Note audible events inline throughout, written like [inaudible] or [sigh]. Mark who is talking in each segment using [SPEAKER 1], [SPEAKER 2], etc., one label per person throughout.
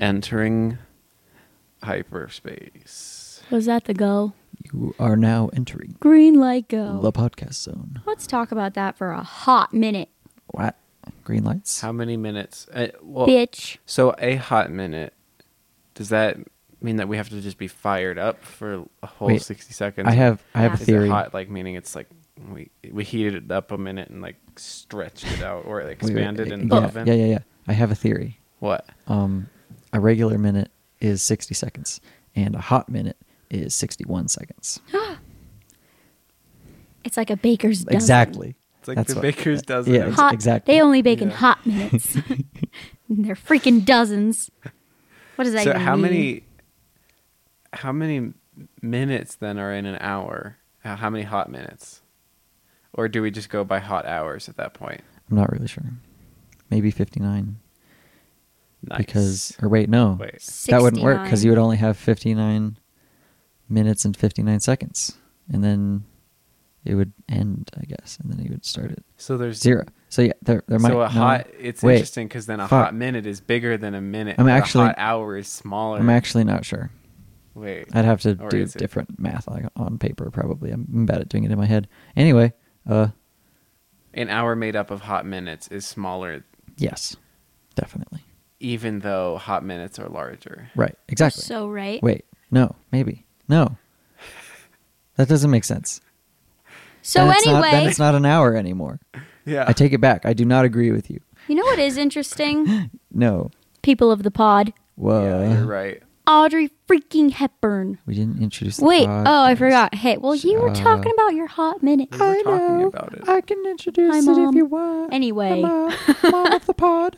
[SPEAKER 1] entering hyperspace.
[SPEAKER 2] Was that the go?
[SPEAKER 3] You are now entering
[SPEAKER 2] Green light go.
[SPEAKER 3] the podcast zone.
[SPEAKER 2] Let's talk about that for a hot minute,
[SPEAKER 3] What? Green lights?
[SPEAKER 1] How many minutes? Uh, well,
[SPEAKER 2] bitch.
[SPEAKER 1] so a hot minute. Does that mean that we have to just be fired up for a whole
[SPEAKER 3] Wait,
[SPEAKER 1] sixty seconds?
[SPEAKER 3] I have I have a
[SPEAKER 2] Is it
[SPEAKER 1] Is it
[SPEAKER 3] theory.
[SPEAKER 1] hot like meaning it's like we we heated it up a minute and like stretched it out or like
[SPEAKER 3] Wait, wait,
[SPEAKER 1] expanded in the
[SPEAKER 3] yeah,
[SPEAKER 1] oven?
[SPEAKER 3] yeah, yeah, yeah. I have a theory.
[SPEAKER 1] What?
[SPEAKER 3] Um, a regular minute is 60 seconds, and a hot minute is 61 seconds.
[SPEAKER 2] It's like a baker's dozen.
[SPEAKER 3] exactly.
[SPEAKER 1] It's like
[SPEAKER 3] That's
[SPEAKER 1] the
[SPEAKER 3] what-
[SPEAKER 1] baker's dozen.
[SPEAKER 3] [laughs] yeah,
[SPEAKER 2] Hot.
[SPEAKER 3] Exactly.
[SPEAKER 2] They only bake in
[SPEAKER 1] Yeah. [laughs]
[SPEAKER 2] hot minutes. They're freaking dozens. What does that
[SPEAKER 1] so
[SPEAKER 2] even
[SPEAKER 1] how
[SPEAKER 2] mean?
[SPEAKER 1] many how many minutes then are in an hour? How how many hot minutes? Or do we just go by hot hours at that point?
[SPEAKER 3] I'm not really sure. Maybe 59.
[SPEAKER 1] Nice.
[SPEAKER 3] Because, or wait, no.
[SPEAKER 1] wait,
[SPEAKER 3] That wouldn't work because
[SPEAKER 2] 69.
[SPEAKER 3] you would only have 59 minutes and 59 seconds. And then it would end, I guess. And then you would start at
[SPEAKER 1] so there's
[SPEAKER 3] zero. So yeah, there, there might
[SPEAKER 1] so a
[SPEAKER 3] no,
[SPEAKER 1] hot. It's
[SPEAKER 3] wait.
[SPEAKER 1] interesting because then a
[SPEAKER 3] Fuck.
[SPEAKER 1] hot minute is bigger than a minute.
[SPEAKER 3] I'm
[SPEAKER 1] but
[SPEAKER 3] actually-
[SPEAKER 1] a hot hour is smaller.
[SPEAKER 3] I'm actually not sure.
[SPEAKER 1] wait.
[SPEAKER 3] I'd have to
[SPEAKER 1] Or
[SPEAKER 3] do
[SPEAKER 1] is it?
[SPEAKER 3] different math like, on paper, probably. I'm bad at doing it in my head. Anyway, uh,
[SPEAKER 1] An hour made up of hot minutes is smaller,
[SPEAKER 3] yes, definitely.
[SPEAKER 1] even though hot minutes are larger.
[SPEAKER 3] Right, exactly.
[SPEAKER 2] So right.
[SPEAKER 3] Wait, no, maybe. No. That doesn't make sense.
[SPEAKER 2] So
[SPEAKER 3] Then it's
[SPEAKER 2] anyway,
[SPEAKER 3] Not, then it's not an hour anymore.
[SPEAKER 1] Yeah.
[SPEAKER 3] I take it back. I do not agree with you.
[SPEAKER 2] you know what
[SPEAKER 3] [gasps]
[SPEAKER 2] is interesting?
[SPEAKER 3] No.
[SPEAKER 2] People of the pod,
[SPEAKER 3] Whoa.
[SPEAKER 1] yeah, you're right.
[SPEAKER 2] Audrey freaking Hepburn.
[SPEAKER 3] We didn't introduce. the
[SPEAKER 2] Wait.
[SPEAKER 3] podcast.
[SPEAKER 2] Oh, I forgot. Hey, well, you were
[SPEAKER 3] Uh,
[SPEAKER 2] talking about your hot minute.
[SPEAKER 1] We were talking about it.
[SPEAKER 3] I can introduce
[SPEAKER 2] Hi,
[SPEAKER 3] it
[SPEAKER 2] Mom.
[SPEAKER 3] if you want.
[SPEAKER 2] Anyway.
[SPEAKER 3] I'm
[SPEAKER 2] [laughs]
[SPEAKER 3] a mom of the pod.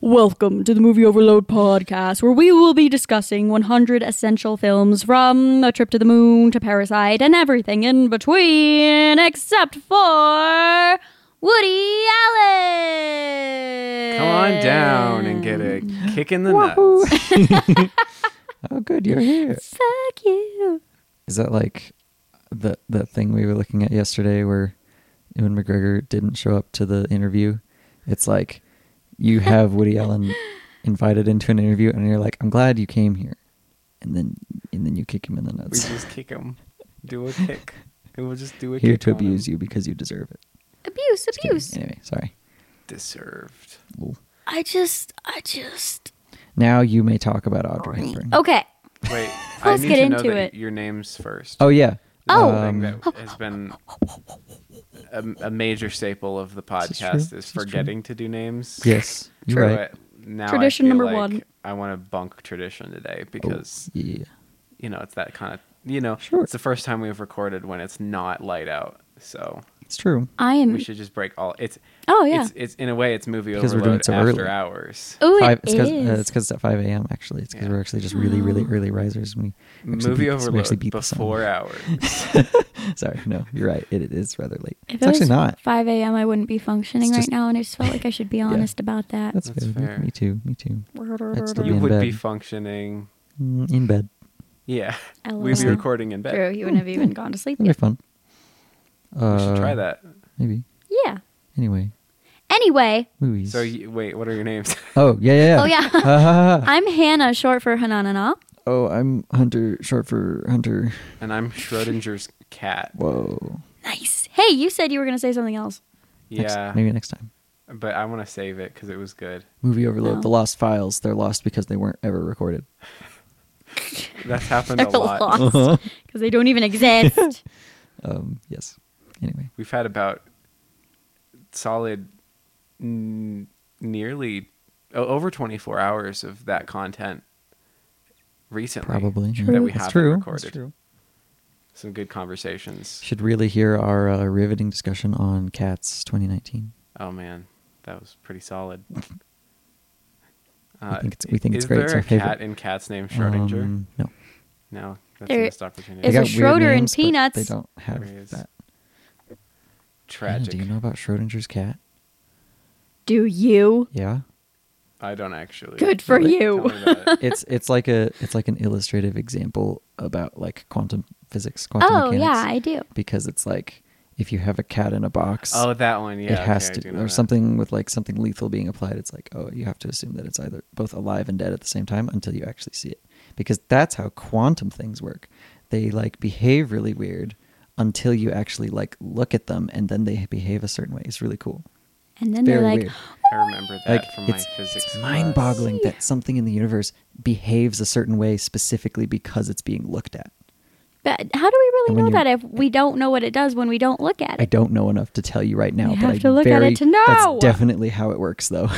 [SPEAKER 2] Welcome to the Movie Overload podcast, where we will be discussing 100 essential films from A Trip to the Moon to Parasite and everything in between, except for Woody Allen.
[SPEAKER 1] Come on down and get a kick in the
[SPEAKER 3] Wahoo.
[SPEAKER 1] nuts.
[SPEAKER 3] Oh, good, you're here.
[SPEAKER 2] Fuck you.
[SPEAKER 3] Is that like the the thing we were looking at yesterday, where Ewan McGregor didn't show up to the interview? It's like
[SPEAKER 2] [laughs]
[SPEAKER 3] you have Woody Allen invited into an interview, and you're like, "I'm glad you came here," and then and then you kick him in the
[SPEAKER 1] We
[SPEAKER 3] nuts.
[SPEAKER 1] just kick him. Do a kick. And we'll just do a
[SPEAKER 3] [laughs] Here
[SPEAKER 1] kick.
[SPEAKER 3] to abuse you because you deserve it.
[SPEAKER 2] Abuse,
[SPEAKER 3] Just kidding.
[SPEAKER 2] abuse.
[SPEAKER 3] Anyway, sorry.
[SPEAKER 1] Deserved.
[SPEAKER 3] Lol.
[SPEAKER 2] I just, I just.
[SPEAKER 3] Now you may talk about Audrey Hepburn.
[SPEAKER 2] Okay.
[SPEAKER 3] [laughs]
[SPEAKER 1] Wait, I
[SPEAKER 2] Let's
[SPEAKER 1] need
[SPEAKER 2] get
[SPEAKER 1] to
[SPEAKER 2] into
[SPEAKER 1] know that
[SPEAKER 2] it.
[SPEAKER 1] your name's first.
[SPEAKER 3] Oh yeah.
[SPEAKER 1] This is
[SPEAKER 2] Oh.
[SPEAKER 1] something
[SPEAKER 3] Um,
[SPEAKER 1] that has been a, a major staple of the
[SPEAKER 3] is true.
[SPEAKER 1] podcast
[SPEAKER 3] This
[SPEAKER 1] is
[SPEAKER 3] is true.
[SPEAKER 1] forgetting to do names.
[SPEAKER 3] Yes, you're
[SPEAKER 1] True,
[SPEAKER 3] right.
[SPEAKER 1] but Now I
[SPEAKER 2] Tradition
[SPEAKER 1] feel
[SPEAKER 2] number
[SPEAKER 1] like
[SPEAKER 2] one.
[SPEAKER 1] I want to bunk tradition
[SPEAKER 3] Oh.
[SPEAKER 1] today because
[SPEAKER 3] Yeah.
[SPEAKER 1] you know it's that kind of you know
[SPEAKER 3] Sure.
[SPEAKER 1] it's the first time we've recorded when it's not light out. So
[SPEAKER 3] It's true.
[SPEAKER 2] I am.
[SPEAKER 1] we should just break all. It's
[SPEAKER 2] Oh, yeah.
[SPEAKER 1] It's, it's in a way it's movie
[SPEAKER 3] Because we're doing
[SPEAKER 1] overload
[SPEAKER 3] it so
[SPEAKER 1] after
[SPEAKER 3] early.
[SPEAKER 1] hours.
[SPEAKER 2] Oh,
[SPEAKER 3] Five-
[SPEAKER 2] it
[SPEAKER 3] it's because
[SPEAKER 2] is. Oh.
[SPEAKER 3] it's, 'cause it's at 5 a.m. Actually, it's because
[SPEAKER 1] Yeah.
[SPEAKER 3] we're actually just really, really early risers. And we actually
[SPEAKER 1] Movie
[SPEAKER 3] beat this- we actually
[SPEAKER 1] overload
[SPEAKER 3] beat the sun.
[SPEAKER 1] before hours.
[SPEAKER 3] [laughs] Sorry, no, you're right. It, it is rather late.
[SPEAKER 2] If
[SPEAKER 3] it's
[SPEAKER 2] it
[SPEAKER 3] actually
[SPEAKER 2] was
[SPEAKER 3] not.
[SPEAKER 2] 5 a.m., I wouldn't be functioning
[SPEAKER 3] It's
[SPEAKER 2] right
[SPEAKER 3] just-
[SPEAKER 2] now, and I just felt like I should
[SPEAKER 3] [laughs]
[SPEAKER 2] be honest about that.
[SPEAKER 3] That's,
[SPEAKER 1] That's
[SPEAKER 3] fair.
[SPEAKER 1] fair.
[SPEAKER 3] Me too. Me too. I'd still be
[SPEAKER 1] you
[SPEAKER 3] in
[SPEAKER 1] would
[SPEAKER 3] bed.
[SPEAKER 1] be functioning.
[SPEAKER 3] Mm, in
[SPEAKER 2] [laughs]
[SPEAKER 3] bed.
[SPEAKER 1] Yeah, we'd be
[SPEAKER 2] LOL.
[SPEAKER 1] recording in bed.
[SPEAKER 2] True, you wouldn't have even gone to sleep
[SPEAKER 3] That'd
[SPEAKER 2] yet.
[SPEAKER 3] be fun. Uh,
[SPEAKER 1] We should try that.
[SPEAKER 3] Maybe.
[SPEAKER 2] Yeah.
[SPEAKER 3] Anyway,
[SPEAKER 2] Anyway,
[SPEAKER 3] movies.
[SPEAKER 1] So you, wait, what are your names? [laughs]
[SPEAKER 3] oh yeah, yeah.
[SPEAKER 2] oh yeah,
[SPEAKER 3] [laughs]
[SPEAKER 2] [laughs]
[SPEAKER 3] yeah.
[SPEAKER 2] I'm Hannah, short for Hananana.
[SPEAKER 3] oh, I'm Hunter, short for Hunter.
[SPEAKER 1] and I'm Schrodinger's cat.
[SPEAKER 3] Whoa.
[SPEAKER 2] Nice. Hey, you said you were gonna say something else.
[SPEAKER 3] Next-
[SPEAKER 1] Yeah,
[SPEAKER 3] maybe next time.
[SPEAKER 1] but I want to save it because it was good.
[SPEAKER 3] Movie overload.
[SPEAKER 2] No.
[SPEAKER 3] The lost files. They're lost because they weren't ever recorded.
[SPEAKER 1] [laughs] That's happened
[SPEAKER 2] They're
[SPEAKER 1] a lot.
[SPEAKER 2] [laughs] lost
[SPEAKER 3] Uh-huh.
[SPEAKER 2] because they don't
[SPEAKER 3] [laughs]
[SPEAKER 2] even exist.
[SPEAKER 3] Um. Yes. Anyway.
[SPEAKER 1] We've had about solid, n- nearly o- over 24 hours of that content recently.
[SPEAKER 3] Probably.
[SPEAKER 2] True.
[SPEAKER 3] yeah.
[SPEAKER 2] That we
[SPEAKER 3] That's
[SPEAKER 1] haven't
[SPEAKER 3] true.
[SPEAKER 1] recorded.
[SPEAKER 3] That's true.
[SPEAKER 1] Some good conversations.
[SPEAKER 3] Should really hear our uh, riveting discussion on Cats 2019.
[SPEAKER 1] Oh man, that was pretty solid.
[SPEAKER 3] [laughs]
[SPEAKER 1] Uh,
[SPEAKER 3] I think it's- we think it's
[SPEAKER 1] is
[SPEAKER 3] great.
[SPEAKER 1] there
[SPEAKER 3] It's
[SPEAKER 1] a
[SPEAKER 3] our favorite.
[SPEAKER 1] cat in cat's name Schrodinger?
[SPEAKER 3] Um, no,
[SPEAKER 1] no, that's
[SPEAKER 2] There
[SPEAKER 1] a
[SPEAKER 3] They
[SPEAKER 1] missed
[SPEAKER 2] Is a
[SPEAKER 3] got
[SPEAKER 1] opportunity.
[SPEAKER 3] weird
[SPEAKER 2] Schroeder in
[SPEAKER 3] names, but
[SPEAKER 2] Peanuts.
[SPEAKER 3] They don't have
[SPEAKER 1] There he is.
[SPEAKER 3] that. Anna,
[SPEAKER 1] Tragic.
[SPEAKER 3] do you know about Schrodinger's cat?
[SPEAKER 2] Do you?
[SPEAKER 3] Yeah,
[SPEAKER 1] I don't actually.
[SPEAKER 2] Good for
[SPEAKER 1] Tell me
[SPEAKER 2] you.
[SPEAKER 1] about it.
[SPEAKER 3] it's it's like a it's like an illustrative example about like quantum physics, quantum
[SPEAKER 2] [laughs] Oh
[SPEAKER 3] mechanics.
[SPEAKER 2] yeah, I do.
[SPEAKER 3] Because it's like if you have a cat in a box,
[SPEAKER 1] Oh, that one. Yeah,
[SPEAKER 3] it has
[SPEAKER 1] okay, I do
[SPEAKER 3] to,
[SPEAKER 1] know
[SPEAKER 3] or
[SPEAKER 1] that.
[SPEAKER 3] something with like something lethal being applied. It's like, oh, you have to assume that it's either both alive and dead at the same time until you actually see it, because that's how quantum things work. They like behave really weird until you actually like look at them, and then they behave a certain way. It's really cool.
[SPEAKER 2] And then
[SPEAKER 3] Very
[SPEAKER 2] they're like, [gasps]
[SPEAKER 3] weird.
[SPEAKER 1] I remember that
[SPEAKER 3] Like
[SPEAKER 1] from
[SPEAKER 3] it's,
[SPEAKER 1] my physics.
[SPEAKER 3] it's
[SPEAKER 1] class.
[SPEAKER 3] mind-boggling that something in the universe behaves a certain way specifically because it's being looked at.
[SPEAKER 2] but how do we really
[SPEAKER 3] And when
[SPEAKER 2] know
[SPEAKER 3] you-
[SPEAKER 2] that if we don't know what it does when we don't look at
[SPEAKER 3] I
[SPEAKER 2] it?
[SPEAKER 3] don't know enough to tell you right now.
[SPEAKER 2] You
[SPEAKER 3] but
[SPEAKER 2] have
[SPEAKER 3] I
[SPEAKER 2] to look at
[SPEAKER 3] very,
[SPEAKER 2] it to know!
[SPEAKER 3] That's definitely how it works, though.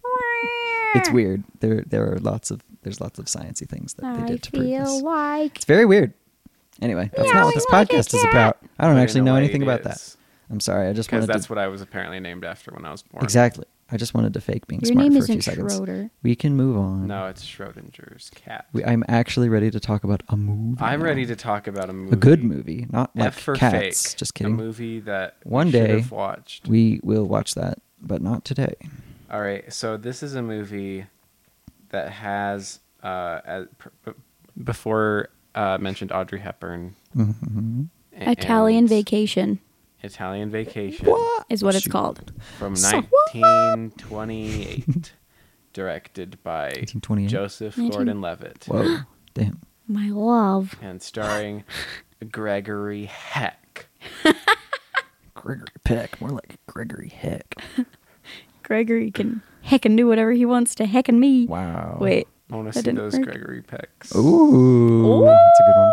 [SPEAKER 3] [laughs] it's weird. There, there are lots of there's lots of sciency things that
[SPEAKER 2] I
[SPEAKER 3] they did to prove
[SPEAKER 2] feel
[SPEAKER 3] this.
[SPEAKER 2] like
[SPEAKER 3] It's very weird. Anyway, that's not what this
[SPEAKER 2] Meowing like a
[SPEAKER 3] podcast is
[SPEAKER 2] cat.
[SPEAKER 3] about. I don't
[SPEAKER 1] I
[SPEAKER 3] actually
[SPEAKER 1] know
[SPEAKER 3] know
[SPEAKER 1] what
[SPEAKER 3] anything
[SPEAKER 1] it
[SPEAKER 3] about that.
[SPEAKER 1] is.
[SPEAKER 3] I'm sorry. I just
[SPEAKER 1] Because
[SPEAKER 3] wanted
[SPEAKER 1] that's
[SPEAKER 3] to
[SPEAKER 1] what I was apparently named after when I was born.
[SPEAKER 3] exactly. I just wanted to fake being
[SPEAKER 2] your
[SPEAKER 3] smart
[SPEAKER 2] name
[SPEAKER 3] for a
[SPEAKER 2] isn't
[SPEAKER 3] few seconds.
[SPEAKER 2] Schroeder.
[SPEAKER 3] We can move on.
[SPEAKER 1] No, it's Schrodinger's cat.
[SPEAKER 3] we, I'm actually ready to talk about a movie.
[SPEAKER 1] I'm
[SPEAKER 3] now.
[SPEAKER 1] ready to talk about a movie.
[SPEAKER 3] a good movie, not like
[SPEAKER 1] F for
[SPEAKER 3] cats.
[SPEAKER 1] fake.
[SPEAKER 3] Just
[SPEAKER 1] A
[SPEAKER 3] kidding.
[SPEAKER 1] movie that we
[SPEAKER 3] One
[SPEAKER 1] should
[SPEAKER 3] day
[SPEAKER 1] have watched.
[SPEAKER 3] We will watch that, but not today.
[SPEAKER 1] All right, so this is a movie that has uh, as, pr- b- before uh, mentioned Audrey Hepburn.
[SPEAKER 3] Mhm.
[SPEAKER 1] a-
[SPEAKER 2] Italian
[SPEAKER 1] and
[SPEAKER 2] Vacation
[SPEAKER 1] Italian Vacation
[SPEAKER 2] is what it's
[SPEAKER 3] Shoot.
[SPEAKER 2] called.
[SPEAKER 1] from
[SPEAKER 3] So-
[SPEAKER 1] [laughs] 1928, directed by
[SPEAKER 3] 1928?
[SPEAKER 1] Joseph
[SPEAKER 2] Nineteen-
[SPEAKER 1] Gordon-Levitt,
[SPEAKER 2] [gasps]
[SPEAKER 3] Whoa, damn.
[SPEAKER 2] My love.
[SPEAKER 1] and starring Gregory Heck.
[SPEAKER 3] Gregory Peck, more like Gregory Heck.
[SPEAKER 2] Gregory can heck and do whatever he wants to heck and me.
[SPEAKER 3] Wow.
[SPEAKER 2] Wait.
[SPEAKER 1] I want to
[SPEAKER 2] That
[SPEAKER 1] see
[SPEAKER 2] didn't
[SPEAKER 1] those
[SPEAKER 2] work.
[SPEAKER 1] Gregory Pecks.
[SPEAKER 3] Ooh, that's a good one.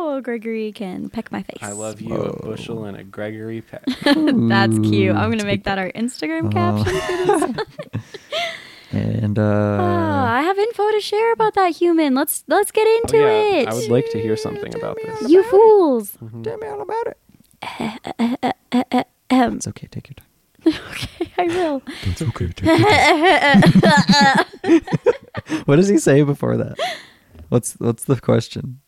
[SPEAKER 2] Oh, Gregory can peck my face.
[SPEAKER 1] I
[SPEAKER 2] [laughs]
[SPEAKER 1] love you, a bushel and a Gregory Peck. Oh,
[SPEAKER 2] That's cute. I'm
[SPEAKER 3] Ooh,
[SPEAKER 2] going
[SPEAKER 3] it's
[SPEAKER 2] to
[SPEAKER 3] a
[SPEAKER 2] make
[SPEAKER 3] good
[SPEAKER 2] that our Instagram
[SPEAKER 3] Oh.
[SPEAKER 2] caption.
[SPEAKER 3] [laughs] And
[SPEAKER 2] Oh,
[SPEAKER 3] uh,
[SPEAKER 2] I have info to share about that human. Let's let's get
[SPEAKER 1] Oh,
[SPEAKER 2] into
[SPEAKER 1] yeah,
[SPEAKER 2] it.
[SPEAKER 3] [laughs]
[SPEAKER 1] I would like to hear something about this.
[SPEAKER 2] you fools. [laughs]
[SPEAKER 3] tell me all about it. [laughs]
[SPEAKER 2] Um,
[SPEAKER 3] It's okay. Take your time.
[SPEAKER 2] okay, I will.
[SPEAKER 3] It's okay.
[SPEAKER 1] [laughs]
[SPEAKER 3] Take your time. what does he say before that? What's what's the question?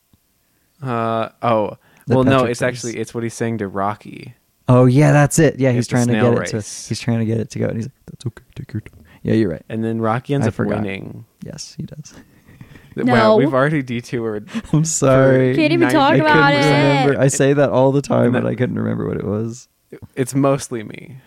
[SPEAKER 1] Uh oh.
[SPEAKER 3] That
[SPEAKER 1] well, no,
[SPEAKER 3] Patrick
[SPEAKER 1] it's
[SPEAKER 3] says.
[SPEAKER 1] actually it's what he's saying to Rocky.
[SPEAKER 3] Oh yeah, that's it. Yeah, he's
[SPEAKER 1] It's the
[SPEAKER 3] trying to
[SPEAKER 1] snail
[SPEAKER 3] get it
[SPEAKER 1] race.
[SPEAKER 3] to. He's trying to get it to go, and he's like, "That's okay. Take your time." Yeah, you're right.
[SPEAKER 1] And then Rocky ends
[SPEAKER 3] I
[SPEAKER 1] up
[SPEAKER 3] forgot.
[SPEAKER 1] winning.
[SPEAKER 3] Yes, he does.
[SPEAKER 1] Th- Wow,
[SPEAKER 2] No.
[SPEAKER 1] we've already detoured.
[SPEAKER 3] [laughs] I'm sorry.
[SPEAKER 2] Can't even talk
[SPEAKER 3] I
[SPEAKER 1] Ninety-
[SPEAKER 2] about
[SPEAKER 3] couldn't
[SPEAKER 2] it.
[SPEAKER 3] remember. I say that all the time, but
[SPEAKER 1] No.
[SPEAKER 3] I couldn't remember what it was.
[SPEAKER 1] It's mostly me.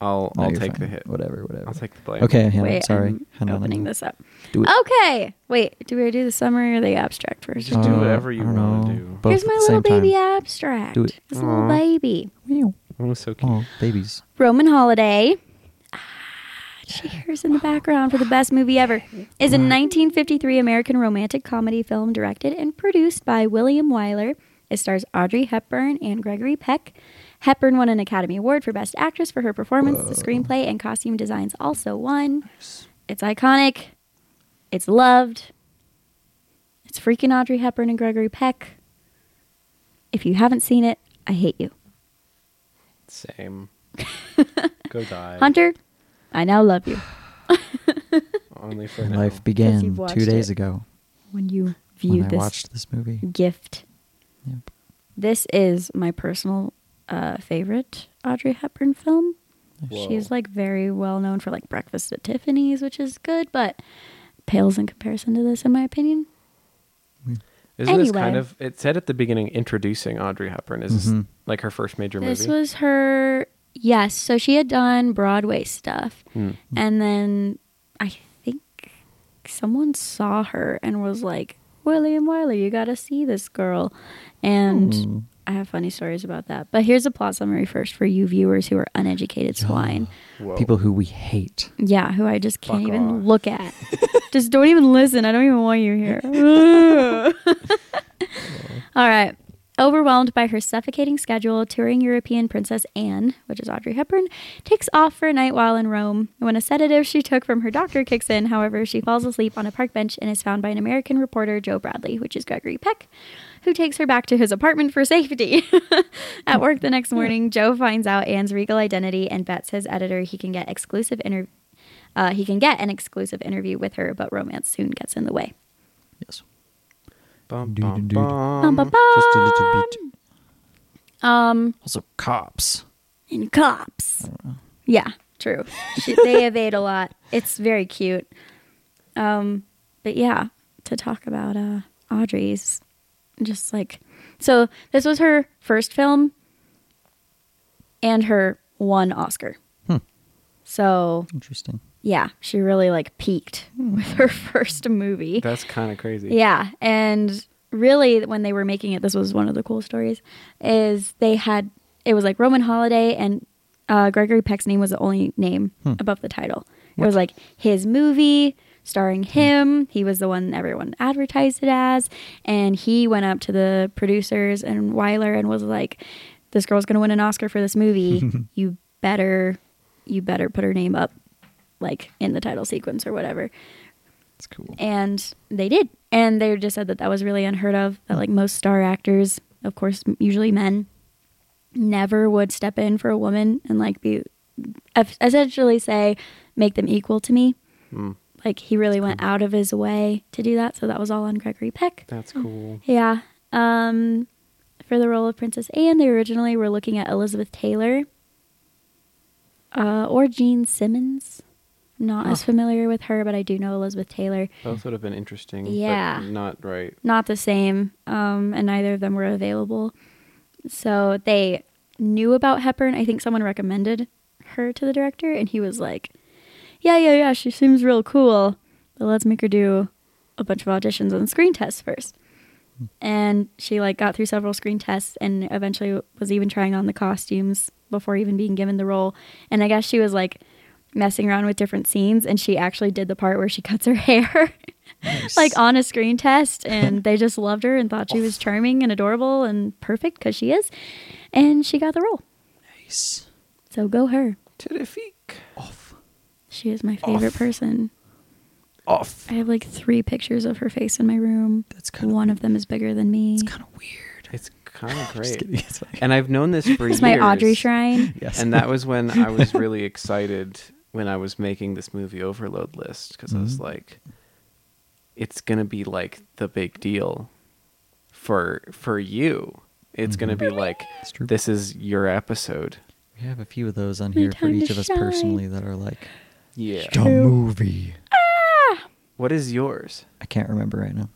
[SPEAKER 1] I'll
[SPEAKER 3] No,
[SPEAKER 1] I'll
[SPEAKER 3] you're
[SPEAKER 1] take the
[SPEAKER 3] fine.
[SPEAKER 1] hit.
[SPEAKER 3] Whatever, whatever.
[SPEAKER 1] I'll take the blame.
[SPEAKER 3] Okay, Hannah,
[SPEAKER 2] Wait,
[SPEAKER 3] I'm sorry.
[SPEAKER 2] I'm
[SPEAKER 3] Hannah,
[SPEAKER 2] opening
[SPEAKER 3] Hannah.
[SPEAKER 2] this up.
[SPEAKER 3] Do it.
[SPEAKER 2] Okay. Wait, do we do the summary or the abstract first?
[SPEAKER 1] Just do whatever you
[SPEAKER 3] Uh, I don't
[SPEAKER 1] wanna
[SPEAKER 3] know.
[SPEAKER 1] do.
[SPEAKER 3] Both
[SPEAKER 2] Here's
[SPEAKER 3] at
[SPEAKER 2] my
[SPEAKER 3] the
[SPEAKER 2] little
[SPEAKER 3] same time.
[SPEAKER 2] baby abstract.
[SPEAKER 3] Do it.
[SPEAKER 2] This little
[SPEAKER 1] Aw.
[SPEAKER 2] baby.
[SPEAKER 3] Meow.
[SPEAKER 1] Oh, so cute.
[SPEAKER 3] Oh, babies.
[SPEAKER 2] Roman Holiday. Ah, Cheers in the background for the best movie ever. Is a 1953 American romantic comedy film directed and produced by William Wyler. It stars Audrey Hepburn and Gregory Peck. Hepburn won an Academy Award for Best Actress for her performance. The screenplay and costume designs also won. It's iconic. It's loved. It's freaking Audrey Hepburn and Gregory Peck. If you haven't seen it, I hate you. [laughs]
[SPEAKER 1] Same. Go die.
[SPEAKER 2] Hunter, I now love you.
[SPEAKER 1] Only for
[SPEAKER 3] My
[SPEAKER 1] now.
[SPEAKER 3] life
[SPEAKER 2] Because
[SPEAKER 3] began
[SPEAKER 2] you've watched
[SPEAKER 3] two days
[SPEAKER 2] it.
[SPEAKER 3] ago
[SPEAKER 2] when you
[SPEAKER 3] when
[SPEAKER 2] view
[SPEAKER 3] I
[SPEAKER 2] this
[SPEAKER 3] watched this movie.
[SPEAKER 2] gift.
[SPEAKER 3] Yep.
[SPEAKER 2] This is my personal uh, favorite Audrey Hepburn film.
[SPEAKER 1] Whoa.
[SPEAKER 2] She's like very well known for like Breakfast at Tiffany's, which is good, but pales in comparison to this, in my opinion.
[SPEAKER 1] Isn't this kind
[SPEAKER 2] anyway.
[SPEAKER 1] of it said at the beginning introducing Audrey Hepburn? Is this
[SPEAKER 3] Mhm.
[SPEAKER 1] like her first major
[SPEAKER 2] This
[SPEAKER 1] movie?
[SPEAKER 2] was her, yes. So she had done Broadway stuff,
[SPEAKER 1] Hmm.
[SPEAKER 2] and then I think someone saw her and was like, "William Wyler, you got to see this girl," and.
[SPEAKER 1] Hmm.
[SPEAKER 3] Mm.
[SPEAKER 2] I have funny stories about that. But here's a plot summary first for you viewers who are uneducated swine.
[SPEAKER 1] Whoa.
[SPEAKER 3] People who we hate.
[SPEAKER 2] Yeah, who I just can't
[SPEAKER 1] Fuck
[SPEAKER 2] even
[SPEAKER 1] off. [laughs]
[SPEAKER 2] look at. just don't even listen. I don't even want you here. Ugh. All right. Overwhelmed by her suffocating schedule, touring European Princess Anne, which is Audrey Hepburn, takes off for a night while in Rome. When a sedative she took from her doctor kicks in, however, she falls asleep on a park bench and is found by an American reporter, Joe Bradley, which is Gregory Peck, who takes her back to his apartment for safety. [laughs] At work the next morning, Joe finds out Anne's regal identity and bets his editor he can get exclusive interview. Uh, he can get an exclusive interview with her, but romance soon gets in the way.
[SPEAKER 3] Yes.
[SPEAKER 1] Bum,
[SPEAKER 3] Indeed,
[SPEAKER 1] bum,
[SPEAKER 3] indeed.
[SPEAKER 1] bum.
[SPEAKER 2] Bum, bum,
[SPEAKER 3] Just a
[SPEAKER 2] bum.
[SPEAKER 3] little bit.
[SPEAKER 2] Um,
[SPEAKER 3] Also, cops.
[SPEAKER 2] and cops. Yeah, true. She,
[SPEAKER 3] [laughs]
[SPEAKER 2] they evade a lot. It's very cute. Um, but yeah, to talk about uh, Audrey's, just like so. This was her first film. and her one Oscar.
[SPEAKER 3] Hmm.
[SPEAKER 2] So
[SPEAKER 3] Interesting.
[SPEAKER 2] yeah, she really like peaked
[SPEAKER 3] Hmm.
[SPEAKER 2] [laughs] with her first movie.
[SPEAKER 1] That's kind of crazy.
[SPEAKER 2] Yeah, and really, when they were making it, this was one of the cool stories. Is they had it was like Roman Holiday and uh, Gregory Peck's name was the only name
[SPEAKER 3] Hmm.
[SPEAKER 2] above the title. It was like his movie starring him. He was the one everyone advertised it as, and he went up to the producers and Weiler and was like, "This girl's gonna win an Oscar for this movie. you better, you better put her name up." Like in the title sequence or whatever
[SPEAKER 3] That's cool.
[SPEAKER 2] and they did and they just said that that was really unheard of that like most star actors of course m- usually men never would step in for a woman and like be eff- essentially say make them equal to me
[SPEAKER 1] Mm,
[SPEAKER 2] like he really went out of his way to do that so that was all on gregory peck
[SPEAKER 1] that's cool.
[SPEAKER 2] yeah um for the role of princess anne they originally were looking at elizabeth taylor uh, or jean simmons I'm not as familiar with her but i do know elizabeth taylor
[SPEAKER 1] Both would have been interesting.
[SPEAKER 2] Yeah.
[SPEAKER 1] But not right.
[SPEAKER 2] not the same, um, and neither of them were available. So they knew about Hepburn. I think someone recommended her to the director, and he was like, "Yeah, yeah, yeah. She seems real cool, but let's make her do a bunch of auditions and screen tests first. And she like got through several screen tests, and eventually was even trying on the costumes before even being given the role. And I guess she was like messing around with different scenes, and she actually did the part where she [laughs] cuts her hair. like on a screen test and they just loved her and thought she was charming and adorable and perfect because she is and she got the role
[SPEAKER 3] Nice.
[SPEAKER 2] so go her
[SPEAKER 1] Terrific.
[SPEAKER 3] Off.
[SPEAKER 2] she is my favorite
[SPEAKER 3] Off.
[SPEAKER 2] person
[SPEAKER 3] Off.
[SPEAKER 2] i have like three pictures of her face in my room
[SPEAKER 3] That's kind of.
[SPEAKER 2] one of them is bigger than me
[SPEAKER 3] It's kind of weird.
[SPEAKER 1] It's kind of
[SPEAKER 3] [laughs] Just
[SPEAKER 1] great.
[SPEAKER 3] kidding. It's like,
[SPEAKER 1] And I've known
[SPEAKER 2] [laughs]
[SPEAKER 1] this for
[SPEAKER 2] it's
[SPEAKER 1] years.
[SPEAKER 2] my
[SPEAKER 3] [laughs]
[SPEAKER 2] audrey shrine
[SPEAKER 3] yes.
[SPEAKER 1] And that was
[SPEAKER 3] [laughs]
[SPEAKER 1] when I was really excited when I was making this movie overload list because I was
[SPEAKER 3] Mhm.
[SPEAKER 1] like, it's gonna be like the big deal for for you. It's gonna be like
[SPEAKER 3] Mm-hmm. It's true.
[SPEAKER 1] this is your episode.
[SPEAKER 3] we have a few of those on
[SPEAKER 2] My
[SPEAKER 3] here for
[SPEAKER 2] time to
[SPEAKER 3] each of us
[SPEAKER 2] shine.
[SPEAKER 3] personally that are like
[SPEAKER 1] Yeah.
[SPEAKER 3] the movie.
[SPEAKER 1] What is yours?
[SPEAKER 3] I can't remember right now.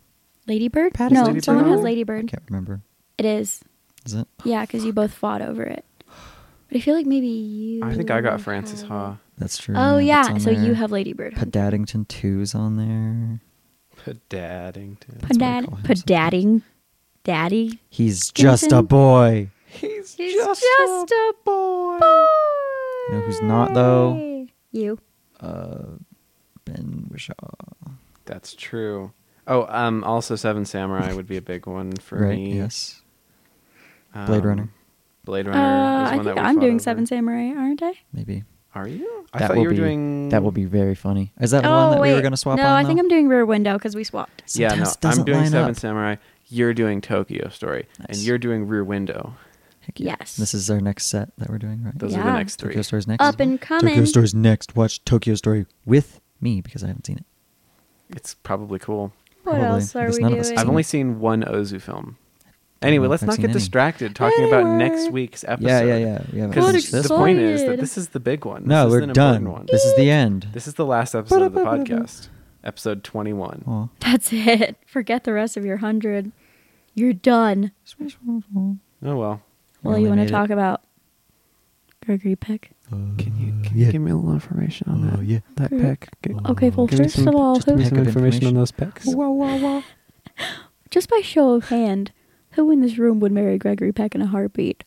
[SPEAKER 2] ladybird
[SPEAKER 3] Patty's
[SPEAKER 2] no
[SPEAKER 1] Lady
[SPEAKER 2] someone
[SPEAKER 1] Bird?
[SPEAKER 2] has
[SPEAKER 3] I
[SPEAKER 2] ladybird
[SPEAKER 3] can't remember.
[SPEAKER 2] it is
[SPEAKER 3] Is it?
[SPEAKER 2] yeah because you both fought over it but i feel like maybe you
[SPEAKER 1] I think I got Francis
[SPEAKER 2] have-
[SPEAKER 1] Ha.
[SPEAKER 3] That's true.
[SPEAKER 2] oh
[SPEAKER 3] that's
[SPEAKER 2] yeah
[SPEAKER 3] on
[SPEAKER 2] so you
[SPEAKER 3] there.
[SPEAKER 2] have ladybird
[SPEAKER 3] Padaddington 2's on there.
[SPEAKER 1] Padaddington.
[SPEAKER 3] That's what I
[SPEAKER 2] Padad-
[SPEAKER 3] call him sometimes.
[SPEAKER 2] padadding daddy
[SPEAKER 3] He's just a
[SPEAKER 2] Skinton?
[SPEAKER 3] boy.
[SPEAKER 1] He's,
[SPEAKER 2] He's just, a boy.
[SPEAKER 3] You know who's not, though?
[SPEAKER 2] You.
[SPEAKER 3] Uh, ben Wishaw.
[SPEAKER 1] That's true. Oh, um, also Seven Samurai would be a big one for
[SPEAKER 3] right?
[SPEAKER 1] me.
[SPEAKER 3] Yes. Blade
[SPEAKER 1] Um,
[SPEAKER 3] Runner.
[SPEAKER 1] Blade
[SPEAKER 2] Uh,
[SPEAKER 1] Runner. is
[SPEAKER 2] I
[SPEAKER 1] one
[SPEAKER 2] think
[SPEAKER 1] that we
[SPEAKER 2] I'm
[SPEAKER 1] fought
[SPEAKER 2] doing
[SPEAKER 1] over.
[SPEAKER 2] Seven Samurai, aren't I?
[SPEAKER 3] Maybe.
[SPEAKER 1] Are you? I
[SPEAKER 3] That
[SPEAKER 1] thought
[SPEAKER 3] will
[SPEAKER 1] you were
[SPEAKER 3] be-
[SPEAKER 1] doing.
[SPEAKER 3] That will be very funny. Is that the one that we were going to swap
[SPEAKER 2] Oh, no,
[SPEAKER 3] on?
[SPEAKER 2] I think
[SPEAKER 3] though?
[SPEAKER 2] I'm doing Rear Window because we swapped.
[SPEAKER 1] Yeah, no,
[SPEAKER 3] Sometimes
[SPEAKER 1] I'm
[SPEAKER 3] doesn't
[SPEAKER 1] doing
[SPEAKER 3] line
[SPEAKER 1] Seven
[SPEAKER 3] up.
[SPEAKER 1] Samurai. You're doing Tokyo Story, and
[SPEAKER 3] Nice.
[SPEAKER 1] you're doing Rear Window.
[SPEAKER 3] Heck yeah.
[SPEAKER 2] Yes.
[SPEAKER 3] This is our next set that we're doing, right?
[SPEAKER 1] Those are the
[SPEAKER 2] Yeah.
[SPEAKER 1] next three.
[SPEAKER 3] Tokyo Story's next.
[SPEAKER 2] Up and coming.
[SPEAKER 3] Tokyo Story's next. Watch Tokyo Story with me because I haven't seen it.
[SPEAKER 1] It's probably cool.
[SPEAKER 2] What
[SPEAKER 3] Probably,
[SPEAKER 2] else are
[SPEAKER 3] because
[SPEAKER 2] we
[SPEAKER 3] none of
[SPEAKER 2] doing?
[SPEAKER 3] us
[SPEAKER 1] I've
[SPEAKER 3] Seen-
[SPEAKER 1] only seen one Ozu film.
[SPEAKER 3] don't
[SPEAKER 1] Anyway,
[SPEAKER 3] know
[SPEAKER 1] let's
[SPEAKER 3] if I've
[SPEAKER 1] not
[SPEAKER 3] seen
[SPEAKER 1] get
[SPEAKER 3] any.
[SPEAKER 1] distracted talking about next
[SPEAKER 2] Anyway.
[SPEAKER 1] week's episode.
[SPEAKER 3] Yeah, yeah, yeah. We haven't finished
[SPEAKER 2] God,
[SPEAKER 1] Because
[SPEAKER 3] this
[SPEAKER 1] the
[SPEAKER 2] excited.
[SPEAKER 3] one.
[SPEAKER 1] point is that
[SPEAKER 2] excited.
[SPEAKER 1] this is the big one.
[SPEAKER 3] No,
[SPEAKER 1] this is
[SPEAKER 3] we're
[SPEAKER 1] an
[SPEAKER 3] done.
[SPEAKER 1] important One.
[SPEAKER 3] This is the end.
[SPEAKER 1] This is the last episode of the podcast, episode 21.
[SPEAKER 3] Aw.
[SPEAKER 2] [laughs] That's it. Forget the rest of your hundred. You're done.
[SPEAKER 1] Oh well.
[SPEAKER 3] We
[SPEAKER 2] Well, you
[SPEAKER 3] only
[SPEAKER 2] want to
[SPEAKER 3] made it.
[SPEAKER 2] talk about Gregory Peck?
[SPEAKER 1] Can you, can
[SPEAKER 3] yeah.
[SPEAKER 1] you give me a little information on
[SPEAKER 3] Oh,
[SPEAKER 1] that?
[SPEAKER 3] yeah.
[SPEAKER 1] That
[SPEAKER 2] Great.
[SPEAKER 1] pick. G-
[SPEAKER 2] Okay, well,
[SPEAKER 1] Give me
[SPEAKER 2] first
[SPEAKER 1] some-
[SPEAKER 2] of all,
[SPEAKER 3] just a
[SPEAKER 2] who,
[SPEAKER 1] Give me
[SPEAKER 3] Pick
[SPEAKER 1] some
[SPEAKER 3] of
[SPEAKER 1] information on
[SPEAKER 3] information.
[SPEAKER 1] those picks.
[SPEAKER 2] [laughs] just by show of hand, who in this room would marry Gregory Peck in a heartbeat?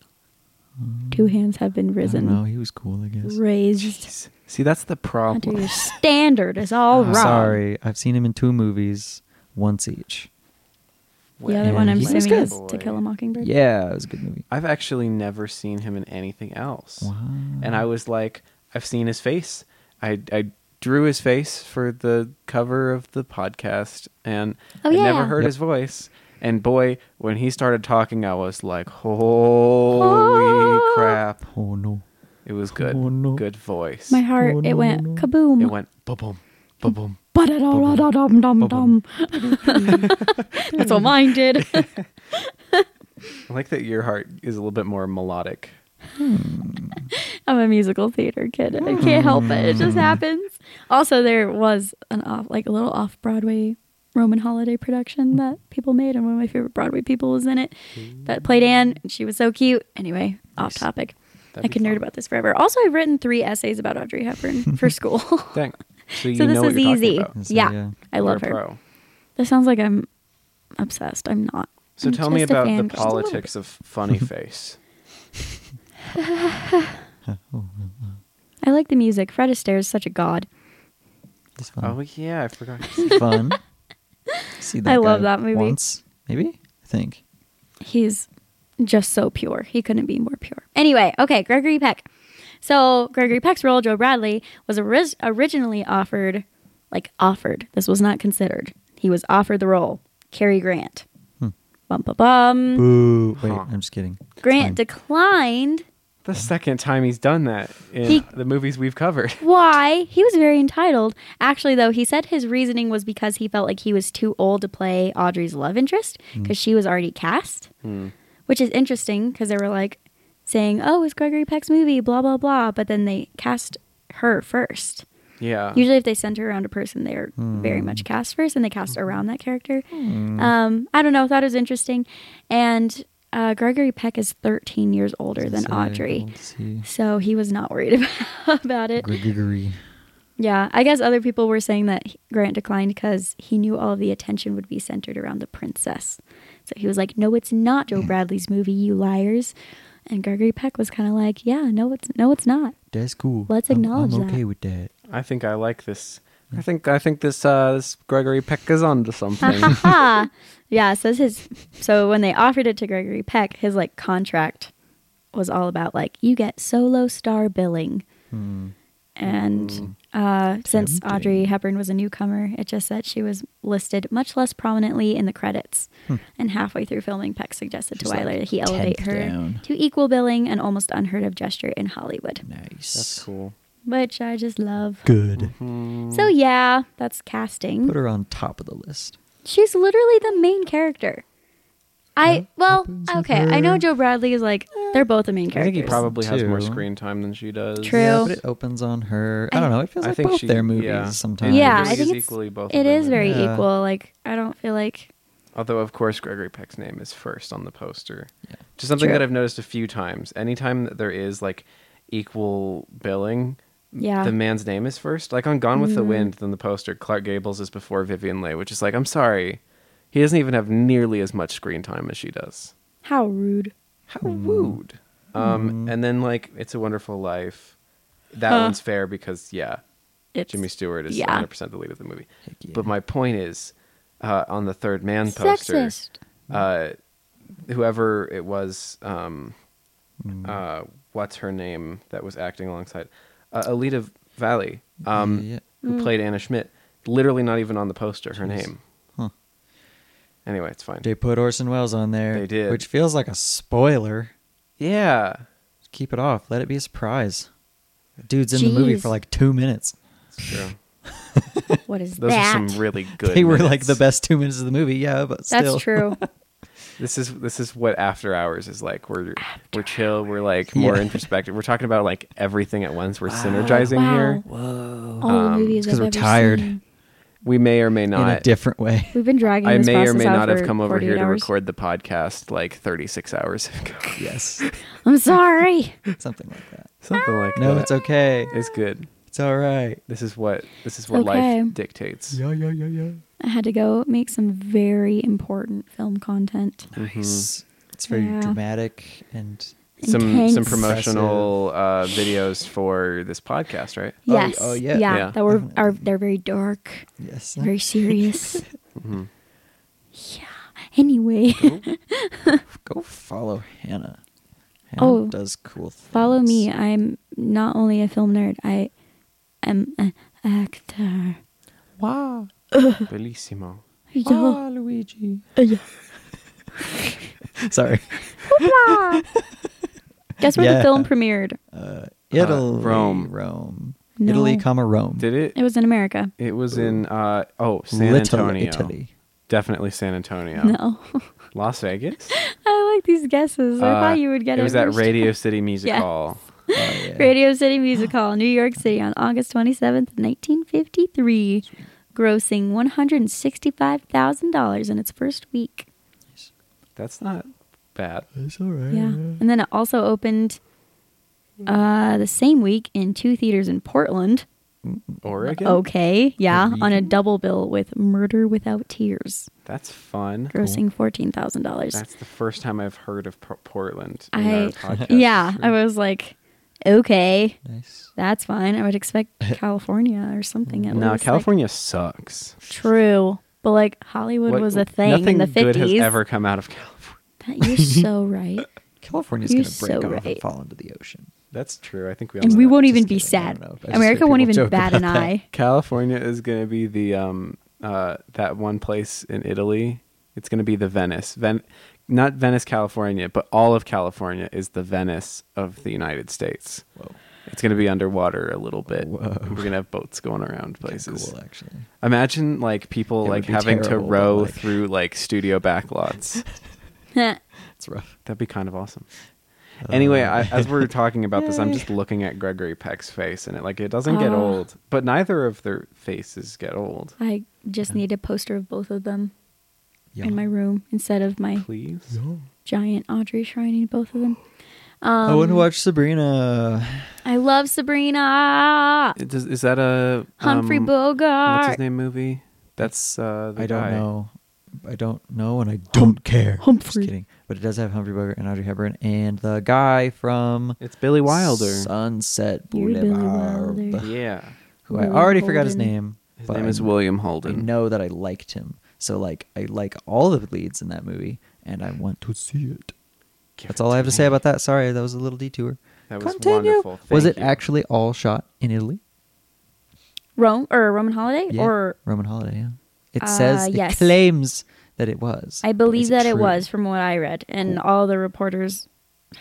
[SPEAKER 2] Two
[SPEAKER 3] Mm.
[SPEAKER 2] hands have been risen.
[SPEAKER 3] No, he was cool, I guess.
[SPEAKER 2] raised
[SPEAKER 1] Jeez. See, that's the
[SPEAKER 2] under
[SPEAKER 1] problem.
[SPEAKER 2] your standard is all
[SPEAKER 3] I'm
[SPEAKER 2] wrong.
[SPEAKER 3] Sorry, I've seen him in two movies, once each.
[SPEAKER 2] The other one I'm
[SPEAKER 3] He's
[SPEAKER 2] assuming
[SPEAKER 3] good.
[SPEAKER 2] is To Kill a Mockingbird.
[SPEAKER 3] Yeah, it was a good movie.
[SPEAKER 1] I've actually never seen him in anything else.
[SPEAKER 3] Wow.
[SPEAKER 1] And I was like, I've seen his face. I, I drew his face for the cover of the podcast, and
[SPEAKER 2] Oh,
[SPEAKER 1] I never
[SPEAKER 2] yeah.
[SPEAKER 1] heard
[SPEAKER 3] Yep.
[SPEAKER 1] his voice. And boy, when he started talking, I was like,
[SPEAKER 2] Oh.
[SPEAKER 1] holy crap.
[SPEAKER 3] Oh no.
[SPEAKER 1] It was good.
[SPEAKER 3] Oh, no.
[SPEAKER 1] Good voice.
[SPEAKER 2] My heart,
[SPEAKER 3] Oh,
[SPEAKER 2] it
[SPEAKER 3] no,
[SPEAKER 2] went
[SPEAKER 3] no, no.
[SPEAKER 2] kaboom.
[SPEAKER 1] it went ba boom, ba boom.
[SPEAKER 2] Ba-da-da-da-dum, dum,
[SPEAKER 1] Ba-boom.
[SPEAKER 2] dum. [laughs] That's what mine did.
[SPEAKER 3] [laughs]
[SPEAKER 1] I like that your heart is a little bit more melodic.
[SPEAKER 2] I'm a musical theater kid. I can't help it. It
[SPEAKER 1] Hmm.
[SPEAKER 2] just happens. Also, there was an off, like a little off Broadway Roman holiday production that people made, and one of my favorite Broadway people was in it that played Anne, and she was so cute. Anyway, off topic. I
[SPEAKER 1] That'd be
[SPEAKER 2] could nerd
[SPEAKER 1] fun.
[SPEAKER 2] about this forever. Also, I've written three essays about Audrey
[SPEAKER 1] [laughs]
[SPEAKER 2] Hepburn for school. [laughs]
[SPEAKER 1] Dang. So you
[SPEAKER 2] so
[SPEAKER 1] know
[SPEAKER 2] this
[SPEAKER 1] what
[SPEAKER 2] is
[SPEAKER 1] you're talking
[SPEAKER 2] easy.
[SPEAKER 1] about.
[SPEAKER 3] So,
[SPEAKER 2] yeah,
[SPEAKER 3] yeah.
[SPEAKER 2] I love
[SPEAKER 1] You're a
[SPEAKER 2] her.
[SPEAKER 1] pro.
[SPEAKER 2] This sounds like I'm obsessed. I'm not.
[SPEAKER 1] So
[SPEAKER 2] I'm
[SPEAKER 1] tell me
[SPEAKER 2] just a
[SPEAKER 1] about the
[SPEAKER 2] fan, just a little
[SPEAKER 1] politics of
[SPEAKER 3] [laughs]
[SPEAKER 1] Funny Face.
[SPEAKER 2] bit. I like the music. Fred Astaire is such a god.
[SPEAKER 3] It's fun.
[SPEAKER 1] oh yeah, I forgot. [laughs]
[SPEAKER 2] [laughs]
[SPEAKER 3] fun. See
[SPEAKER 2] I love
[SPEAKER 3] guy
[SPEAKER 2] that movie.
[SPEAKER 3] Once, maybe I think.
[SPEAKER 2] He's just so pure. He couldn't be more pure. Anyway, okay, Gregory Peck. So Gregory Peck's role, Joe Bradley, was oris- originally offered, like offered. This was not considered. He was offered the role. Cary Grant.
[SPEAKER 3] Hmm.
[SPEAKER 2] Bum ba bum.
[SPEAKER 3] Boo! Wait,
[SPEAKER 1] Huh.
[SPEAKER 3] I'm just kidding.
[SPEAKER 2] Grant
[SPEAKER 3] Fine.
[SPEAKER 2] declined.
[SPEAKER 1] The second time he's done that in
[SPEAKER 2] He-
[SPEAKER 1] the movies we've covered.
[SPEAKER 2] Why? He was very entitled. Actually, though, he said his reasoning was because he felt like he was too old to play Audrey's love interest
[SPEAKER 3] Hmm.
[SPEAKER 2] because she was already cast, which is interesting because they were like saying, oh, it's Gregory Peck's movie, blah, blah, blah. But then they cast her first.
[SPEAKER 1] Yeah.
[SPEAKER 2] Usually, if they center around a person, they're very much cast first and they cast around that character.
[SPEAKER 3] Hmm,
[SPEAKER 2] Um, I don't know. Thought it was interesting. And uh, Gregory Peck is 13 years older than
[SPEAKER 3] So,
[SPEAKER 2] Audrey.
[SPEAKER 3] let's see.
[SPEAKER 2] So he was not worried [laughs] about it.
[SPEAKER 3] Gregory.
[SPEAKER 2] Yeah, I guess other people were saying that Grant declined because he knew all of the attention would be centered around the princess. So he was like, "No, it's not Joe Bradley's movie, you liars." And Gregory Peck was kind of like, "Yeah, no, it's no, it's not."
[SPEAKER 3] That's cool.
[SPEAKER 2] Let's
[SPEAKER 3] I'm-
[SPEAKER 2] acknowledge
[SPEAKER 3] I'm,
[SPEAKER 2] that.
[SPEAKER 3] okay with that.
[SPEAKER 1] I think I like this.
[SPEAKER 3] Hmm.
[SPEAKER 1] I think I think this uh, this Gregory Peck is
[SPEAKER 3] [laughs]
[SPEAKER 1] onto something.
[SPEAKER 2] Ha! [laughs] yeah. So this is so when they offered it to Gregory Peck, his like contract was all about like you get solo star billing,
[SPEAKER 3] Hmm. Mm.
[SPEAKER 2] and uh, since
[SPEAKER 3] Tempting.
[SPEAKER 2] Audrey Hepburn was a newcomer, it just said she was listed much less prominently in the credits. And halfway through filming, Peck suggested
[SPEAKER 3] Just,
[SPEAKER 2] to Wyler
[SPEAKER 3] Hmm. like,
[SPEAKER 2] that he elevate
[SPEAKER 3] tenth
[SPEAKER 2] her
[SPEAKER 3] down.
[SPEAKER 2] to equal billing, an almost unheard of gesture in Hollywood,
[SPEAKER 3] Nice.
[SPEAKER 1] That's cool.
[SPEAKER 2] which I just love.
[SPEAKER 3] Good.
[SPEAKER 2] So yeah, that's casting.
[SPEAKER 3] Put her on top of the list.
[SPEAKER 2] She's literally the main character. I well,
[SPEAKER 3] happens with
[SPEAKER 2] okay. I know
[SPEAKER 3] her. Eh,
[SPEAKER 2] Joe Bradley is like they're both the main
[SPEAKER 1] I think he
[SPEAKER 2] characters.
[SPEAKER 1] probably has more
[SPEAKER 3] Two.
[SPEAKER 1] screen time than she does.
[SPEAKER 2] True.
[SPEAKER 3] Yeah, but it opens on her. I don't know. It feels
[SPEAKER 1] I
[SPEAKER 3] like
[SPEAKER 1] think
[SPEAKER 3] both
[SPEAKER 1] she,
[SPEAKER 3] their movies
[SPEAKER 1] yeah.
[SPEAKER 3] sometimes.
[SPEAKER 2] Yeah,
[SPEAKER 1] It
[SPEAKER 2] I think
[SPEAKER 1] is
[SPEAKER 2] it's-
[SPEAKER 1] equally both. of
[SPEAKER 2] It
[SPEAKER 1] them
[SPEAKER 2] is
[SPEAKER 1] in
[SPEAKER 2] very
[SPEAKER 1] there.
[SPEAKER 3] Yeah.
[SPEAKER 2] equal. Like I don't feel like
[SPEAKER 1] Although of course Gregory Peck's name is first on the poster. Just something
[SPEAKER 2] True.
[SPEAKER 1] that I've noticed a few times. Anytime that there is like equal billing,
[SPEAKER 2] yeah. Mm-hmm.
[SPEAKER 1] the man's name is first. Like on Gone with the Wind, then the poster, Clark Gables is before Vivian Leigh, which is like, I'm sorry, he doesn't even have nearly as much screen time as she does.
[SPEAKER 2] How rude.
[SPEAKER 1] How
[SPEAKER 3] Mm-hmm.
[SPEAKER 1] rude. Um, and then like It's a Wonderful Life. That
[SPEAKER 2] Huh.
[SPEAKER 1] one's fair because yeah,
[SPEAKER 2] It's
[SPEAKER 1] Jimmy Stewart is
[SPEAKER 2] yeah.
[SPEAKER 1] 100% the lead of the movie.
[SPEAKER 3] Heck yeah.
[SPEAKER 1] But my point is, uh, on the third man poster,
[SPEAKER 2] sexist.
[SPEAKER 1] uh, whoever it was, um,
[SPEAKER 3] Mm.
[SPEAKER 1] uh, what's her name that was acting alongside uh, Alita Valley, um,
[SPEAKER 3] yeah.
[SPEAKER 1] who
[SPEAKER 2] Mm.
[SPEAKER 1] played Anna Schmidt, literally not even on the poster, her
[SPEAKER 3] Jeez.
[SPEAKER 1] name.
[SPEAKER 3] Huh.
[SPEAKER 1] Anyway, it's fine.
[SPEAKER 3] They put Orson Welles on there.
[SPEAKER 1] They did.
[SPEAKER 3] Which feels like a spoiler.
[SPEAKER 1] Yeah,
[SPEAKER 3] Keep it off. Let it be a surprise. Dude's in the movie
[SPEAKER 2] Jeez.
[SPEAKER 3] for like two minutes.
[SPEAKER 1] it's true.
[SPEAKER 2] What
[SPEAKER 1] [laughs]
[SPEAKER 2] is
[SPEAKER 1] Those
[SPEAKER 2] that?
[SPEAKER 1] are some really good.
[SPEAKER 3] they were like the
[SPEAKER 1] minutes.
[SPEAKER 3] best two minutes of the movie. Yeah, but
[SPEAKER 2] That's
[SPEAKER 3] still.
[SPEAKER 1] [laughs]
[SPEAKER 2] true.
[SPEAKER 1] This is this is what After Hours is like. We're we're chill. We're like more
[SPEAKER 3] Yeah.
[SPEAKER 1] introspective. We're talking about like everything at once. We're synergizing
[SPEAKER 2] Wow.
[SPEAKER 1] here. Um,
[SPEAKER 3] Whoa.
[SPEAKER 2] All the movies I've
[SPEAKER 3] 'cause we're
[SPEAKER 2] ever
[SPEAKER 3] tired.
[SPEAKER 2] seen.
[SPEAKER 1] We may or may
[SPEAKER 3] In a
[SPEAKER 1] not.
[SPEAKER 3] different
[SPEAKER 2] [laughs]
[SPEAKER 3] way.
[SPEAKER 2] We've been dragging.
[SPEAKER 1] I
[SPEAKER 2] this
[SPEAKER 1] may or
[SPEAKER 2] process
[SPEAKER 1] may
[SPEAKER 2] out
[SPEAKER 1] not have
[SPEAKER 2] for
[SPEAKER 1] come over
[SPEAKER 2] 48
[SPEAKER 1] here to
[SPEAKER 2] hours.
[SPEAKER 1] record the podcast like 36 hours [laughs] ago.
[SPEAKER 3] yes.
[SPEAKER 2] I'm sorry.
[SPEAKER 3] Something like that.
[SPEAKER 1] Something like that.
[SPEAKER 3] No, it's okay.
[SPEAKER 1] It's good.
[SPEAKER 3] It's all right.
[SPEAKER 1] This is what this is what
[SPEAKER 2] Okay.
[SPEAKER 1] life dictates.
[SPEAKER 3] Yeah, yeah, yeah, yeah.
[SPEAKER 2] I had to go make some very important film content.
[SPEAKER 1] Mm-hmm.
[SPEAKER 3] Nice. It's very
[SPEAKER 2] Yeah.
[SPEAKER 3] dramatic and
[SPEAKER 1] Some some
[SPEAKER 2] Intense.
[SPEAKER 1] promotional uh, videos for this podcast, right?
[SPEAKER 3] Oh, y-
[SPEAKER 2] Yes.
[SPEAKER 3] oh, yeah.
[SPEAKER 2] yeah.
[SPEAKER 1] Yeah.
[SPEAKER 2] That were
[SPEAKER 3] [laughs]
[SPEAKER 2] are they're very dark,
[SPEAKER 3] yes.
[SPEAKER 2] very
[SPEAKER 3] [laughs]
[SPEAKER 2] serious.
[SPEAKER 1] Mm-hmm.
[SPEAKER 2] Yeah. Anyway,
[SPEAKER 3] Go follow Hannah. Hannah
[SPEAKER 2] Oh.
[SPEAKER 3] does cool things.
[SPEAKER 2] [laughs] follow me. I'm not only a film nerd. I am an actor.
[SPEAKER 3] Wow.
[SPEAKER 1] Bellissimo.
[SPEAKER 2] Yeah.
[SPEAKER 3] Luigi.
[SPEAKER 2] yeah.
[SPEAKER 3] [laughs] Sorry.
[SPEAKER 2] Guess where the
[SPEAKER 3] [laughs] Yeah.
[SPEAKER 2] film premiered?
[SPEAKER 3] Italy.
[SPEAKER 1] Uh, Rome.
[SPEAKER 3] Rome.
[SPEAKER 2] No.
[SPEAKER 3] Italy, comma Rome.
[SPEAKER 1] Did it?
[SPEAKER 2] It was in America.
[SPEAKER 1] It was in uh, oh San
[SPEAKER 3] Little
[SPEAKER 1] Antonio.
[SPEAKER 3] Italy.
[SPEAKER 1] Definitely San Antonio.
[SPEAKER 2] No. [laughs]
[SPEAKER 1] Las Vegas.
[SPEAKER 2] I like these guesses. I
[SPEAKER 1] Uh,
[SPEAKER 2] thought you would [laughs] get it.
[SPEAKER 1] It was at
[SPEAKER 2] first.
[SPEAKER 1] Radio City Music
[SPEAKER 2] Yes.
[SPEAKER 1] Hall.
[SPEAKER 3] Oh, yeah.
[SPEAKER 2] Radio City Music Hall, New York City, on August 27th, 1953, grossing $165,000 in its first week.
[SPEAKER 1] That's not bad.
[SPEAKER 3] It's all right.
[SPEAKER 2] Yeah. And then it also opened uh, the same week in two theaters in Portland.
[SPEAKER 1] Oregon.
[SPEAKER 2] Okay, yeah, on a
[SPEAKER 3] Oregon?
[SPEAKER 2] double bill with Murder Without Tears,
[SPEAKER 1] That's fun.
[SPEAKER 2] grossing fourteen thousand dollars.
[SPEAKER 1] That's the first time I've heard of P- Portland in
[SPEAKER 2] I [laughs]
[SPEAKER 1] our podcast.
[SPEAKER 2] yeah, I was like, okay,
[SPEAKER 3] Nice.
[SPEAKER 2] that's fine. I
[SPEAKER 1] [laughs]
[SPEAKER 2] would expect California or something. At
[SPEAKER 1] No,
[SPEAKER 2] least, like-
[SPEAKER 1] California sucks.
[SPEAKER 2] true, but like Hollywood
[SPEAKER 1] What-
[SPEAKER 2] was a thing
[SPEAKER 1] Nothing
[SPEAKER 2] in the
[SPEAKER 1] good has
[SPEAKER 2] fifties.
[SPEAKER 1] ever come out of [laughs] California.
[SPEAKER 2] That,
[SPEAKER 1] [laughs]
[SPEAKER 2] you're so right.
[SPEAKER 3] California's
[SPEAKER 2] You're
[SPEAKER 3] going to break
[SPEAKER 2] so
[SPEAKER 3] off and
[SPEAKER 2] right.
[SPEAKER 3] fall into the ocean.
[SPEAKER 1] That's true. I think we all
[SPEAKER 2] And
[SPEAKER 1] know
[SPEAKER 2] we
[SPEAKER 1] that.
[SPEAKER 2] won't e-,
[SPEAKER 3] Just
[SPEAKER 2] even be
[SPEAKER 3] kidding, I
[SPEAKER 2] sad.
[SPEAKER 3] don't know. I just heard
[SPEAKER 2] America won't
[SPEAKER 3] people
[SPEAKER 2] even
[SPEAKER 3] joke
[SPEAKER 2] bat an
[SPEAKER 3] about that.
[SPEAKER 2] eye.
[SPEAKER 1] California is going to be the um uh that one place in Italy. It's going to be the Venice. Ven not Venice, California, but all of California is the Venice of the United States.
[SPEAKER 3] Whoa.
[SPEAKER 1] It's going to be underwater a little bit.
[SPEAKER 3] Whoa.
[SPEAKER 1] We're going to have boats going around places.
[SPEAKER 3] Cool, actually.
[SPEAKER 1] Imagine like people
[SPEAKER 3] It would
[SPEAKER 1] like
[SPEAKER 3] be
[SPEAKER 1] having
[SPEAKER 3] terrible,
[SPEAKER 1] to
[SPEAKER 3] but,
[SPEAKER 1] row
[SPEAKER 3] like-
[SPEAKER 1] through like
[SPEAKER 3] [laughs]
[SPEAKER 1] studio backlots.
[SPEAKER 3] It's rough.
[SPEAKER 1] That'd be kind of awesome. Anyway, I, as we're talking about this, I'm
[SPEAKER 3] Uh, Yay.
[SPEAKER 1] just looking at Gregory Peck's face, and it like it doesn't get
[SPEAKER 2] Ah.
[SPEAKER 1] old. But neither of their faces get old.
[SPEAKER 2] [laughs] I just need a poster of both of them
[SPEAKER 3] Yeah.
[SPEAKER 2] in my room instead of my
[SPEAKER 1] Please,
[SPEAKER 2] giant Audrey shrining both of them. Um,
[SPEAKER 3] I want to watch Sabrina.
[SPEAKER 2] I love Sabrina.
[SPEAKER 1] It does- is that a
[SPEAKER 2] Humphrey
[SPEAKER 1] um,
[SPEAKER 2] Bogart.
[SPEAKER 1] What's his name movie? That's uh, the
[SPEAKER 3] I don't
[SPEAKER 1] guy.
[SPEAKER 3] know. I don't know, and I don't care.
[SPEAKER 2] Humphrey.
[SPEAKER 3] Just kidding. But it does have Humphrey Bogart and Audrey Hepburn and the guy from
[SPEAKER 1] It's Billy Wilder.
[SPEAKER 3] Sunset
[SPEAKER 2] You're Billy
[SPEAKER 3] Boulevard,
[SPEAKER 2] Wilder.
[SPEAKER 1] yeah,
[SPEAKER 3] who I
[SPEAKER 2] William
[SPEAKER 3] already forgot his
[SPEAKER 2] Holden.
[SPEAKER 3] name.
[SPEAKER 1] his
[SPEAKER 3] but
[SPEAKER 1] name is
[SPEAKER 3] I-
[SPEAKER 1] William
[SPEAKER 3] I
[SPEAKER 1] Holden.
[SPEAKER 3] know that I liked him, so like I like all of the leads in that movie, and I want to see it.
[SPEAKER 1] Give
[SPEAKER 3] That's
[SPEAKER 1] it
[SPEAKER 3] all I have to say
[SPEAKER 1] me.
[SPEAKER 3] about that. Sorry, that was a little detour.
[SPEAKER 1] That was
[SPEAKER 3] Continue.
[SPEAKER 1] wonderful.
[SPEAKER 3] was
[SPEAKER 1] Thank
[SPEAKER 3] it
[SPEAKER 1] you.
[SPEAKER 3] actually all shot in Italy?
[SPEAKER 2] Rome or Roman holiday
[SPEAKER 3] Yeah,
[SPEAKER 2] or
[SPEAKER 3] Roman Holiday? Yeah. It
[SPEAKER 2] Uh,
[SPEAKER 3] says it
[SPEAKER 2] yes.
[SPEAKER 3] claims that it was.
[SPEAKER 2] I
[SPEAKER 3] but
[SPEAKER 2] believe
[SPEAKER 3] is
[SPEAKER 2] that it
[SPEAKER 3] true?
[SPEAKER 2] was from what I read and all the reporters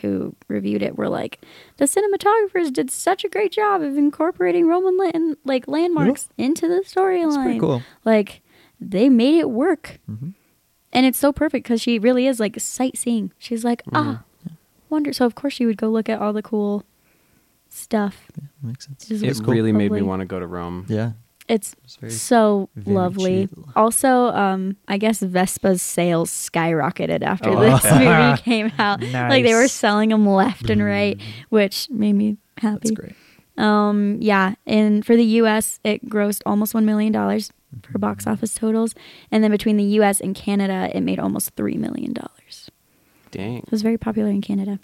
[SPEAKER 2] who reviewed it were like the cinematographers did such a great job of incorporating Roman land, like landmarks into the storyline.
[SPEAKER 3] It's pretty cool.
[SPEAKER 2] Like they made it work.
[SPEAKER 3] Mhm.
[SPEAKER 2] And it's so perfect because she really is like sightseeing. She's like,
[SPEAKER 3] Mm-hmm.
[SPEAKER 2] ah, wonder. So, of course, she would go look at all the cool stuff.
[SPEAKER 3] Yeah, makes sense.
[SPEAKER 2] Just
[SPEAKER 1] It
[SPEAKER 2] was
[SPEAKER 1] really made me
[SPEAKER 2] lovely.
[SPEAKER 1] want to go to Rome.
[SPEAKER 3] Yeah.
[SPEAKER 2] It's
[SPEAKER 3] It's very-
[SPEAKER 2] so
[SPEAKER 3] very
[SPEAKER 2] lovely.
[SPEAKER 3] chill.
[SPEAKER 2] Also, um, I guess Vespa's sales skyrocketed after
[SPEAKER 3] [laughs]
[SPEAKER 1] Oh,
[SPEAKER 2] this
[SPEAKER 1] okay.
[SPEAKER 2] movie came out. Like they were
[SPEAKER 3] Nice. Mm.
[SPEAKER 2] selling them left and right, which made me happy.
[SPEAKER 3] That's great.
[SPEAKER 2] Um, yeah, and for the U.S., it grossed almost one million dollars for box
[SPEAKER 3] Mm-hmm.
[SPEAKER 2] office totals, and then between the U.S. and Canada, it made almost three million dollars.
[SPEAKER 1] Dang.
[SPEAKER 2] It was very popular in Canada.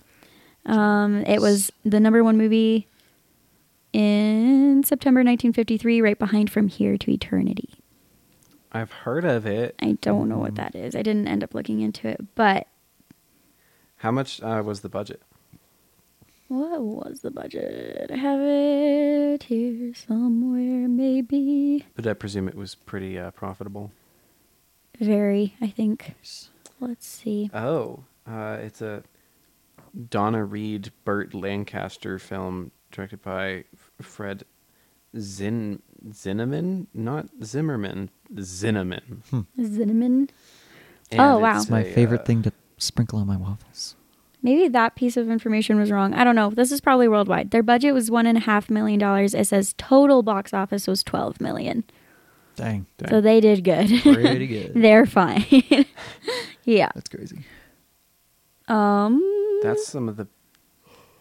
[SPEAKER 2] Um, it was the number one movie in September 1953, right behind From Here to Eternity.
[SPEAKER 1] I've heard of it.
[SPEAKER 2] I don't know what that is. I didn't end up looking into it, but
[SPEAKER 1] How much uh, was the budget?
[SPEAKER 2] what was the budget? I have it here somewhere, maybe.
[SPEAKER 1] But I presume it was pretty uh, profitable.
[SPEAKER 2] Very, I think. Let's see.
[SPEAKER 1] Oh, uh, it's a Donna Reed, Burt Lancaster film directed by F- Fred Zin Zinneman, not Zimmerman, Zinneman.
[SPEAKER 2] Cinnamon.
[SPEAKER 1] And
[SPEAKER 2] Oh, wow.
[SPEAKER 1] it's
[SPEAKER 3] It's my
[SPEAKER 1] a,
[SPEAKER 3] favorite
[SPEAKER 1] uh,
[SPEAKER 3] thing to sprinkle on my waffles.
[SPEAKER 2] Maybe that piece of information was wrong. I don't know. This is probably worldwide. Their budget was one and a half million dollars. It says total box office was twelve million. [laughs]
[SPEAKER 3] Dang.
[SPEAKER 1] Dang.
[SPEAKER 2] So they did good. [laughs]
[SPEAKER 3] Pretty good.
[SPEAKER 2] They're fine. [laughs] yeah.
[SPEAKER 3] That's crazy.
[SPEAKER 2] Um.
[SPEAKER 1] That's some of the.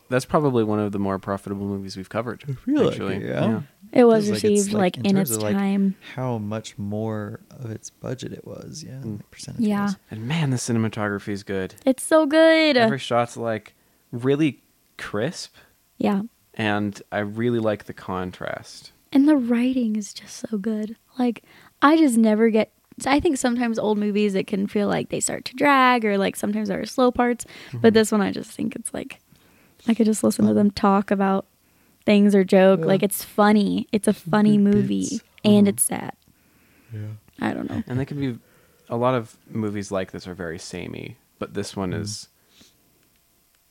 [SPEAKER 1] That's probably one of the more profitable movies we've covered.
[SPEAKER 3] feel like
[SPEAKER 1] actually,
[SPEAKER 3] it, yeah.
[SPEAKER 2] It was
[SPEAKER 3] Feels like it's,
[SPEAKER 2] received like,
[SPEAKER 3] like, in
[SPEAKER 2] in
[SPEAKER 3] terms
[SPEAKER 2] its
[SPEAKER 3] of, like,
[SPEAKER 2] time.
[SPEAKER 3] How much more of its budget it was, yeah, like percentage.
[SPEAKER 2] Yeah.
[SPEAKER 3] wise.
[SPEAKER 1] And man, the cinematography is good.
[SPEAKER 2] It's so good.
[SPEAKER 1] Every shot's like really crisp,
[SPEAKER 2] yeah.
[SPEAKER 1] and I really like the contrast.
[SPEAKER 2] And the writing is just so good. Like, I just never get. I think sometimes old movies, it can feel like they start to drag or like sometimes there are slow parts.
[SPEAKER 3] Mm-hmm.
[SPEAKER 2] But this one, I just think it's like, I could just listen to them talk about things or joke.
[SPEAKER 3] Yeah.
[SPEAKER 2] Like, it's funny. It's a funny
[SPEAKER 3] Good
[SPEAKER 2] movie
[SPEAKER 3] bits. Uh-huh.
[SPEAKER 2] and
[SPEAKER 1] Mhm.
[SPEAKER 2] it's sad. I don't know.
[SPEAKER 1] And they can be a lot of movies like this are very samey, but this one
[SPEAKER 2] Mm-hmm.
[SPEAKER 1] is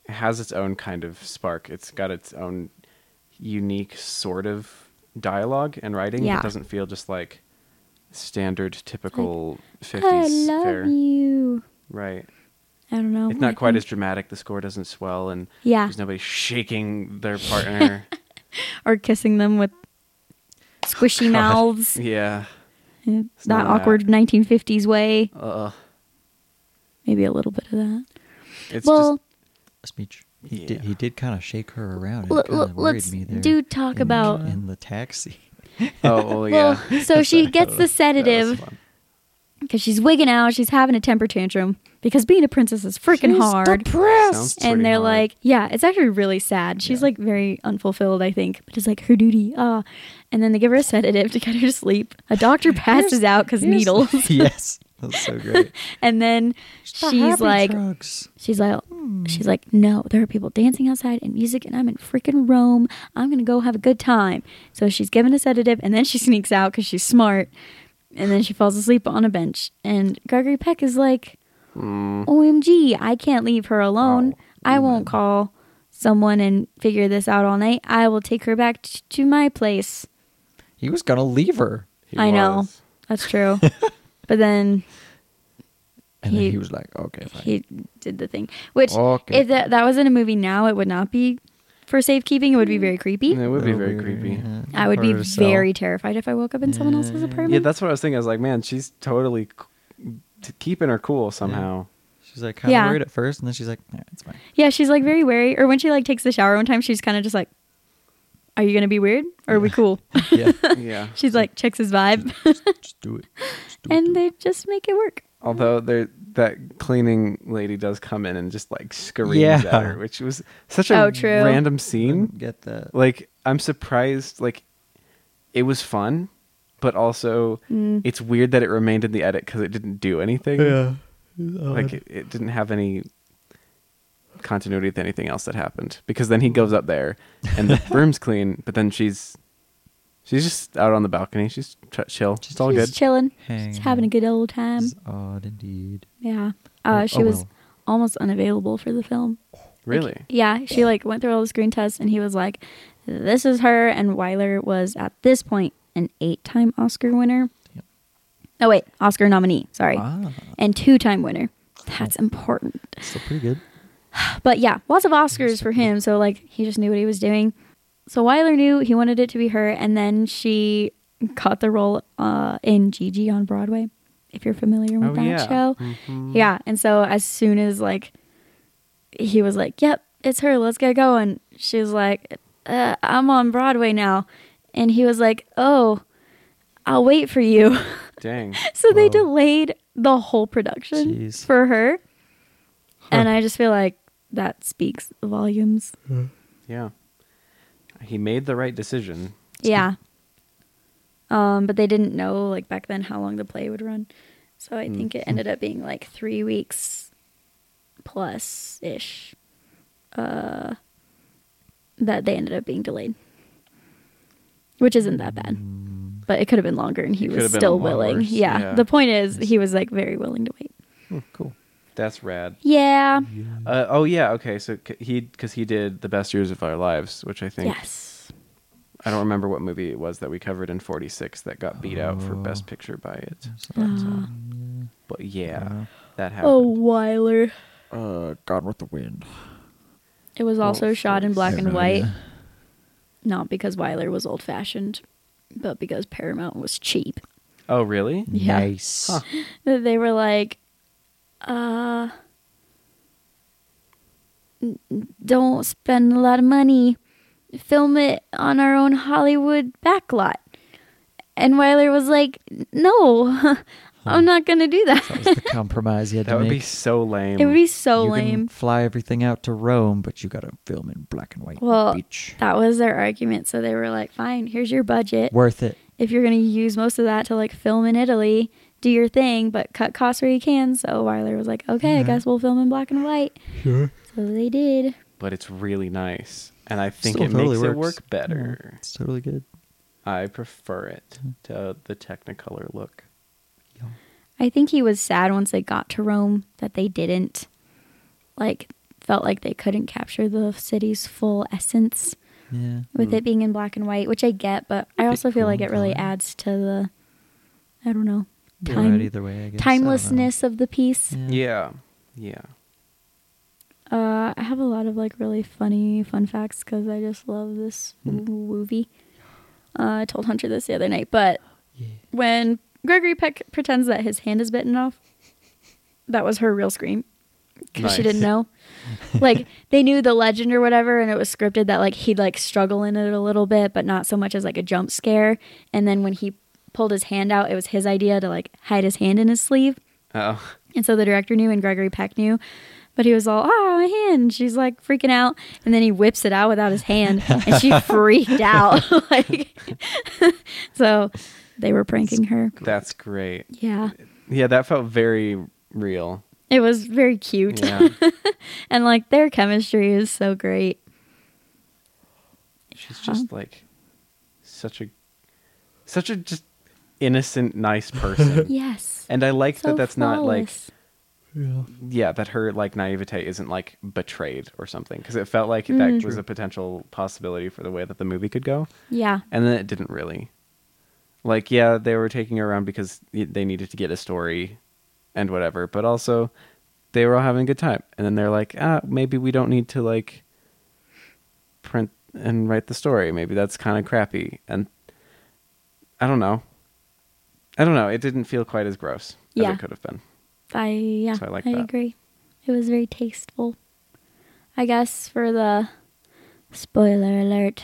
[SPEAKER 1] it has its own kind of spark. It's got its own unique sort of dialogue and writing.
[SPEAKER 2] Yeah.
[SPEAKER 1] It doesn't feel just like standard typical
[SPEAKER 2] I
[SPEAKER 1] 50s
[SPEAKER 2] love
[SPEAKER 1] fare.
[SPEAKER 2] you.
[SPEAKER 1] Right.
[SPEAKER 2] I don't know.
[SPEAKER 1] It's
[SPEAKER 2] I
[SPEAKER 1] not quite as
[SPEAKER 2] think-
[SPEAKER 1] dramatic. The score doesn't swell and
[SPEAKER 2] Yeah.
[SPEAKER 1] there's nobody shaking
[SPEAKER 2] [laughs]
[SPEAKER 1] their partner.
[SPEAKER 2] Or kissing them with
[SPEAKER 1] [laughs]
[SPEAKER 2] squishy mouths.
[SPEAKER 1] yeah.
[SPEAKER 2] Eh,
[SPEAKER 1] not
[SPEAKER 2] that
[SPEAKER 1] that.
[SPEAKER 2] awkward 1950s way.
[SPEAKER 1] Uh,
[SPEAKER 2] Maybe a little bit of that.
[SPEAKER 1] it's
[SPEAKER 2] well,
[SPEAKER 1] just
[SPEAKER 3] A speech. He did. He did kind of shake her around.
[SPEAKER 2] L-
[SPEAKER 3] It kind
[SPEAKER 2] l-
[SPEAKER 3] of worried
[SPEAKER 2] let's
[SPEAKER 3] me there.
[SPEAKER 2] do talk
[SPEAKER 3] in the-
[SPEAKER 2] about-
[SPEAKER 3] in the taxi.
[SPEAKER 1] Oh, well, yeah.
[SPEAKER 2] [laughs] Well, so she gets the
[SPEAKER 1] That was
[SPEAKER 2] sedative
[SPEAKER 1] fun.
[SPEAKER 2] because she's wigging out. She's having a temper tantrum because being a princess is freaking hard.
[SPEAKER 1] Sounds pretty
[SPEAKER 2] and they're
[SPEAKER 1] hard.
[SPEAKER 2] like, yeah, it's actually really sad. She's like very unfulfilled, I think, but it's like her duty. Ah, and then they give her a sedative to get her to sleep. A doctor passes out
[SPEAKER 1] [laughs]
[SPEAKER 2] because
[SPEAKER 3] [laughs]
[SPEAKER 2] needles,
[SPEAKER 3] yes, that's so great.
[SPEAKER 2] and then [laughs] she's like,
[SPEAKER 3] drugs.
[SPEAKER 2] she's like, she's like, no, there are people dancing outside and music, and I'm in freaking Rome. I'm gonna go have a good time. So she's given a sedative, and then she [laughs] sneaks out because she's smart, and then she falls asleep on a bench. And Gregory Peck is like.
[SPEAKER 1] Mm,
[SPEAKER 2] OMG, I can't leave her alone.
[SPEAKER 1] Wow.
[SPEAKER 2] I won't call someone and figure this out all night. I will take her back t- to my place.
[SPEAKER 3] He was gonna leave her,
[SPEAKER 1] he
[SPEAKER 2] I know.
[SPEAKER 1] was.
[SPEAKER 2] That's true. but then
[SPEAKER 3] and
[SPEAKER 2] He-
[SPEAKER 3] then he was like, "Okay, fine."
[SPEAKER 2] he did the thing, which
[SPEAKER 3] Okay.
[SPEAKER 2] if that, that was in a movie now, it would not be for safekeeping. It would be very creepy.
[SPEAKER 1] It would be
[SPEAKER 3] Little
[SPEAKER 1] very
[SPEAKER 3] weird,
[SPEAKER 1] creepy. Yeah.
[SPEAKER 3] yeah.
[SPEAKER 2] I would be
[SPEAKER 3] Harder to sell.
[SPEAKER 2] very terrified if I woke up in someone else's
[SPEAKER 3] Yeah.
[SPEAKER 2] apartment.
[SPEAKER 1] that's what I was thinking. I was like, man, she's totally c- t- keeping her cool somehow.
[SPEAKER 3] She's like kind of
[SPEAKER 2] Yeah.
[SPEAKER 3] worried at first, and then she's like, nah, "It's
[SPEAKER 2] [laughs]
[SPEAKER 3] fine."
[SPEAKER 2] Yeah, she's like very wary. Or when she like takes the shower one time, she's kind of just like, "Are you gonna be weird? Or are
[SPEAKER 3] [laughs]
[SPEAKER 2] we cool?" [laughs]
[SPEAKER 3] Yeah,
[SPEAKER 1] yeah.
[SPEAKER 2] she's like checks his vibe, [laughs]
[SPEAKER 3] just do it. Just do it,
[SPEAKER 2] and
[SPEAKER 3] do it.
[SPEAKER 2] they just make it work.
[SPEAKER 1] Although there, that cleaning lady does come in and just like screams
[SPEAKER 3] Yeah.
[SPEAKER 1] at her, which was such a
[SPEAKER 2] Oh, true.
[SPEAKER 1] random scene.
[SPEAKER 3] get that.
[SPEAKER 2] Um,
[SPEAKER 1] Like, I'm surprised. Like, it was fun, but also
[SPEAKER 2] Mm.
[SPEAKER 1] it's weird that it remained in the edit because it didn't do anything.
[SPEAKER 3] Uh,
[SPEAKER 1] Like, it, it didn't have any continuity with anything else that happened. Because then he goes up there and
[SPEAKER 2] [laughs]
[SPEAKER 1] the room's clean, but then she's she's just out on the balcony. She's ch- chill. It's all
[SPEAKER 2] She's
[SPEAKER 1] good.
[SPEAKER 2] chilling.
[SPEAKER 3] Hang
[SPEAKER 2] She's having a good old time.
[SPEAKER 3] It's odd indeed.
[SPEAKER 2] Yeah.
[SPEAKER 3] Oh,
[SPEAKER 2] Uh, she
[SPEAKER 3] oh
[SPEAKER 2] was
[SPEAKER 3] well.
[SPEAKER 2] almost unavailable for the film.
[SPEAKER 1] Really?
[SPEAKER 2] Yeah, she like went through all the screen tests, and he was like, "This is her." And Weiler was at this point an eight-time Oscar winner.
[SPEAKER 3] Yep.
[SPEAKER 2] Oh wait, Oscar nominee. Sorry,
[SPEAKER 3] Ah,
[SPEAKER 2] and two-time winner. That's important.
[SPEAKER 3] still pretty good.
[SPEAKER 2] But yeah, lots of Oscars for him. So like he just knew what he was doing. So Weiler knew he wanted it to be her, and then she got the role uh, in Gigi on Broadway. If you're familiar with
[SPEAKER 1] Oh,
[SPEAKER 2] that
[SPEAKER 1] yeah. Mm-hmm.
[SPEAKER 2] show, yeah. And so as soon as like he was like, "Yep, it's her. Let's get going," she was like, uh, "I'm on Broadway now," and he was like, "Oh, I'll wait for you." [laughs]
[SPEAKER 1] Dang.
[SPEAKER 2] so they
[SPEAKER 3] Wow.
[SPEAKER 2] delayed the whole production
[SPEAKER 3] Jeez.
[SPEAKER 2] for her and i just feel like that speaks volumes
[SPEAKER 3] uh,
[SPEAKER 1] Yeah. He made the right decision.
[SPEAKER 2] yeah um but they didn't know like back then how long the play would run so i think
[SPEAKER 1] Mm-hmm.
[SPEAKER 2] it ended up being like three weeks plus ish uh that they ended up being delayed which isn't that bad
[SPEAKER 3] Mm,
[SPEAKER 2] but it could have been longer and he
[SPEAKER 1] Mm. It could have
[SPEAKER 2] was
[SPEAKER 1] been a
[SPEAKER 2] still
[SPEAKER 1] lot
[SPEAKER 2] willing
[SPEAKER 1] worse,
[SPEAKER 2] yeah.
[SPEAKER 1] yeah.
[SPEAKER 2] the point is he was like very willing to wait
[SPEAKER 3] cool.
[SPEAKER 1] That's rad.
[SPEAKER 2] Hmm, yeah
[SPEAKER 1] Uh, oh yeah, okay. So c- he because he did the best years of our lives, which I think
[SPEAKER 2] yes
[SPEAKER 1] I don't remember what movie it was that we covered in '46 that got beat out for
[SPEAKER 2] Oh.
[SPEAKER 1] Best Picture by it.
[SPEAKER 3] uh,
[SPEAKER 2] Ah.
[SPEAKER 1] But yeah, that
[SPEAKER 2] Oh,
[SPEAKER 1] happened.
[SPEAKER 2] Weiler.
[SPEAKER 3] Uh, Gone with the Wind.
[SPEAKER 2] It was also shot in black
[SPEAKER 3] I have
[SPEAKER 2] and
[SPEAKER 3] no
[SPEAKER 2] white,
[SPEAKER 3] idea.
[SPEAKER 2] not because Weiler was old fashioned, but because Paramount was cheap.
[SPEAKER 1] Oh, really?
[SPEAKER 2] Yeah.
[SPEAKER 3] Nice.
[SPEAKER 1] Huh.
[SPEAKER 2] They were like, uh, n- don't spend a lot of money. Film it on our own Hollywood backlot. And Weiler was like, no, [laughs] I'm not going to do that.
[SPEAKER 3] That was the compromise
[SPEAKER 1] [laughs]
[SPEAKER 3] you had
[SPEAKER 1] That
[SPEAKER 3] to
[SPEAKER 1] would
[SPEAKER 3] make.
[SPEAKER 1] be so lame.
[SPEAKER 2] [laughs] It would be so
[SPEAKER 3] you
[SPEAKER 2] lame.
[SPEAKER 3] Can fly everything out to Rome, but you got to film in black and white.
[SPEAKER 2] Well,
[SPEAKER 3] beach.
[SPEAKER 2] That was their argument. So they were like, fine, here's your budget.
[SPEAKER 3] worth it.
[SPEAKER 2] if you're going to use most of that to like film in Italy, do your thing, but cut costs where you can. So Weiler was like, okay, I
[SPEAKER 3] Yeah.
[SPEAKER 2] guess we'll film in black and white.
[SPEAKER 3] Sure.
[SPEAKER 2] So they did.
[SPEAKER 1] but it's really nice, and I think
[SPEAKER 3] Still
[SPEAKER 1] it
[SPEAKER 3] totally
[SPEAKER 1] makes it
[SPEAKER 3] works.
[SPEAKER 1] work better.
[SPEAKER 3] It's totally good.
[SPEAKER 1] I prefer it to the Technicolor look.
[SPEAKER 2] I think he was sad once they got to Rome that they didn't, like, felt like they couldn't capture the city's full essence
[SPEAKER 3] Yeah.
[SPEAKER 2] with it being in black and white, which I get, but I
[SPEAKER 3] Be
[SPEAKER 2] also feel
[SPEAKER 3] Mm-hmm. cool
[SPEAKER 2] like it really
[SPEAKER 3] color.
[SPEAKER 2] adds to the, I don't know,
[SPEAKER 3] You're
[SPEAKER 2] time,
[SPEAKER 3] right either way, I guess. I don't know.
[SPEAKER 2] timelessness of the piece.
[SPEAKER 1] Yeah, yeah.
[SPEAKER 2] Uh, I have a lot of like really funny fun facts because I just love this movie. Uh, I told Hunter this the other night, but
[SPEAKER 3] Yeah.
[SPEAKER 2] when Gregory Peck pretends that his hand is bitten off, that was her real scream because
[SPEAKER 1] Nice.
[SPEAKER 2] she didn't know. like they knew the legend or whatever, and it was scripted that like he'd like struggle in it a little bit, but not so much as like a jump scare. And then when he pulled his hand out, it was his idea to like hide his hand in his sleeve.
[SPEAKER 1] Oh,
[SPEAKER 2] And so the director knew and Gregory Peck knew. But he was all, oh, my hand. She's like freaking out. And then he whips it out without his hand. And she freaked out. [laughs] like, so they were pranking her.
[SPEAKER 1] that's great.
[SPEAKER 2] Yeah.
[SPEAKER 1] Yeah, that felt very real.
[SPEAKER 2] It was very cute.
[SPEAKER 1] Yeah.
[SPEAKER 2] [laughs] And like their chemistry is so great.
[SPEAKER 1] She's just
[SPEAKER 2] Uh-huh.
[SPEAKER 1] like such a such a just innocent, nice
[SPEAKER 2] [laughs]
[SPEAKER 1] person.
[SPEAKER 2] Yes.
[SPEAKER 1] And I like
[SPEAKER 2] So
[SPEAKER 1] that that's not like
[SPEAKER 2] flawless.
[SPEAKER 1] yeah, that her like naivete isn't like betrayed or something because it felt like that was a potential possibility for the way that the movie could go.
[SPEAKER 2] Yeah.
[SPEAKER 1] And then it didn't really. Like yeah, they were taking her around because y- they needed to get a story and whatever, but also they were all having a good time. And then they're like, "Ah, maybe we don't need to like print and write the story. Maybe that's kind of crappy." And I don't know. I don't know. It didn't feel quite as gross
[SPEAKER 2] Yeah.
[SPEAKER 1] as it could have been.
[SPEAKER 2] I yeah,
[SPEAKER 1] So I
[SPEAKER 2] I,
[SPEAKER 1] like that.
[SPEAKER 2] agree. It was very tasteful. I guess for the spoiler
[SPEAKER 3] [gasps]
[SPEAKER 2] alert,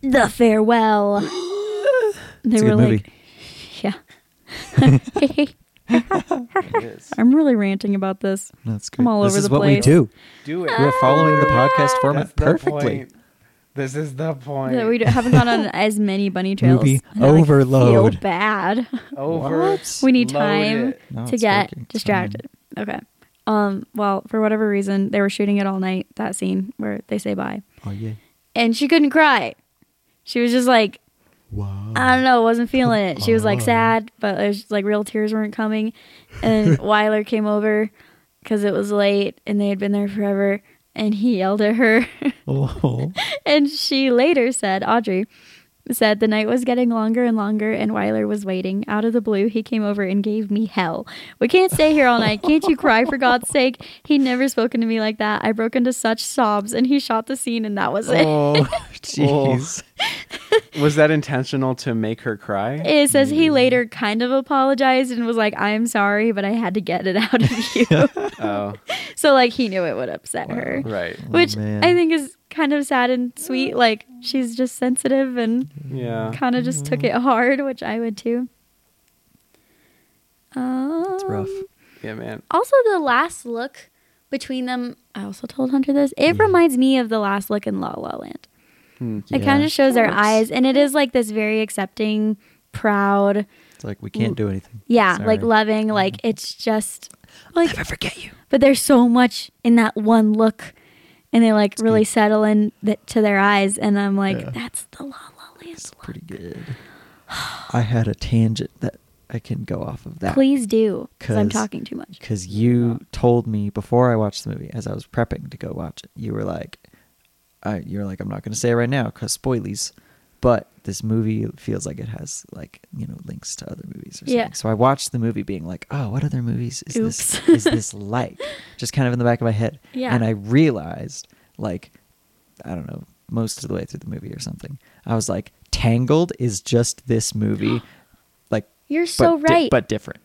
[SPEAKER 2] the farewell. they
[SPEAKER 3] It's a
[SPEAKER 2] were
[SPEAKER 3] good
[SPEAKER 2] like,
[SPEAKER 3] movie.
[SPEAKER 2] yeah.
[SPEAKER 1] It is.
[SPEAKER 2] I'm really ranting about this.
[SPEAKER 3] That's good.
[SPEAKER 2] I'm all
[SPEAKER 4] this
[SPEAKER 2] over
[SPEAKER 4] is
[SPEAKER 2] the
[SPEAKER 4] what
[SPEAKER 2] place.
[SPEAKER 4] we do.
[SPEAKER 3] [laughs]
[SPEAKER 1] Do it.
[SPEAKER 3] We're following the
[SPEAKER 1] Ah,
[SPEAKER 3] podcast format perfectly.
[SPEAKER 1] This is the point.
[SPEAKER 2] That we don't- haven't gone
[SPEAKER 3] [laughs]
[SPEAKER 2] on as many bunny trails.
[SPEAKER 4] Movie
[SPEAKER 2] And I, like, feel
[SPEAKER 3] [laughs]
[SPEAKER 4] overload.
[SPEAKER 2] bad.
[SPEAKER 1] Over.
[SPEAKER 2] We need time
[SPEAKER 3] No,
[SPEAKER 2] to
[SPEAKER 3] it's
[SPEAKER 2] get
[SPEAKER 3] working. It's
[SPEAKER 2] distracted. Okay. Um. Well, for whatever reason, they were shooting it all night. That scene where they say bye,
[SPEAKER 4] Oh yeah.
[SPEAKER 2] and she couldn't cry. She was just like,
[SPEAKER 4] Wow.
[SPEAKER 1] Uh,
[SPEAKER 2] I don't know, wasn't feeling it. She was like sad, but it was just, like real tears weren't coming. And Weiler came over because it was late and they had been there forever. And he yelled at her.
[SPEAKER 4] Oh.
[SPEAKER 2] [laughs] and she later said, Audrey said, the night was getting longer and longer, and Weiler was waiting. Out of the blue, he came over and gave me hell. We can't stay here all night. Can't you cry for God's sake? He'd never spoken to me like that. I broke into such sobs, and he shot the scene, and that was it.
[SPEAKER 1] Oh,
[SPEAKER 3] Jeez.
[SPEAKER 1] was that intentional to make her
[SPEAKER 2] [laughs]
[SPEAKER 1] cry?
[SPEAKER 2] It says he later kind of apologized and was like, I'm sorry, but I had to get it [laughs] out of you.
[SPEAKER 1] oh,
[SPEAKER 2] so, like, he knew it would upset her,
[SPEAKER 1] right. Oh,
[SPEAKER 2] which
[SPEAKER 3] man.
[SPEAKER 2] I think is kind of sad and sweet. Like, she's just sensitive and
[SPEAKER 1] Yeah.
[SPEAKER 2] kind of just took it hard, which I would too. Um,
[SPEAKER 3] It's rough.
[SPEAKER 1] Yeah, man.
[SPEAKER 2] Also, the last look between them, I also told Hunter this, it reminds me of the last look in La La Land.
[SPEAKER 1] Hmm.
[SPEAKER 2] It kind of shows their eyes, and it is like this very accepting, proud,
[SPEAKER 3] It's like we can't do anything.
[SPEAKER 2] Yeah, like
[SPEAKER 3] Sorry. Mm-hmm.
[SPEAKER 2] loving, like it's just like
[SPEAKER 4] Never forget you.
[SPEAKER 2] but there's so much in that one look and they like really settle in th- to their eyes and I'm like
[SPEAKER 4] Yeah.
[SPEAKER 2] that's the La La Land.
[SPEAKER 3] It's
[SPEAKER 2] look."
[SPEAKER 3] pretty good.
[SPEAKER 2] [sighs]
[SPEAKER 3] I had a tangent that I can go off of that.
[SPEAKER 2] Please do cuz I'm
[SPEAKER 3] 'Cause-
[SPEAKER 2] talking too much.
[SPEAKER 3] Because you told me before I watched the movie, as I was prepping to go watch it, you were like, I, you were like, I'm not going to say it right now because spoilies, but this movie feels like it has like you know links to other movies or something.
[SPEAKER 2] Yeah.
[SPEAKER 3] So I watched the movie, being like, oh, what other movies is
[SPEAKER 2] Oops.
[SPEAKER 3] this is
[SPEAKER 2] [laughs]
[SPEAKER 3] this like? Just kind of in the back of my head.
[SPEAKER 2] Yeah.
[SPEAKER 3] And I realized like, I don't know, most of the way through the movie or something, I was like, Tangled is just this
[SPEAKER 2] [gasps]
[SPEAKER 3] movie, like
[SPEAKER 2] You're so
[SPEAKER 3] but di-
[SPEAKER 2] right.
[SPEAKER 3] but different.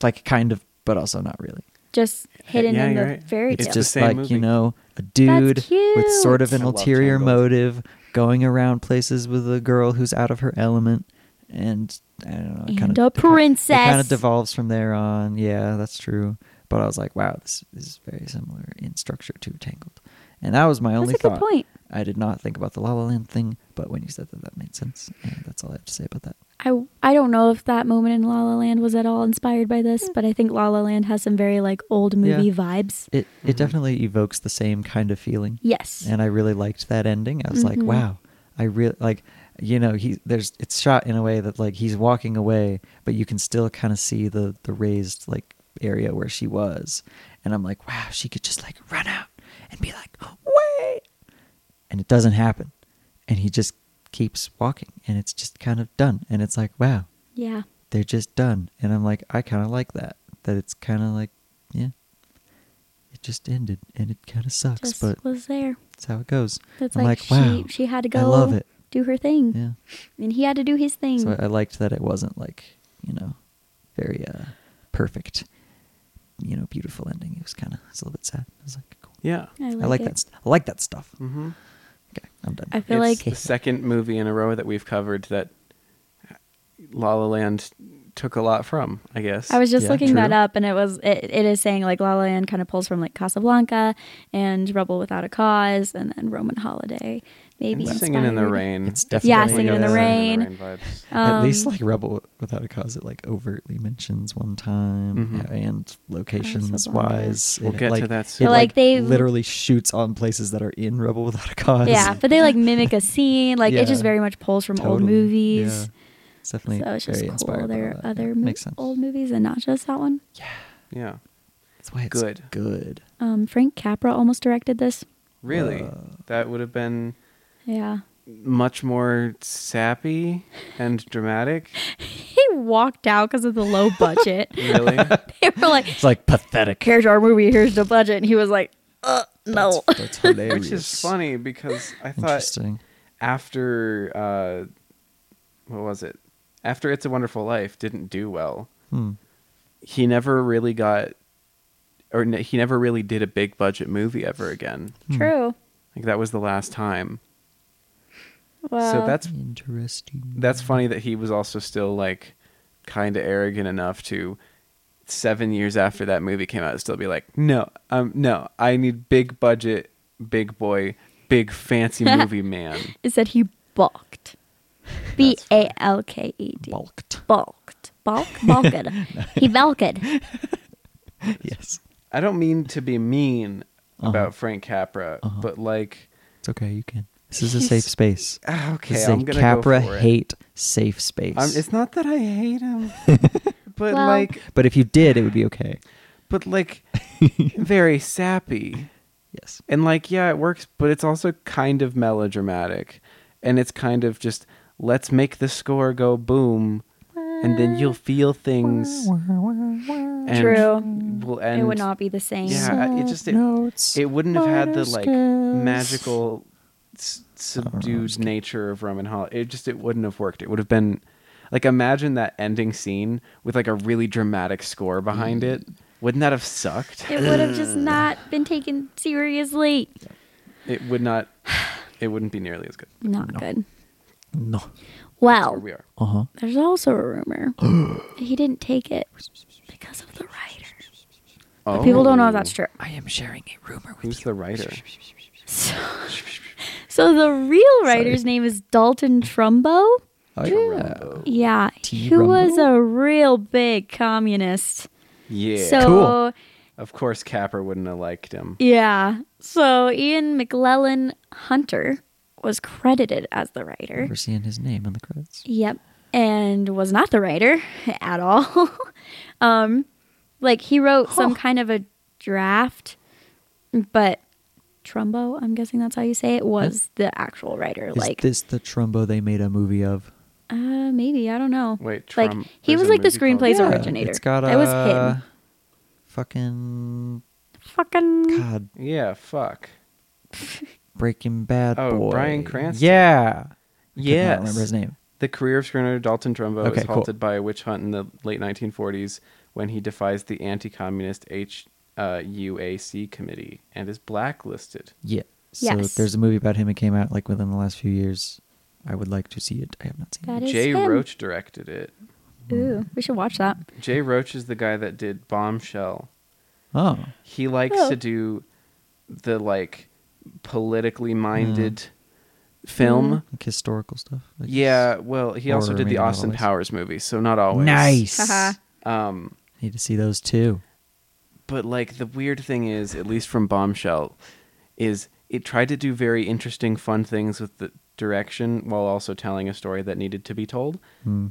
[SPEAKER 3] Like kind of, but also not really.
[SPEAKER 2] just hidden
[SPEAKER 1] yeah,
[SPEAKER 2] in the
[SPEAKER 1] you're right.
[SPEAKER 2] fairy
[SPEAKER 3] It's
[SPEAKER 2] tale.
[SPEAKER 3] just
[SPEAKER 1] same
[SPEAKER 3] like
[SPEAKER 1] movie.
[SPEAKER 3] you know a dude with sort of an
[SPEAKER 1] I love
[SPEAKER 3] ulterior
[SPEAKER 1] Tangled.
[SPEAKER 3] motive, going around places with a girl who's out of her element, and I don't know. it
[SPEAKER 2] And
[SPEAKER 3] kinda-
[SPEAKER 2] a
[SPEAKER 3] it kinda- It kind
[SPEAKER 2] princess.
[SPEAKER 3] of devolves from there on. Yeah, that's true. But I was like, wow, this is very similar in structure to Tangled, and that was my only
[SPEAKER 2] a good
[SPEAKER 3] thought.
[SPEAKER 2] point.
[SPEAKER 3] I did not think about the La La Land thing, but when you said that, that made sense, and that's all I have to say about that.
[SPEAKER 2] I I don't know if that moment in La La Land was at all inspired by this, but I think La La Land has some very like old
[SPEAKER 3] Yeah.
[SPEAKER 2] movie vibes.
[SPEAKER 3] It it definitely evokes the same kind of feeling.
[SPEAKER 2] Yes.
[SPEAKER 3] and I really liked that ending. I was like,
[SPEAKER 2] Mhm.
[SPEAKER 3] wow, I really like, you know, he there's it's shot in a way that like he's walking away, but you can still kind of see the the raised like area where she was, and I'm like, wow, she could just like run out and be like, wait, and it doesn't happen, and he just keeps walking, and it's just kind of done, and it's like, wow,
[SPEAKER 2] yeah.
[SPEAKER 3] they're just done, and I'm like, I kind of like that, that it's kind of like, yeah. It just ended, and it kind of sucks,
[SPEAKER 2] Just
[SPEAKER 3] but
[SPEAKER 2] was there.
[SPEAKER 3] that's how it goes.
[SPEAKER 2] That's
[SPEAKER 3] I'm
[SPEAKER 2] like,
[SPEAKER 3] like, wow,
[SPEAKER 2] she she had to go
[SPEAKER 3] I love it.
[SPEAKER 2] do her thing.
[SPEAKER 3] Yeah.
[SPEAKER 2] And he had to do his thing.
[SPEAKER 3] So I I liked that it wasn't like, you know, very uh, perfect. you know beautiful ending. It was kind of it's a little bit sad. I was like, cool.
[SPEAKER 1] Yeah.
[SPEAKER 2] I like,
[SPEAKER 3] I like
[SPEAKER 2] it.
[SPEAKER 3] that. St- I like that stuff.
[SPEAKER 1] Mm-hmm.
[SPEAKER 3] Okay, I'm done.
[SPEAKER 2] I feel
[SPEAKER 1] it's
[SPEAKER 2] like
[SPEAKER 1] the second movie in a row that we've covered that La La Land took a lot from, I guess.
[SPEAKER 2] I was just
[SPEAKER 3] Yeah,
[SPEAKER 2] looking that
[SPEAKER 3] true.
[SPEAKER 2] up, and it was it, it is saying like La La Land kind of pulls from like Casablanca and Rebel Without a Cause, and then Roman Holiday,
[SPEAKER 1] And
[SPEAKER 2] maybe
[SPEAKER 1] Singing in the
[SPEAKER 2] inspired.
[SPEAKER 1] rain.
[SPEAKER 3] It's definitely Yeah,
[SPEAKER 1] Definitely
[SPEAKER 3] Singing in
[SPEAKER 1] got
[SPEAKER 3] the
[SPEAKER 1] Singing
[SPEAKER 2] Rain.
[SPEAKER 1] vibes.
[SPEAKER 3] At least
[SPEAKER 2] Um,
[SPEAKER 3] like Rebel Without a Cause, it like overtly mentions one time
[SPEAKER 1] Mhm.
[SPEAKER 3] and locations
[SPEAKER 2] Casablanca.
[SPEAKER 3] wise.
[SPEAKER 1] We'll
[SPEAKER 3] it,
[SPEAKER 1] get to
[SPEAKER 3] like,
[SPEAKER 1] that
[SPEAKER 3] It,
[SPEAKER 1] soon.
[SPEAKER 2] But,
[SPEAKER 3] like,
[SPEAKER 2] like, they-
[SPEAKER 3] literally shoots on places that are in Rebel Without a Cause.
[SPEAKER 2] Yeah, but they like mimic a scene. Like it just
[SPEAKER 3] Yeah.
[SPEAKER 2] very much pulls from old
[SPEAKER 3] Totally.
[SPEAKER 2] movies.
[SPEAKER 3] Yeah. It's definitely
[SPEAKER 2] So it's just
[SPEAKER 3] very
[SPEAKER 2] cool.
[SPEAKER 3] inspired by
[SPEAKER 2] There are
[SPEAKER 3] that.
[SPEAKER 2] other
[SPEAKER 3] Yeah,
[SPEAKER 2] mo-
[SPEAKER 3] makes sense.
[SPEAKER 2] old movies and not just that one.
[SPEAKER 3] Yeah,
[SPEAKER 1] Yeah.
[SPEAKER 3] that's why it's
[SPEAKER 1] Good.
[SPEAKER 3] Good.
[SPEAKER 2] Um, Frank Capra almost directed this.
[SPEAKER 1] Really?
[SPEAKER 3] Whoa.
[SPEAKER 1] that would have been
[SPEAKER 2] Yeah.
[SPEAKER 1] much more sappy and dramatic.
[SPEAKER 2] He walked out because of the low budget.
[SPEAKER 1] Really?
[SPEAKER 2] [laughs]
[SPEAKER 3] [laughs]
[SPEAKER 2] they were like,
[SPEAKER 3] It's like pathetic.
[SPEAKER 2] here's our movie, here's the budget. And he was like, uh, no.
[SPEAKER 3] That's, that's hilarious.
[SPEAKER 1] [laughs] Which is funny because I thought
[SPEAKER 3] Interesting.
[SPEAKER 1] after uh, what was it? After It's a Wonderful Life didn't do well.
[SPEAKER 3] Hmm.
[SPEAKER 1] He never really got, or n he never really did a big budget movie ever again.
[SPEAKER 2] True.
[SPEAKER 1] Like that was the last time.
[SPEAKER 2] Well,
[SPEAKER 1] so that's
[SPEAKER 3] Interesting.
[SPEAKER 1] that's funny that he was also still like kind of arrogant enough to seven years after that movie came out still be like no um no i need big budget big boy big fancy movie man
[SPEAKER 2] is that he balked. B A L K E
[SPEAKER 1] [laughs]
[SPEAKER 2] D.
[SPEAKER 3] bulked.
[SPEAKER 2] Balked. Balk? Balked. he balked.
[SPEAKER 3] Yes.
[SPEAKER 1] i don't mean to be mean
[SPEAKER 3] Uh-huh.
[SPEAKER 1] about frank capra but like
[SPEAKER 3] It's okay. You can. This is a safe space. This
[SPEAKER 1] ah, okay
[SPEAKER 3] is a
[SPEAKER 1] i'm gonna
[SPEAKER 3] Capra
[SPEAKER 1] go for it.
[SPEAKER 3] hate safe space.
[SPEAKER 1] Um, it's not that i
[SPEAKER 3] [laughs]
[SPEAKER 1] hate him but
[SPEAKER 2] Well-
[SPEAKER 1] like
[SPEAKER 3] but if you did, it would be okay.
[SPEAKER 1] but like
[SPEAKER 3] [laughs]
[SPEAKER 1] very sappy
[SPEAKER 3] Yes.
[SPEAKER 1] And like, yeah, it works, but it's also kind of melodramatic. And it's kind of just let's make the score go boom and then you'll feel things and
[SPEAKER 2] True.
[SPEAKER 1] we'll end
[SPEAKER 2] it would not be the same.
[SPEAKER 1] Yeah, it just- it-
[SPEAKER 3] notes,
[SPEAKER 1] it wouldn't have had the
[SPEAKER 3] minor
[SPEAKER 1] like
[SPEAKER 3] scales.
[SPEAKER 1] magical s- subdued nature of Roman Hall. It just it wouldn't have worked. It would have been like imagine that ending scene with like a really dramatic score behind it. Wouldn't that have sucked?
[SPEAKER 2] It would have just not been taken seriously.
[SPEAKER 1] It would not it wouldn't be nearly as good.
[SPEAKER 2] Not
[SPEAKER 3] No.
[SPEAKER 2] good.
[SPEAKER 3] No.
[SPEAKER 1] Where
[SPEAKER 2] Well,
[SPEAKER 1] we are.
[SPEAKER 3] Uh huh.
[SPEAKER 2] there's also a
[SPEAKER 1] [gasps]
[SPEAKER 2] rumor that he didn't take it because of the writer.
[SPEAKER 1] Oh.
[SPEAKER 2] But People don't know if that's
[SPEAKER 1] [laughs]
[SPEAKER 2] true.
[SPEAKER 3] I am sharing a rumor with
[SPEAKER 1] Who's the writer?
[SPEAKER 2] So, so the real writer's name is Dalton Trumbo.
[SPEAKER 3] Oh,
[SPEAKER 1] Trumbo.
[SPEAKER 2] Yeah,
[SPEAKER 3] T.
[SPEAKER 2] who was
[SPEAKER 3] Rumbo?
[SPEAKER 2] a real big communist.
[SPEAKER 1] Yeah.
[SPEAKER 2] So
[SPEAKER 3] Cool.
[SPEAKER 1] of course, Capper wouldn't have liked him.
[SPEAKER 2] yeah, so Ian McLellan Hunter was credited as the writer.
[SPEAKER 3] We're seeing his name in the credits.
[SPEAKER 2] Yep. And was not the writer [laughs] at all. um like he wrote some kind of a draft, but Trumbo, I'm guessing that's how you say it, was the actual writer.
[SPEAKER 3] Is
[SPEAKER 2] like
[SPEAKER 3] this the Trumbo they made a movie of?
[SPEAKER 2] uh maybe, I don't know.
[SPEAKER 1] Wait,
[SPEAKER 2] like
[SPEAKER 1] Trum-
[SPEAKER 2] he
[SPEAKER 1] there's
[SPEAKER 2] was
[SPEAKER 1] a
[SPEAKER 2] like the
[SPEAKER 1] movie called-
[SPEAKER 2] screenplay's
[SPEAKER 1] Yeah,
[SPEAKER 2] originator.
[SPEAKER 3] It's got a
[SPEAKER 2] that was him.
[SPEAKER 3] fucking
[SPEAKER 2] Fucking
[SPEAKER 3] God
[SPEAKER 1] Yeah, fuck.
[SPEAKER 3] Breaking Bad
[SPEAKER 1] Oh,
[SPEAKER 3] boy.
[SPEAKER 1] Bryan Cranston.
[SPEAKER 3] Yeah. Yeah. I
[SPEAKER 1] Yes.
[SPEAKER 3] don't remember his name.
[SPEAKER 1] The career of screenwriter Dalton Trumbo
[SPEAKER 3] Okay,
[SPEAKER 1] is
[SPEAKER 3] cool.
[SPEAKER 1] halted by a witch hunt in the late 1940s when he defies the anti-communist H. Uh, UAC committee and is blacklisted.
[SPEAKER 3] Yeah. So
[SPEAKER 2] Yes.
[SPEAKER 3] there's a movie about him. It came out like within the last few years. I would like to see it. I have not seen
[SPEAKER 2] That
[SPEAKER 3] it.
[SPEAKER 2] is
[SPEAKER 1] Jay
[SPEAKER 2] him.
[SPEAKER 1] Roach directed it.
[SPEAKER 2] Ooh, we should watch that.
[SPEAKER 1] Jay Roach is the guy that did Bombshell.
[SPEAKER 3] Oh.
[SPEAKER 1] He likes
[SPEAKER 2] Oh.
[SPEAKER 1] to do the like politically minded
[SPEAKER 3] Mm.
[SPEAKER 1] film.
[SPEAKER 2] Mm.
[SPEAKER 3] Like historical stuff. I guess.
[SPEAKER 1] Yeah, well, he also
[SPEAKER 3] Or
[SPEAKER 1] did
[SPEAKER 3] maybe
[SPEAKER 1] the
[SPEAKER 3] not
[SPEAKER 1] Austin
[SPEAKER 3] always.
[SPEAKER 1] Powers movie, so not always.
[SPEAKER 2] Haha.
[SPEAKER 3] Nice.
[SPEAKER 1] Um,
[SPEAKER 3] Need to see those too.
[SPEAKER 1] but like the weird thing is, at least from Bombshell, is it tried to do very interesting, fun things with the direction while also telling a story that needed to be told.
[SPEAKER 3] Hmm.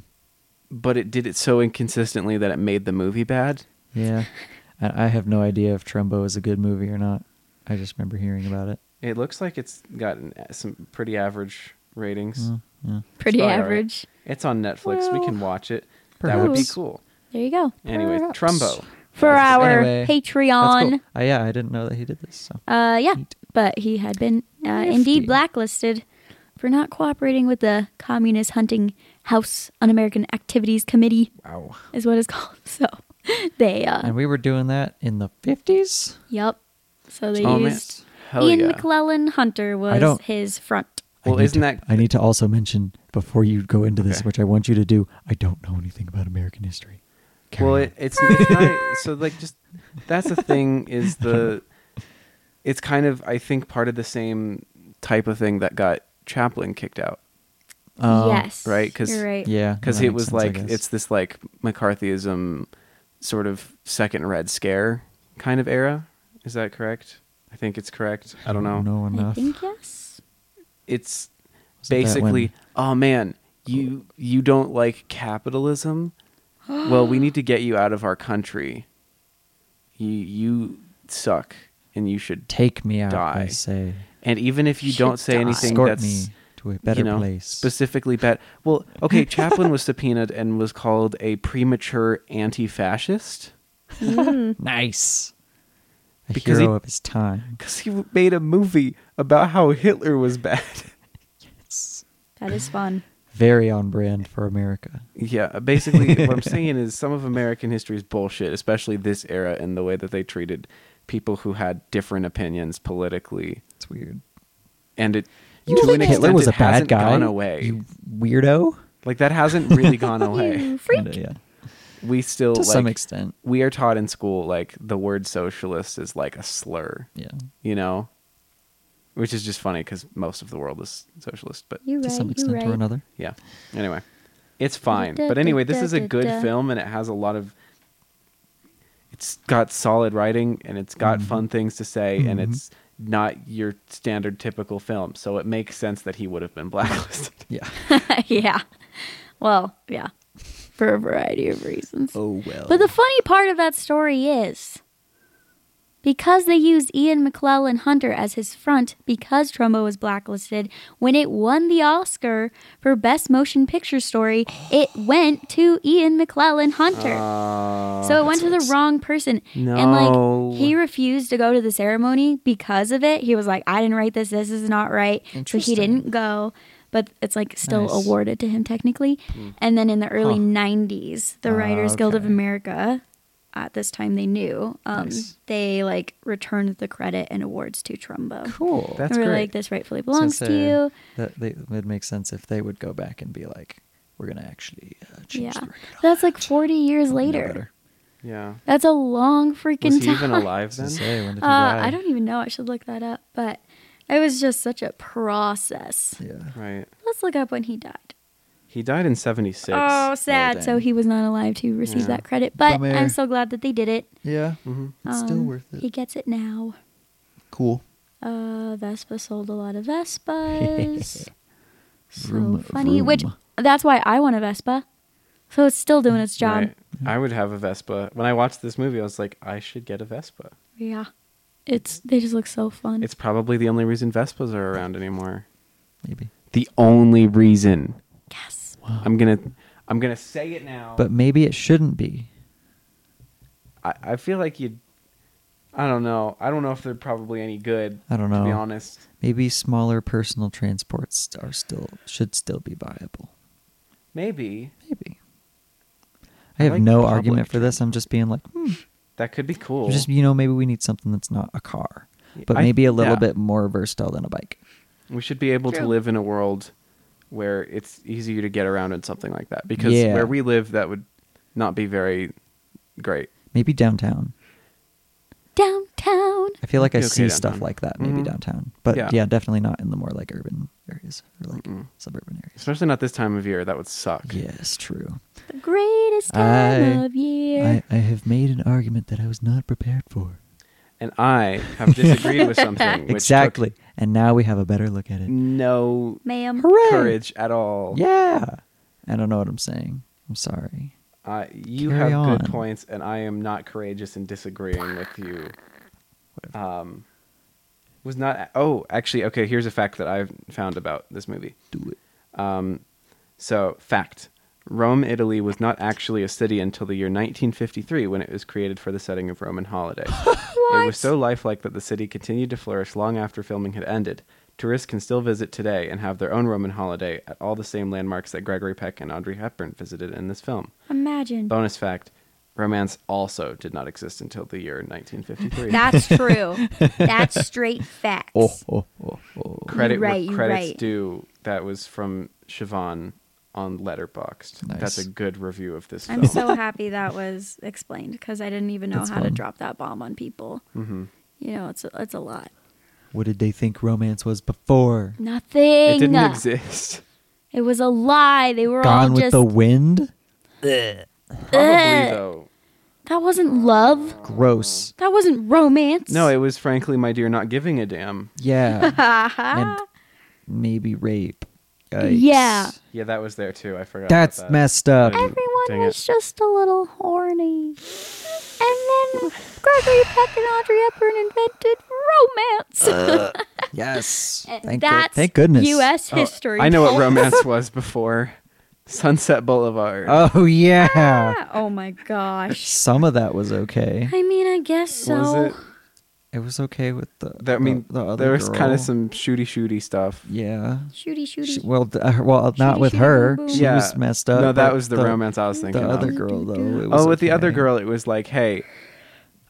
[SPEAKER 1] But it did it so inconsistently that it made the movie bad.
[SPEAKER 2] [laughs]
[SPEAKER 3] Yeah. I, I have no idea if Trumbo is a good movie or not. I just remember hearing about it.
[SPEAKER 1] It looks like it's gotten some pretty average ratings.
[SPEAKER 3] Mm, yeah.
[SPEAKER 2] Pretty
[SPEAKER 1] probably all right.
[SPEAKER 2] average.
[SPEAKER 1] It's on Netflix. we
[SPEAKER 2] Well,
[SPEAKER 1] can watch it. That would be
[SPEAKER 2] perhaps.
[SPEAKER 1] cool.
[SPEAKER 2] There you go.
[SPEAKER 1] Anyway,
[SPEAKER 3] Perhaps.
[SPEAKER 1] Trumbo.
[SPEAKER 2] For our
[SPEAKER 3] Anyway, That's
[SPEAKER 2] Patreon.
[SPEAKER 3] cool. Uh, yeah, I didn't know that he did this. So.
[SPEAKER 2] Uh, yeah,
[SPEAKER 3] Neat.
[SPEAKER 2] but he had been uh,
[SPEAKER 3] Nifty.
[SPEAKER 2] indeed blacklisted for not cooperating with the Communist Hunting House Un American Activities Committee,
[SPEAKER 3] Wow.
[SPEAKER 2] is what it's [laughs] called. So They, uh,
[SPEAKER 3] And we were doing that in the 50s?
[SPEAKER 2] yep. So they
[SPEAKER 1] Oh, man.
[SPEAKER 2] used
[SPEAKER 1] Hell
[SPEAKER 2] Ian
[SPEAKER 1] yeah.
[SPEAKER 2] McClellan Hunter was
[SPEAKER 3] don't-
[SPEAKER 2] his front.
[SPEAKER 3] I
[SPEAKER 1] Well,
[SPEAKER 3] need
[SPEAKER 1] isn't
[SPEAKER 3] to-
[SPEAKER 1] that-
[SPEAKER 3] I need to also mention before you go into this,
[SPEAKER 1] Okay.
[SPEAKER 3] which I want you to do. I don't know anything about American history. Carry
[SPEAKER 1] Well,
[SPEAKER 3] on.
[SPEAKER 1] it, it's, it's not, so like just that's the thing is the it's kind of I think part of the same type of thing that got Chaplin kicked out,
[SPEAKER 3] Oh,
[SPEAKER 2] yes.
[SPEAKER 1] right? Because
[SPEAKER 2] you're right.
[SPEAKER 3] yeah,
[SPEAKER 1] because
[SPEAKER 3] that
[SPEAKER 1] it
[SPEAKER 3] makes
[SPEAKER 1] was
[SPEAKER 3] sense, I
[SPEAKER 1] like
[SPEAKER 3] guess.
[SPEAKER 1] it's this like McCarthyism sort of second Red Scare kind of era. Is that correct? I think it's correct. I don't know.
[SPEAKER 3] know
[SPEAKER 2] I
[SPEAKER 3] enough.
[SPEAKER 2] think yes.
[SPEAKER 1] It's
[SPEAKER 3] that when-
[SPEAKER 1] basically, oh man, you you don't like capitalism? well, we need to get you out of our country. You you suck and you should
[SPEAKER 3] Take me out,
[SPEAKER 1] Die.
[SPEAKER 3] I say.
[SPEAKER 1] and even if you
[SPEAKER 2] Should
[SPEAKER 1] don't say
[SPEAKER 2] die.
[SPEAKER 1] anything
[SPEAKER 3] Escort
[SPEAKER 1] that's
[SPEAKER 3] me to a better
[SPEAKER 1] you know,
[SPEAKER 3] place.
[SPEAKER 1] Specifically bad. Well, okay, Chaplin was subpoenaed and was called a premature anti-fascist
[SPEAKER 2] Mm.
[SPEAKER 3] nice. A
[SPEAKER 1] Because
[SPEAKER 3] hero
[SPEAKER 1] he-
[SPEAKER 3] of his time.
[SPEAKER 1] cuz he made a movie about how Hitler was bad. [laughs]
[SPEAKER 2] that is
[SPEAKER 3] [sighs]
[SPEAKER 2] fun.
[SPEAKER 3] Very on brand for America.
[SPEAKER 1] Yeah, basically, what
[SPEAKER 3] [laughs]
[SPEAKER 1] I'm saying is some of American history is bullshit, especially this era and the way that they treated people who had different opinions politically.
[SPEAKER 3] It's weird.
[SPEAKER 1] And it,
[SPEAKER 3] You
[SPEAKER 1] to
[SPEAKER 3] think
[SPEAKER 1] an extent,
[SPEAKER 3] Hitler was
[SPEAKER 1] it
[SPEAKER 3] a bad
[SPEAKER 1] hasn't
[SPEAKER 3] guy?
[SPEAKER 1] gone away.
[SPEAKER 3] You weirdo.
[SPEAKER 1] Like that hasn't really
[SPEAKER 3] [laughs]
[SPEAKER 1] gone away.
[SPEAKER 2] You freak.
[SPEAKER 3] Kinda, yeah.
[SPEAKER 1] We still
[SPEAKER 3] To
[SPEAKER 1] like
[SPEAKER 3] some extent.
[SPEAKER 1] we are taught in school like the word socialist is like a slur,
[SPEAKER 3] Yeah.
[SPEAKER 1] you know, which is just funny because most of the world is socialist. But
[SPEAKER 2] You're
[SPEAKER 3] to
[SPEAKER 2] right.
[SPEAKER 3] some
[SPEAKER 2] You're
[SPEAKER 3] extent
[SPEAKER 2] right.
[SPEAKER 3] or another.
[SPEAKER 1] yeah, anyway, it's fine. But anyway, this is a good film and it has a lot of. It's got solid writing and it's got fun things to say and
[SPEAKER 3] Mhm.
[SPEAKER 1] it's not your standard typical film, so it makes sense that he would have been [laughs] blacklisted.
[SPEAKER 2] [laughs]
[SPEAKER 3] Yeah.
[SPEAKER 2] [laughs] yeah. Well, yeah. For a variety of reasons.
[SPEAKER 3] oh well.
[SPEAKER 2] But the funny part of that story is because they used Ian McClellan Hunter as his front because Trumbo was blacklisted, when it won the Oscar for Best Motion Picture Story, it went to Ian McClellan Hunter.
[SPEAKER 3] Oh,
[SPEAKER 2] so it went to the wrong person. And
[SPEAKER 1] No.
[SPEAKER 2] like he refused to go to the ceremony because of it. He was like, I didn't write this, this is not right. So he
[SPEAKER 3] Interesting.
[SPEAKER 2] didn't go. But it's like still
[SPEAKER 3] Nice. Hmm.
[SPEAKER 2] awarded to him technically. And then in the early
[SPEAKER 3] Huh.
[SPEAKER 2] 90s, the Writers
[SPEAKER 3] Ah,
[SPEAKER 2] Guild of
[SPEAKER 1] Okay.
[SPEAKER 2] America, at this time they knew, um,
[SPEAKER 3] Nice.
[SPEAKER 2] they like returned the credit and awards to Trumbo.
[SPEAKER 3] cool.
[SPEAKER 1] That's
[SPEAKER 2] they were
[SPEAKER 1] great.
[SPEAKER 2] like, this rightfully belongs
[SPEAKER 3] Since
[SPEAKER 2] to
[SPEAKER 3] they're-
[SPEAKER 2] you.
[SPEAKER 3] That they, it makes sense if they would go back and be like, we're gonna actually uh,
[SPEAKER 2] Yeah.
[SPEAKER 3] change the record. on
[SPEAKER 2] That's like 40 years
[SPEAKER 3] that. We know
[SPEAKER 2] later.
[SPEAKER 3] better.
[SPEAKER 1] yeah.
[SPEAKER 2] That's a long freaking
[SPEAKER 1] Was he
[SPEAKER 2] time.
[SPEAKER 1] even alive
[SPEAKER 3] To
[SPEAKER 1] then?
[SPEAKER 3] say, when did he
[SPEAKER 2] Uh,
[SPEAKER 3] die?
[SPEAKER 2] I don't even know. I should look that up. But it was just such a process.
[SPEAKER 3] Yeah.
[SPEAKER 1] Right.
[SPEAKER 2] Let's look up when he died.
[SPEAKER 1] He died in 76.
[SPEAKER 2] Oh, sad.
[SPEAKER 3] dang.
[SPEAKER 2] so he was not alive to receive
[SPEAKER 1] Yeah.
[SPEAKER 2] that credit. But
[SPEAKER 3] Bummer.
[SPEAKER 2] I'm so glad that they did it.
[SPEAKER 3] Yeah.
[SPEAKER 1] hmm
[SPEAKER 3] It's still
[SPEAKER 2] Um,
[SPEAKER 3] worth it.
[SPEAKER 2] He gets it now.
[SPEAKER 3] Cool.
[SPEAKER 2] Uh, Vespa sold a
[SPEAKER 3] [laughs]
[SPEAKER 2] lot of Vespas. so
[SPEAKER 3] Vroom,
[SPEAKER 2] funny. Which
[SPEAKER 3] vroom.
[SPEAKER 2] that's why I want a Vespa. So it's still doing its job.
[SPEAKER 1] Right. I would have a Vespa. When I watched this movie, I was like, I should get a Vespa.
[SPEAKER 2] Yeah. It's they just look so fun.
[SPEAKER 1] It's probably the only reason Vespas are around anymore.
[SPEAKER 3] Maybe.
[SPEAKER 1] The only reason.
[SPEAKER 2] yes.
[SPEAKER 1] I'm gonna, I'm gonna say it now.
[SPEAKER 3] But maybe it shouldn't be.
[SPEAKER 1] I, I feel like you. I don't know. I don't know if they're probably any good.
[SPEAKER 3] I don't know.
[SPEAKER 1] To be honest,
[SPEAKER 3] Maybe smaller personal transports are still should still be viable.
[SPEAKER 1] maybe
[SPEAKER 3] Maybe. I
[SPEAKER 1] I
[SPEAKER 3] have
[SPEAKER 1] like
[SPEAKER 3] no
[SPEAKER 1] public
[SPEAKER 3] argument for this. I'm just being like, hmm,
[SPEAKER 1] that could be cool.
[SPEAKER 3] just you know, maybe we need something that's not a car, but
[SPEAKER 1] I-
[SPEAKER 3] maybe a little
[SPEAKER 1] yeah.
[SPEAKER 3] bit more versatile than a bike.
[SPEAKER 1] We should be able to
[SPEAKER 2] True.
[SPEAKER 1] live in a world where it's easier to get around in something like that. Because
[SPEAKER 3] Yeah.
[SPEAKER 1] where we live, that would not be very great.
[SPEAKER 3] Maybe downtown.
[SPEAKER 2] Downtown.
[SPEAKER 3] I feel like I
[SPEAKER 1] Okay,
[SPEAKER 3] see stuff
[SPEAKER 1] downtown.
[SPEAKER 3] like that maybe
[SPEAKER 1] Mhm.
[SPEAKER 3] downtown, but
[SPEAKER 1] Yeah.
[SPEAKER 3] yeah. definitely not in the more like urban areas or like suburban areas.
[SPEAKER 1] Especially not this time of year. That would suck.
[SPEAKER 3] Yes, true.
[SPEAKER 2] The greatest time
[SPEAKER 3] I-
[SPEAKER 2] of year.
[SPEAKER 3] I, I have made an argument that I was not prepared for.
[SPEAKER 1] And I have
[SPEAKER 3] [laughs]
[SPEAKER 1] disagreed with something. Which took
[SPEAKER 3] exactly, and now we have a better look at it.
[SPEAKER 1] No
[SPEAKER 2] Ma'am.
[SPEAKER 3] Hooray!
[SPEAKER 1] courage at all.
[SPEAKER 3] Yeah. I don't know what I'm saying. I'm sorry.
[SPEAKER 1] Uh, you
[SPEAKER 3] Carry
[SPEAKER 1] have
[SPEAKER 3] on.
[SPEAKER 1] good points, and I am not courageous in disagreeing with you.
[SPEAKER 3] Whatever.
[SPEAKER 1] Um, was not. Oh, actually, okay. Here's a fact that I've found about this movie. Um,
[SPEAKER 3] Do it.
[SPEAKER 1] So, fact Rome, Italy was not actually a city until the year 1953 when it was created for the setting of
[SPEAKER 3] [laughs]
[SPEAKER 1] Roman holiday. It was so lifelike that the city continued to flourish long after filming had ended. Tourists can still visit today and have their own Roman holiday at all the same landmarks that Gregory Peck and Audrey Hepburn visited in this film.
[SPEAKER 2] Imagine.
[SPEAKER 1] Bonus fact romance also did not exist until the year 1953.
[SPEAKER 3] [laughs]
[SPEAKER 4] That's true. That's straight facts.
[SPEAKER 3] Oh, oh, oh, oh.
[SPEAKER 1] Credit where
[SPEAKER 4] right, you're
[SPEAKER 1] credits
[SPEAKER 4] right.
[SPEAKER 1] due. That was from Siobhan on Letterboxd.
[SPEAKER 3] Nice.
[SPEAKER 1] That's a good review of this
[SPEAKER 2] I'm
[SPEAKER 3] [laughs]
[SPEAKER 1] film.
[SPEAKER 2] so happy that was explained because I didn't even know
[SPEAKER 3] That's
[SPEAKER 2] how to
[SPEAKER 3] fun.
[SPEAKER 2] drop that bomb on people.
[SPEAKER 1] Mhm.
[SPEAKER 2] You know, it's a, it's a lot.
[SPEAKER 3] What did they think romance was before?
[SPEAKER 2] Nothing.
[SPEAKER 1] It didn't
[SPEAKER 4] [laughs]
[SPEAKER 1] exist. [laughs]
[SPEAKER 2] It was a lie. They were
[SPEAKER 3] Gone
[SPEAKER 2] all
[SPEAKER 3] with
[SPEAKER 2] just
[SPEAKER 3] the Wind?
[SPEAKER 1] Probably though.
[SPEAKER 2] that wasn't love.
[SPEAKER 3] Gross.
[SPEAKER 2] That wasn't romance.
[SPEAKER 1] No, it was frankly my dear not giving a damn.
[SPEAKER 3] Yeah.
[SPEAKER 2] [laughs]
[SPEAKER 3] and maybe rape. Yikes.
[SPEAKER 2] Yeah.
[SPEAKER 1] Yeah, that was there too. I forgot. about
[SPEAKER 3] That's
[SPEAKER 1] that.
[SPEAKER 4] [laughs]
[SPEAKER 3] messed up.
[SPEAKER 1] I-
[SPEAKER 4] Everyone
[SPEAKER 1] Dang
[SPEAKER 4] was
[SPEAKER 1] it.
[SPEAKER 4] just a little horny. And then Gregory Peck and Audrey Hepburn invented romance.
[SPEAKER 3] Yes.
[SPEAKER 2] [laughs] And
[SPEAKER 3] Thank, good-
[SPEAKER 2] that's
[SPEAKER 3] thank goodness.
[SPEAKER 2] U.S.
[SPEAKER 1] Uh, Oh,
[SPEAKER 2] history.
[SPEAKER 1] I know
[SPEAKER 2] [laughs]
[SPEAKER 1] what
[SPEAKER 4] [laughs]
[SPEAKER 2] Paul.
[SPEAKER 1] romance was before Sunset Boulevard.
[SPEAKER 3] Oh,
[SPEAKER 4] Ah.
[SPEAKER 3] yeah.
[SPEAKER 2] Oh my gosh.
[SPEAKER 3] Some of that was okay.
[SPEAKER 2] I mean, I guess so.
[SPEAKER 1] was it?
[SPEAKER 3] It was okay with the.
[SPEAKER 1] That I mean,
[SPEAKER 3] the, the other
[SPEAKER 1] there was kind
[SPEAKER 3] girl.
[SPEAKER 1] of some shooty shooty stuff.
[SPEAKER 3] Yeah.
[SPEAKER 4] shooty,
[SPEAKER 3] She,
[SPEAKER 4] shooty.
[SPEAKER 3] well, th- uh, well, not
[SPEAKER 4] Shooty,
[SPEAKER 3] with
[SPEAKER 4] shooty,
[SPEAKER 3] her.
[SPEAKER 4] boom, boom.
[SPEAKER 3] She
[SPEAKER 1] yeah,
[SPEAKER 3] was messed up.
[SPEAKER 1] No, that
[SPEAKER 3] but
[SPEAKER 1] was the,
[SPEAKER 3] the,
[SPEAKER 1] romance I was
[SPEAKER 3] The
[SPEAKER 1] thinking. of.
[SPEAKER 3] other girl, though. it
[SPEAKER 1] Oh,
[SPEAKER 3] was
[SPEAKER 1] with the other
[SPEAKER 3] okay.
[SPEAKER 1] girl, it was like, hey,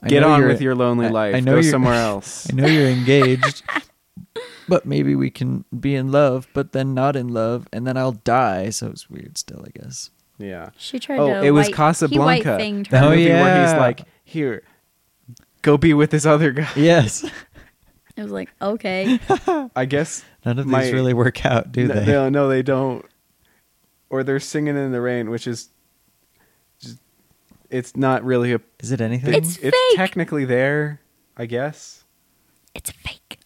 [SPEAKER 3] I
[SPEAKER 1] get
[SPEAKER 3] know
[SPEAKER 1] on
[SPEAKER 3] you're-
[SPEAKER 1] with your lonely
[SPEAKER 3] I-
[SPEAKER 1] life.
[SPEAKER 3] I know
[SPEAKER 1] Go
[SPEAKER 3] you're- [laughs]
[SPEAKER 1] somewhere else.
[SPEAKER 3] I know you're
[SPEAKER 1] [laughs]
[SPEAKER 3] engaged, but maybe we can be in love, but then not in love, and then I'll die. So it's weird still, I guess.
[SPEAKER 1] Yeah.
[SPEAKER 2] She tried to.
[SPEAKER 1] Oh, it was
[SPEAKER 2] white- He
[SPEAKER 1] Casablanca.
[SPEAKER 2] white thinged her.
[SPEAKER 1] That
[SPEAKER 3] Oh,
[SPEAKER 1] movie where he's
[SPEAKER 3] yeah.
[SPEAKER 1] like, here, go be with this
[SPEAKER 3] [laughs]
[SPEAKER 1] other guy.
[SPEAKER 3] Yes.
[SPEAKER 2] It was like
[SPEAKER 3] [laughs]
[SPEAKER 2] okay.
[SPEAKER 1] I guess.
[SPEAKER 3] None of these
[SPEAKER 1] My-
[SPEAKER 3] really work out, do
[SPEAKER 1] no,
[SPEAKER 3] they?
[SPEAKER 1] No, no, they don't. Or they're singing in the rain, which is, just- it's not really a.
[SPEAKER 3] Is it anything?
[SPEAKER 2] It's
[SPEAKER 1] it's
[SPEAKER 2] fake.
[SPEAKER 1] technically there, I guess,
[SPEAKER 2] It's fake.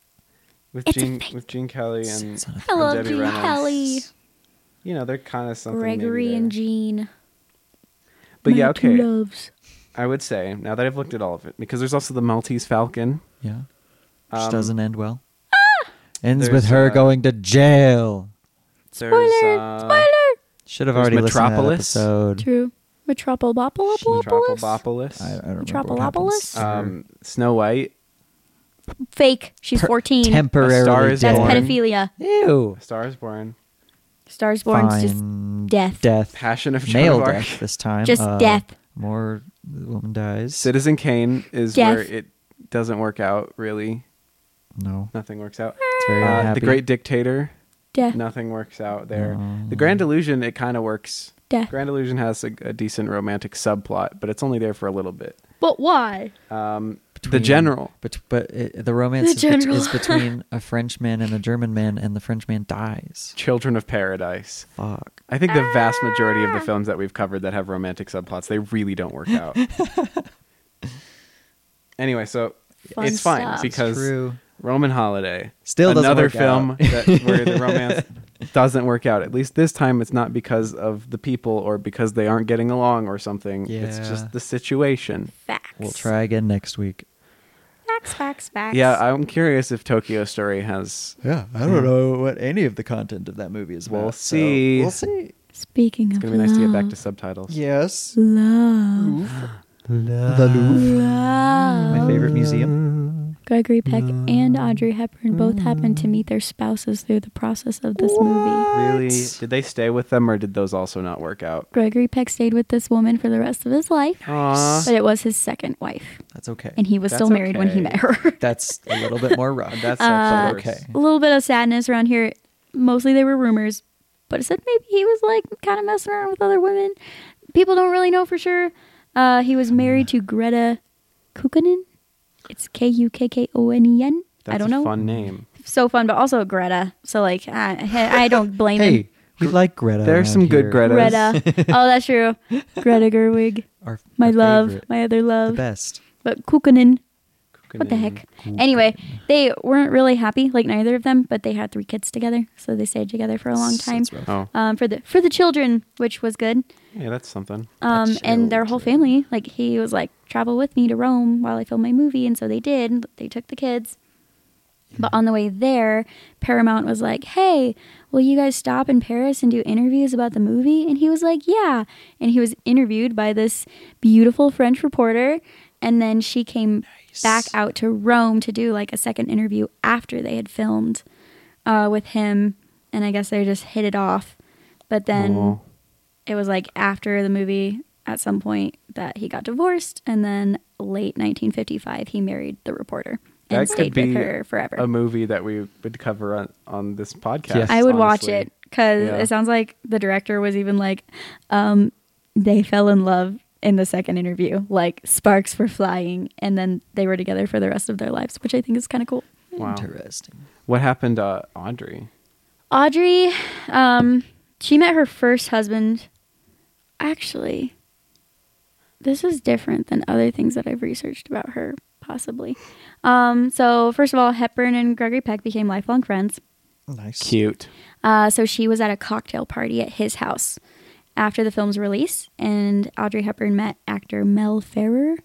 [SPEAKER 1] with
[SPEAKER 2] It's a
[SPEAKER 1] Gene
[SPEAKER 2] fake.
[SPEAKER 1] with Gene Kelly
[SPEAKER 3] It's-
[SPEAKER 1] and
[SPEAKER 3] it's not a-
[SPEAKER 2] I love
[SPEAKER 1] Debbie
[SPEAKER 2] Gene
[SPEAKER 1] Reynolds.
[SPEAKER 2] Kelly,
[SPEAKER 1] you know they're kind of something. maybe
[SPEAKER 2] Gregory,
[SPEAKER 1] there.
[SPEAKER 2] and Gene.
[SPEAKER 1] But
[SPEAKER 2] My
[SPEAKER 1] yeah,
[SPEAKER 2] two
[SPEAKER 1] okay.
[SPEAKER 2] Loves.
[SPEAKER 1] I would say now that I've looked at all of it, because there's also the Maltese Falcon.
[SPEAKER 3] yeah. Which
[SPEAKER 1] Um,
[SPEAKER 3] doesn't end well. Ends with
[SPEAKER 1] There's,
[SPEAKER 3] her
[SPEAKER 1] uh,
[SPEAKER 3] going to jail.
[SPEAKER 1] Spoiler!
[SPEAKER 3] Should have
[SPEAKER 1] there's
[SPEAKER 3] already Metropolis.
[SPEAKER 1] Metropolis.
[SPEAKER 3] listened to
[SPEAKER 2] True. Metropolis.
[SPEAKER 1] Metropolis.
[SPEAKER 3] that episode. I, I don't remember what happens.
[SPEAKER 2] Metropolis?
[SPEAKER 1] Um, Snow White.
[SPEAKER 2] Fake. She's
[SPEAKER 3] Per-
[SPEAKER 2] 14.
[SPEAKER 3] Temporarily
[SPEAKER 1] A Star is
[SPEAKER 3] dead.
[SPEAKER 2] That's
[SPEAKER 1] Born.
[SPEAKER 2] pedophilia.
[SPEAKER 3] Ew.
[SPEAKER 1] A Star is Born.
[SPEAKER 2] Stars born. Just
[SPEAKER 3] Fine.
[SPEAKER 2] death.
[SPEAKER 3] Death.
[SPEAKER 1] Passion of Joan
[SPEAKER 3] Male
[SPEAKER 1] of Arc.
[SPEAKER 3] death this time.
[SPEAKER 2] Just
[SPEAKER 3] Uh,
[SPEAKER 2] death.
[SPEAKER 3] More the woman dies.
[SPEAKER 1] [laughs] Citizen Kane is
[SPEAKER 2] Death.
[SPEAKER 1] where it doesn't work out. Really,
[SPEAKER 3] no.
[SPEAKER 1] nothing works out.
[SPEAKER 3] It's very
[SPEAKER 1] Uh,
[SPEAKER 3] unhappy.
[SPEAKER 1] the Great Dictator.
[SPEAKER 2] Death.
[SPEAKER 1] Nothing works out there.
[SPEAKER 3] No.
[SPEAKER 1] The Grand Illusion. It kind of works.
[SPEAKER 2] Death.
[SPEAKER 1] Grand Illusion has a, a decent romantic subplot, but it's only there for a little bit.
[SPEAKER 2] But why?
[SPEAKER 1] Um, the
[SPEAKER 3] between-
[SPEAKER 1] General.
[SPEAKER 3] But, but it, the romance
[SPEAKER 2] The
[SPEAKER 3] is, bet-
[SPEAKER 2] general.
[SPEAKER 3] is
[SPEAKER 1] [laughs]
[SPEAKER 3] between a Frenchman and a German man, and the Frenchman dies.
[SPEAKER 1] Children of Paradise.
[SPEAKER 3] Fuck.
[SPEAKER 1] I think the vast majority
[SPEAKER 2] Ah.
[SPEAKER 1] of the films that we've covered that have romantic subplots, they really don't work
[SPEAKER 2] [laughs]
[SPEAKER 1] out. anyway, so
[SPEAKER 2] Fun
[SPEAKER 1] it's fine
[SPEAKER 2] stuff.
[SPEAKER 1] because
[SPEAKER 3] True.
[SPEAKER 1] Roman Holiday,
[SPEAKER 3] Still doesn't
[SPEAKER 1] another
[SPEAKER 3] work
[SPEAKER 1] film
[SPEAKER 3] out.
[SPEAKER 1] that,
[SPEAKER 3] [laughs]
[SPEAKER 1] where the romance doesn't work out. At least this time, it's not because of the people or because they aren't getting along or something. It's
[SPEAKER 3] Yeah.
[SPEAKER 1] just the situation.
[SPEAKER 4] Facts.
[SPEAKER 3] We'll try again next week.
[SPEAKER 4] Facts, facts, facts.
[SPEAKER 1] Yeah, I'm curious if Tokyo Story has.
[SPEAKER 3] Yeah, I don't know what any of the content of that movie is
[SPEAKER 1] We'll about, so see. we'll
[SPEAKER 3] see.
[SPEAKER 2] Speaking of
[SPEAKER 1] It's gonna be nice to get back to
[SPEAKER 2] love.
[SPEAKER 1] subtitles.
[SPEAKER 3] Yes.
[SPEAKER 2] love.
[SPEAKER 3] The Louvre.
[SPEAKER 2] Love.
[SPEAKER 3] My favorite museum.
[SPEAKER 2] Uh, Gregory Peck and Audrey Hepburn both happened to meet their spouses through the process of this movie.
[SPEAKER 1] Really? Did they stay with them, or did those also not work out?
[SPEAKER 2] Gregory Peck stayed with this woman for the rest of his life,
[SPEAKER 1] Aw.
[SPEAKER 2] but it was his second wife,
[SPEAKER 3] That's okay.
[SPEAKER 2] and he was
[SPEAKER 1] That's
[SPEAKER 2] still married when he Uh,
[SPEAKER 1] okay.
[SPEAKER 2] met her. [laughs]
[SPEAKER 3] That's a little bit more rough.
[SPEAKER 1] That's
[SPEAKER 3] But
[SPEAKER 1] actually
[SPEAKER 3] okay.
[SPEAKER 1] worse.
[SPEAKER 2] a little bit of sadness around here. Mostly they were rumors, but it said maybe he was like kind of messing around with other women. People don't really know for sure. Uh, he was married to Greta Kukkonen. It's K U K K O N E N.
[SPEAKER 1] That's
[SPEAKER 2] I don't know.
[SPEAKER 1] a fun name.
[SPEAKER 2] So fun, but also Greta. So like, I, I don't blame him.
[SPEAKER 3] Hey, we like Greta.
[SPEAKER 1] There are
[SPEAKER 3] around
[SPEAKER 1] some good
[SPEAKER 3] here.
[SPEAKER 1] Greta.
[SPEAKER 2] Greta. oh, that's true. Greta Gerwig,
[SPEAKER 3] Our,
[SPEAKER 2] my
[SPEAKER 3] our
[SPEAKER 2] love,
[SPEAKER 3] favorite.
[SPEAKER 2] my other
[SPEAKER 3] the
[SPEAKER 2] love.
[SPEAKER 3] best.
[SPEAKER 2] But Kukkonen, what the
[SPEAKER 1] Kukkonen.
[SPEAKER 2] heck?
[SPEAKER 3] Mm-hmm.
[SPEAKER 2] Anyway, they weren't really happy, like neither of them, but they had three kids together, so they stayed together for a long
[SPEAKER 3] That's-
[SPEAKER 2] time.
[SPEAKER 3] that's rough.
[SPEAKER 1] Oh,
[SPEAKER 2] Um, for the for the children, which was good.
[SPEAKER 1] yeah, that's something.
[SPEAKER 2] Um, and their whole
[SPEAKER 3] children.
[SPEAKER 2] family, like he was like, travel with me to Rome while I film my movie, and so they did. and They took the kids.
[SPEAKER 1] Mm-hmm.
[SPEAKER 2] But on the way there, Paramount was like, "Hey, will you guys stop in Paris and do interviews about the movie?" And he was like, "Yeah." And he was interviewed by this beautiful French reporter, and then she came back out to Rome to do like a second interview after they had filmed uh, with him, and I guess they just hit it off. But then
[SPEAKER 1] Aw.
[SPEAKER 2] it was like after the movie at some point that he got divorced, and then late 1955 he married the reporter and
[SPEAKER 1] That could
[SPEAKER 2] stayed
[SPEAKER 1] be
[SPEAKER 2] with her forever.
[SPEAKER 1] A movie that we would cover on, on this podcast.
[SPEAKER 3] Yes.
[SPEAKER 2] I would watch
[SPEAKER 1] honestly.
[SPEAKER 2] it because
[SPEAKER 1] Yeah.
[SPEAKER 2] it sounds like the director was even like, um, they fell in love in the second interview. Like sparks were flying, and then they were together for the rest of their lives, which I think is kind of cool.
[SPEAKER 1] Oh, Wow.
[SPEAKER 3] Interesting.
[SPEAKER 1] What happened to Audrey?
[SPEAKER 2] Audrey, um, she met her first husband. Actually, this is different than other things that I've researched about her, possibly. Um, so, first of all, Hepburn and Gregory Peck became lifelong friends.
[SPEAKER 3] Nice.
[SPEAKER 1] Cute.
[SPEAKER 2] Uh, so she was at a cocktail party at his house after the film's release, and Audrey Hepburn met actor Mel Ferrer,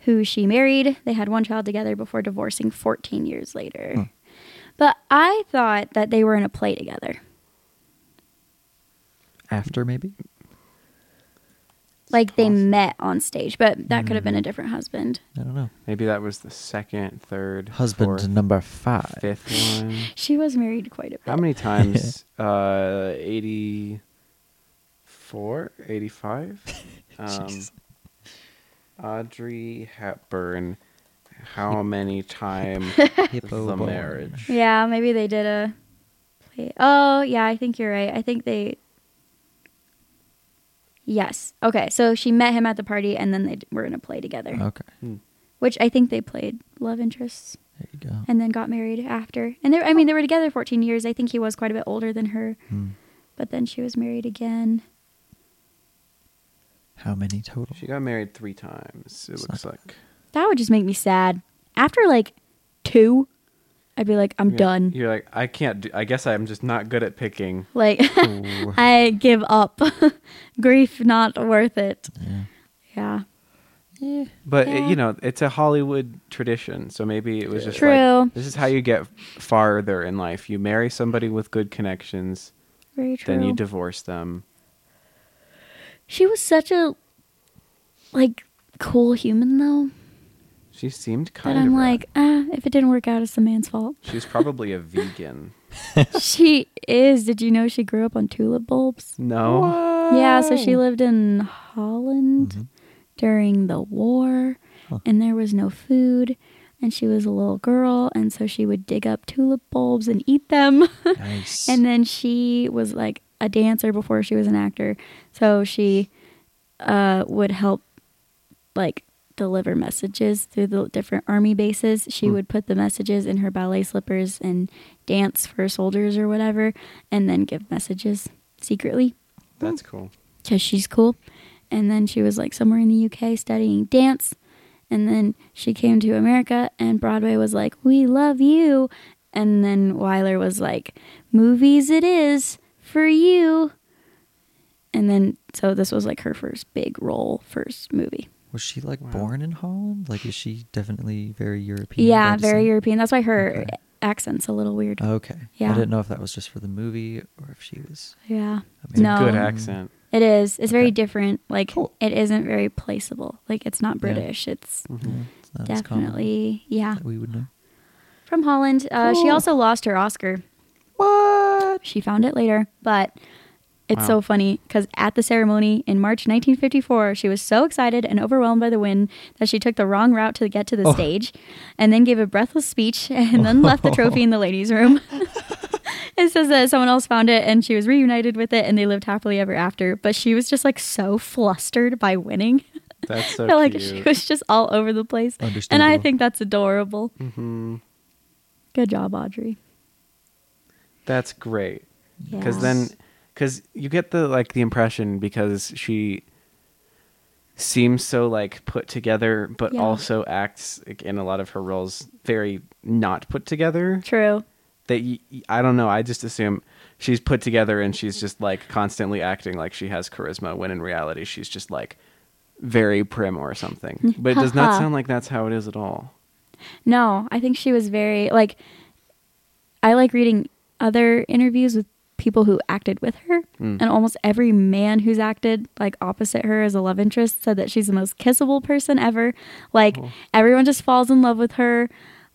[SPEAKER 2] who she married. They had one child together before divorcing 14 years later. But I thought that they were in a play together.
[SPEAKER 3] After maybe?
[SPEAKER 2] Like they met on stage, but that could have been
[SPEAKER 3] Mm-hmm.
[SPEAKER 2] a different husband.
[SPEAKER 3] I don't know.
[SPEAKER 1] Maybe that was the second, third,
[SPEAKER 3] Husband
[SPEAKER 1] fourth,
[SPEAKER 3] number five.
[SPEAKER 1] fifth one.
[SPEAKER 2] She was married quite a bit.
[SPEAKER 1] How many
[SPEAKER 2] [laughs]
[SPEAKER 1] times? uh, 84,
[SPEAKER 2] [laughs]
[SPEAKER 1] 85? Um,
[SPEAKER 3] Jeez.
[SPEAKER 1] Audrey Hepburn. How
[SPEAKER 2] [laughs]
[SPEAKER 1] many times
[SPEAKER 3] Hippo
[SPEAKER 1] the
[SPEAKER 3] bone.
[SPEAKER 1] marriage?
[SPEAKER 2] Yeah, maybe they did a play. Oh, yeah, I think you're right. I think they. Yes. Okay, so she met him at the party and then they d- were in a play together,
[SPEAKER 3] Okay.
[SPEAKER 1] Hmm.
[SPEAKER 2] which I think they played love interests
[SPEAKER 3] There you go.
[SPEAKER 2] and then got married after. And they, I mean, they were together 14 years. I think he was quite a bit older than her,
[SPEAKER 3] Hmm.
[SPEAKER 2] but then she was married again.
[SPEAKER 3] How many total?
[SPEAKER 1] She got married three times, it looks like.
[SPEAKER 2] That would just make me sad. After like two, I'd be like, I'm
[SPEAKER 1] You're-
[SPEAKER 2] done.
[SPEAKER 1] You're like, I can't do, I guess I'm just not good at picking.
[SPEAKER 2] Like,
[SPEAKER 3] Ooh.
[SPEAKER 2] [laughs] I give up. [laughs] Grief not worth it.
[SPEAKER 3] yeah.
[SPEAKER 2] [laughs] Yeah.
[SPEAKER 1] But it,
[SPEAKER 2] Yeah.
[SPEAKER 1] you know, it's a Hollywood tradition, so maybe it was just
[SPEAKER 2] True.
[SPEAKER 1] like this is how you get farther in life. You marry somebody with good connections,
[SPEAKER 2] Very true.
[SPEAKER 1] then you divorce them.
[SPEAKER 2] she was such a like cool human though
[SPEAKER 1] She seemed
[SPEAKER 2] that
[SPEAKER 1] kind of.
[SPEAKER 2] I'm
[SPEAKER 1] rad.
[SPEAKER 2] like, ah, if it didn't work out, it's the man's
[SPEAKER 1] [laughs]
[SPEAKER 2] fault. [laughs]
[SPEAKER 1] she's probably a vegan.
[SPEAKER 2] she is. Did you know she grew up on tulip bulbs?
[SPEAKER 1] No,
[SPEAKER 2] Yeah, so
[SPEAKER 1] Oh.
[SPEAKER 2] she lived in Holland
[SPEAKER 1] Mm-hmm.
[SPEAKER 2] during the war, and there was no food. And she was a little girl, and so she would dig up tulip bulbs and eat them. [laughs]
[SPEAKER 3] Nice.
[SPEAKER 2] And then she was like a dancer before she was an actor. So she uh, would help like deliver messages through the different army bases. She would put the messages in her ballet slippers and dance for soldiers or whatever, and then give messages secretly
[SPEAKER 1] that's cool.
[SPEAKER 2] because she's cool. And then she was like somewhere in the UK studying dance. And then she came to America, and Broadway was like, We love you. And then Weiler was like, Movies it is for you. And then, so this was like her first big role, first movie.
[SPEAKER 3] was she like
[SPEAKER 1] Wow.
[SPEAKER 3] born in Holland? Like, is she definitely very European?
[SPEAKER 2] Yeah,
[SPEAKER 3] by
[SPEAKER 2] very
[SPEAKER 3] descent?
[SPEAKER 2] European. That's why her
[SPEAKER 3] Okay. Oh.
[SPEAKER 2] accent's a little weird.
[SPEAKER 3] Okay.
[SPEAKER 2] Yeah.
[SPEAKER 3] I didn't know if that was just for the movie or if she was.
[SPEAKER 2] yeah.
[SPEAKER 3] It's a
[SPEAKER 2] no.
[SPEAKER 1] Good accent.
[SPEAKER 2] It is. It's very
[SPEAKER 3] Okay.
[SPEAKER 2] different. Like,
[SPEAKER 3] Cool.
[SPEAKER 2] it isn't very placeable. Like, it's not British. It's
[SPEAKER 1] Mhm.
[SPEAKER 3] It's not as Mm-hmm. common
[SPEAKER 2] definitely, yeah.
[SPEAKER 3] that we would know.
[SPEAKER 2] from Holland. Uh, She
[SPEAKER 3] Cool.
[SPEAKER 2] also lost her Oscar. What? She found it later, but it's
[SPEAKER 1] Wow.
[SPEAKER 2] so funny because at the ceremony in March 1954, she was so excited and overwhelmed by the win that she took the wrong route to get to the
[SPEAKER 3] Oh.
[SPEAKER 2] stage and then gave a breathless speech and then left the trophy in the ladies' room. [laughs] it says that someone else found it and she was reunited with it and they lived happily ever after, but she was just like so flustered by winning.
[SPEAKER 1] That's
[SPEAKER 2] [laughs]
[SPEAKER 1] so
[SPEAKER 2] like
[SPEAKER 1] cute.
[SPEAKER 2] she was just all over the place. And I
[SPEAKER 3] Understandable.
[SPEAKER 2] think that's adorable.
[SPEAKER 1] Mhm.
[SPEAKER 2] Good job, Audrey.
[SPEAKER 1] That's great. because
[SPEAKER 2] Yeah.
[SPEAKER 1] then because you get the like the impression because she seems so like put together but
[SPEAKER 2] Yeah.
[SPEAKER 1] also acts like, in a lot of her roles very not put together
[SPEAKER 2] True.
[SPEAKER 1] that y- y- i don't know i just assume she's put together and she's just like constantly acting like she has charisma when in reality she's just like very prim or
[SPEAKER 2] [laughs]
[SPEAKER 1] something but it does not
[SPEAKER 2] Haha.
[SPEAKER 1] sound like that's how it is at all
[SPEAKER 2] No, I think she was very like I like reading other interviews with people who acted with her
[SPEAKER 1] Mm.
[SPEAKER 2] and almost every man who's acted like opposite her as a love interest said that she's the most kissable person ever. Like
[SPEAKER 1] Cool.
[SPEAKER 2] everyone just falls in love with her.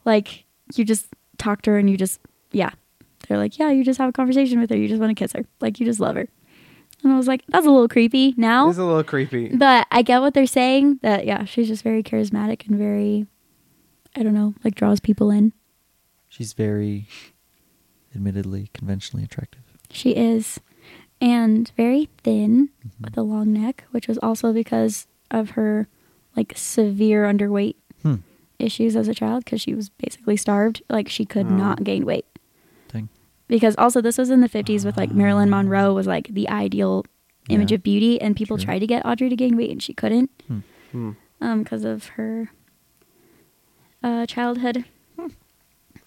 [SPEAKER 2] Like you just talk to her and you just yeah. They're like, "Yeah, you just have a conversation with her. You just want to kiss her. Like you just love her." And I was like, that's a little creepy now.
[SPEAKER 1] It's a little creepy.
[SPEAKER 2] But I get what they're saying that yeah, she's just very charismatic and very I don't know, like draws people in.
[SPEAKER 3] She's very, admittedly, conventionally attractive.
[SPEAKER 2] She is and very thin
[SPEAKER 3] Mm-hmm.
[SPEAKER 2] with a long neck, which was also because of her like severe underweight
[SPEAKER 3] Hmm.
[SPEAKER 2] issues as a child cuz she was basically starved, like she could
[SPEAKER 1] Oh.
[SPEAKER 2] not gain weight.
[SPEAKER 3] Thing.
[SPEAKER 2] Because also this was in the 50s with like Marilyn Monroe was like the ideal image
[SPEAKER 3] Ah. Yeah.
[SPEAKER 2] of beauty and people
[SPEAKER 3] True.
[SPEAKER 2] tried to get Audrey to gain weight and she couldn't.
[SPEAKER 3] Hmm.
[SPEAKER 1] Hmm.
[SPEAKER 2] um because of her uh childhood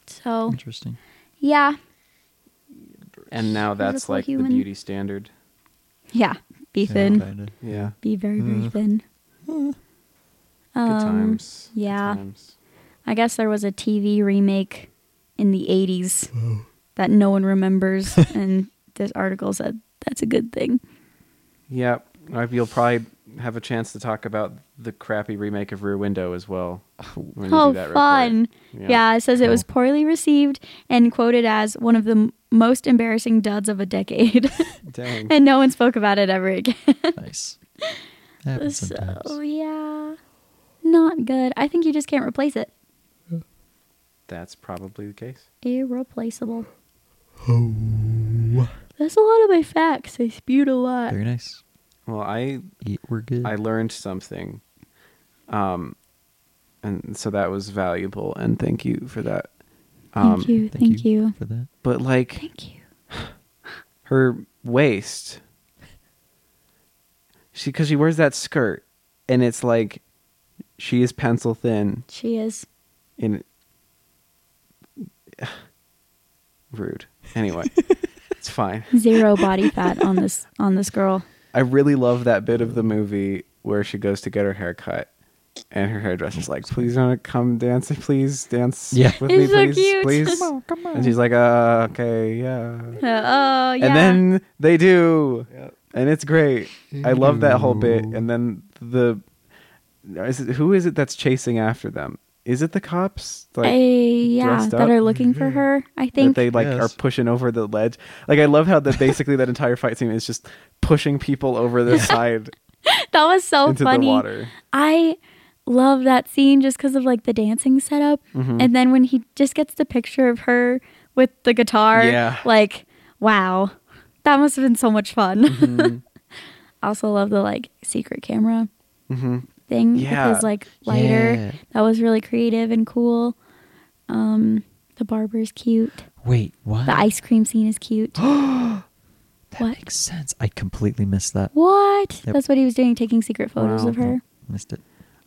[SPEAKER 2] so
[SPEAKER 3] Interesting.
[SPEAKER 2] yeah
[SPEAKER 1] And now that's
[SPEAKER 2] Physical
[SPEAKER 1] like
[SPEAKER 2] human.
[SPEAKER 1] the beauty standard.
[SPEAKER 2] yeah be thin
[SPEAKER 3] Yeah, kinda.
[SPEAKER 1] Yeah.
[SPEAKER 2] be very very
[SPEAKER 3] Uh,
[SPEAKER 2] thin um,
[SPEAKER 1] Good times. Good
[SPEAKER 2] yeah.
[SPEAKER 1] times.
[SPEAKER 2] i guess there was a tv remake in the 80s
[SPEAKER 3] Oh.
[SPEAKER 2] that no
[SPEAKER 3] [laughs]
[SPEAKER 2] one remembers and this article said that's a good thing
[SPEAKER 1] Yeah. I- Uh, You'll probably have a chance to talk about the crappy remake of Rear Window as well. [laughs] when you do
[SPEAKER 2] oh
[SPEAKER 1] that report.
[SPEAKER 2] fun yeah. it says it was
[SPEAKER 3] Cool.
[SPEAKER 2] poorly received and quoted as one of the m- most embarrassing duds of a decade [laughs]
[SPEAKER 1] Dang.
[SPEAKER 2] and no one spoke about it ever again
[SPEAKER 3] nice. Happens sometimes.
[SPEAKER 2] So oh, yeah, not good. I think you just can't replace it.
[SPEAKER 1] That's probably the case.
[SPEAKER 2] Irreplaceable.
[SPEAKER 1] Oh.
[SPEAKER 2] That's a lot of my facts. I spewed a lot.
[SPEAKER 3] Very nice.
[SPEAKER 1] Well, I
[SPEAKER 3] Yeah, we're good.
[SPEAKER 1] I learned something. Um and so that was valuable and thank you for that. um,
[SPEAKER 2] thank you, thank, you.
[SPEAKER 3] for that.
[SPEAKER 1] But like
[SPEAKER 2] thank you.
[SPEAKER 1] her waist. She because she wears that skirt, and it's like she is pencil thin
[SPEAKER 2] She is.
[SPEAKER 1] and [sighs] rude.
[SPEAKER 2] [laughs]
[SPEAKER 1] Anyway, it's fine.
[SPEAKER 2] Zero body fat on
[SPEAKER 1] [laughs]
[SPEAKER 2] this on this girl.
[SPEAKER 1] I really love that bit of the movie where she goes to get her hair cut. And her hairdresser's like, please don't come dancing, please dance
[SPEAKER 3] Yeah.
[SPEAKER 1] with
[SPEAKER 2] It's so
[SPEAKER 1] me, please,
[SPEAKER 2] cute.
[SPEAKER 1] please. And she's like, uh, okay, yeah.
[SPEAKER 2] Uh, oh yeah.
[SPEAKER 1] and then they do and it's great i love that whole bit and then the is it, who is it that's chasing after them is it the cops like
[SPEAKER 2] I, yeah,
[SPEAKER 1] dressed
[SPEAKER 2] that
[SPEAKER 1] up? Mm-hmm.
[SPEAKER 2] are looking for her. I
[SPEAKER 1] that
[SPEAKER 2] think.
[SPEAKER 1] they like
[SPEAKER 3] Yes.
[SPEAKER 1] are pushing over the ledge like i love how that basically that entire fight scene is just pushing people over the
[SPEAKER 2] [laughs]
[SPEAKER 1] side
[SPEAKER 2] that was so
[SPEAKER 1] into
[SPEAKER 2] funny.
[SPEAKER 1] the water
[SPEAKER 2] I love that scene just because of like the dancing setup.
[SPEAKER 1] Mm-hmm.
[SPEAKER 2] And then when he just gets the picture of her with the guitar,
[SPEAKER 1] Yeah.
[SPEAKER 2] like, wow, that must have been so much fun.
[SPEAKER 1] Mm-hmm.
[SPEAKER 2] [laughs] I also love the like secret camera
[SPEAKER 1] Mhm.
[SPEAKER 2] thing.
[SPEAKER 1] Yeah.
[SPEAKER 2] Because like lighter,
[SPEAKER 3] Yeah.
[SPEAKER 2] that was really creative and cool. Um, the barber's cute.
[SPEAKER 3] Wait, what?
[SPEAKER 2] The ice cream scene
[SPEAKER 1] [gasps]
[SPEAKER 2] is cute.
[SPEAKER 3] that
[SPEAKER 2] what?
[SPEAKER 3] makes sense. I completely missed that.
[SPEAKER 2] what?
[SPEAKER 3] Yep.
[SPEAKER 2] That's what he was doing, taking secret photos
[SPEAKER 1] Wow.
[SPEAKER 2] of her.
[SPEAKER 3] Missed it.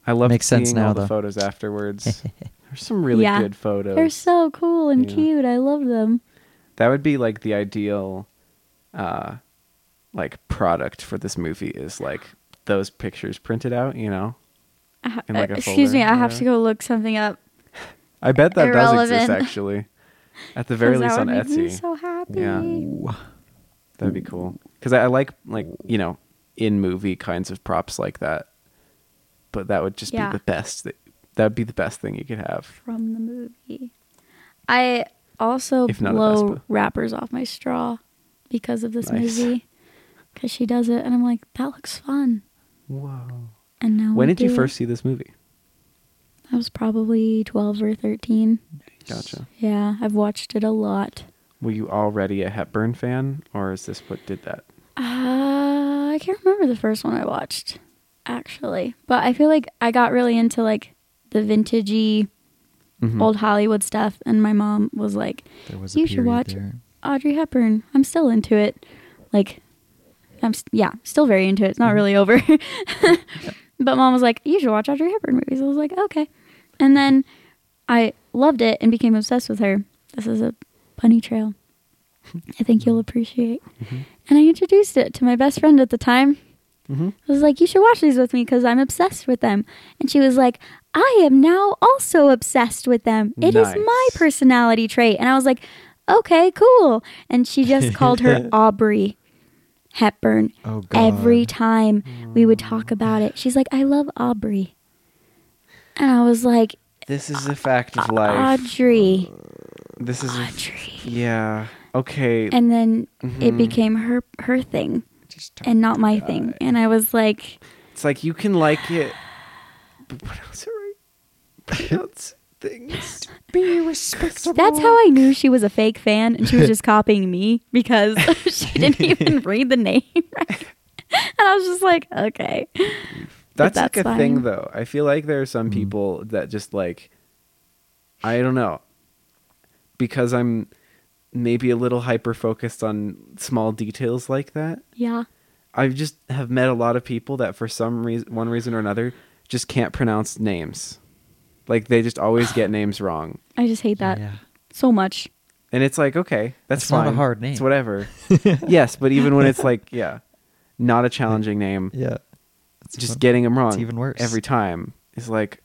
[SPEAKER 1] i love
[SPEAKER 3] Makes
[SPEAKER 1] seeing
[SPEAKER 3] sense now,
[SPEAKER 1] all the
[SPEAKER 3] though.
[SPEAKER 1] photos
[SPEAKER 3] [laughs]
[SPEAKER 1] afterwards there's some really
[SPEAKER 2] Yeah.
[SPEAKER 1] good photos
[SPEAKER 2] They're so cool and
[SPEAKER 1] Yeah.
[SPEAKER 2] cute. I love them.
[SPEAKER 1] that would be like the ideal uh like product for this movie is like those pictures printed out you know
[SPEAKER 2] I ha-
[SPEAKER 1] In, like,
[SPEAKER 2] uh,
[SPEAKER 1] a
[SPEAKER 2] excuse me,
[SPEAKER 1] folder,
[SPEAKER 2] I have
[SPEAKER 1] yeah.
[SPEAKER 2] to go look something up.
[SPEAKER 1] i bet that does exist
[SPEAKER 2] Irrelevant.
[SPEAKER 1] actually at the very
[SPEAKER 2] 'cause
[SPEAKER 1] least
[SPEAKER 2] that
[SPEAKER 1] on
[SPEAKER 2] would make me
[SPEAKER 1] etsy
[SPEAKER 2] so happy.
[SPEAKER 1] Yeah. that'd be cool because I, I like like you know in movie kinds of props like that but that would just
[SPEAKER 2] Yeah.
[SPEAKER 1] be the best that that'd be the best thing you could have
[SPEAKER 2] From the movie. I also
[SPEAKER 1] If not a
[SPEAKER 2] blow
[SPEAKER 1] Vespa.
[SPEAKER 2] wrappers off my straw because of this
[SPEAKER 1] Nice.
[SPEAKER 2] movie. Because she does it, and I'm like, that looks fun.
[SPEAKER 1] wow
[SPEAKER 2] And now
[SPEAKER 1] when
[SPEAKER 2] we
[SPEAKER 1] did you
[SPEAKER 2] do it.
[SPEAKER 1] first see this movie
[SPEAKER 2] I was probably 12 or 13.
[SPEAKER 1] gotcha
[SPEAKER 2] Yeah, I've watched it a lot.
[SPEAKER 1] were you already a hepburn fan or is this what did that
[SPEAKER 2] Uh, I can't remember the first one I watched, actually. But I feel like I got really into like the vintagey
[SPEAKER 1] Mhm.
[SPEAKER 2] old Hollywood stuff, and my mom was like,
[SPEAKER 3] There was
[SPEAKER 2] You
[SPEAKER 3] a
[SPEAKER 2] should
[SPEAKER 3] period
[SPEAKER 2] watch-
[SPEAKER 3] there.
[SPEAKER 2] Audrey Hepburn. I'm still into it. Like, I'm s yeah, still very into it. It's not really over. [laughs] but mom was like, "You should watch Audrey Hepburn movies." I was like, "Okay," and then I loved it and became obsessed with her. This is a bunny trail. I think you'll appreciate. And I introduced it to my best friend at the time.
[SPEAKER 1] Mhm.
[SPEAKER 2] I was like, "You should watch these with me because I'm obsessed with them." And she was like, "I am now also obsessed with them. It is my
[SPEAKER 1] Nice.
[SPEAKER 2] personality trait." And I was like, "Okay, cool." And she
[SPEAKER 1] [laughs]
[SPEAKER 2] just called her Aubrey Hepburn
[SPEAKER 3] Oh god.
[SPEAKER 2] every time we would
[SPEAKER 1] Mm.
[SPEAKER 2] talk about it. She's like, "I love Aubrey," and I was like,
[SPEAKER 1] this is a fact of life
[SPEAKER 2] "Audrey,
[SPEAKER 1] this is a f-
[SPEAKER 2] Audrey."
[SPEAKER 1] yeah okay
[SPEAKER 2] And then it
[SPEAKER 1] Mhm.
[SPEAKER 2] became her her thing.
[SPEAKER 3] just
[SPEAKER 2] and not my thing. And I was like,
[SPEAKER 1] It's like you can like it, but pronounce it [laughs] right. Pronounce things.
[SPEAKER 3] be respectable.
[SPEAKER 2] that's how I knew she was a fake fan and she was
[SPEAKER 1] [laughs]
[SPEAKER 2] just copying me because [laughs] she didn't even read the name [laughs] right. And I was just like, okay.
[SPEAKER 1] That's,
[SPEAKER 2] that's
[SPEAKER 1] like a
[SPEAKER 2] fine.
[SPEAKER 1] thing, though. I feel like there are some
[SPEAKER 3] Mm-hmm.
[SPEAKER 1] people that just like, I don't know, because I'm maybe a little hyper focused on small details like that.
[SPEAKER 2] Yeah.
[SPEAKER 1] I just have met a lot of people that for some reason, one reason or another, just can't pronounce names. Like they just always
[SPEAKER 3] [sighs]
[SPEAKER 1] get names wrong,
[SPEAKER 2] I just hate that so much.
[SPEAKER 1] and it's like, okay, that's,
[SPEAKER 3] That's
[SPEAKER 1] fine.
[SPEAKER 3] not a hard
[SPEAKER 1] It's
[SPEAKER 3] name. [laughs]
[SPEAKER 1] whatever. yes, but even when it's like, yeah, not a challenging name,
[SPEAKER 3] Yeah. It's
[SPEAKER 1] just
[SPEAKER 3] fun.
[SPEAKER 1] getting them wrong.
[SPEAKER 3] even worse.
[SPEAKER 1] every time. It's like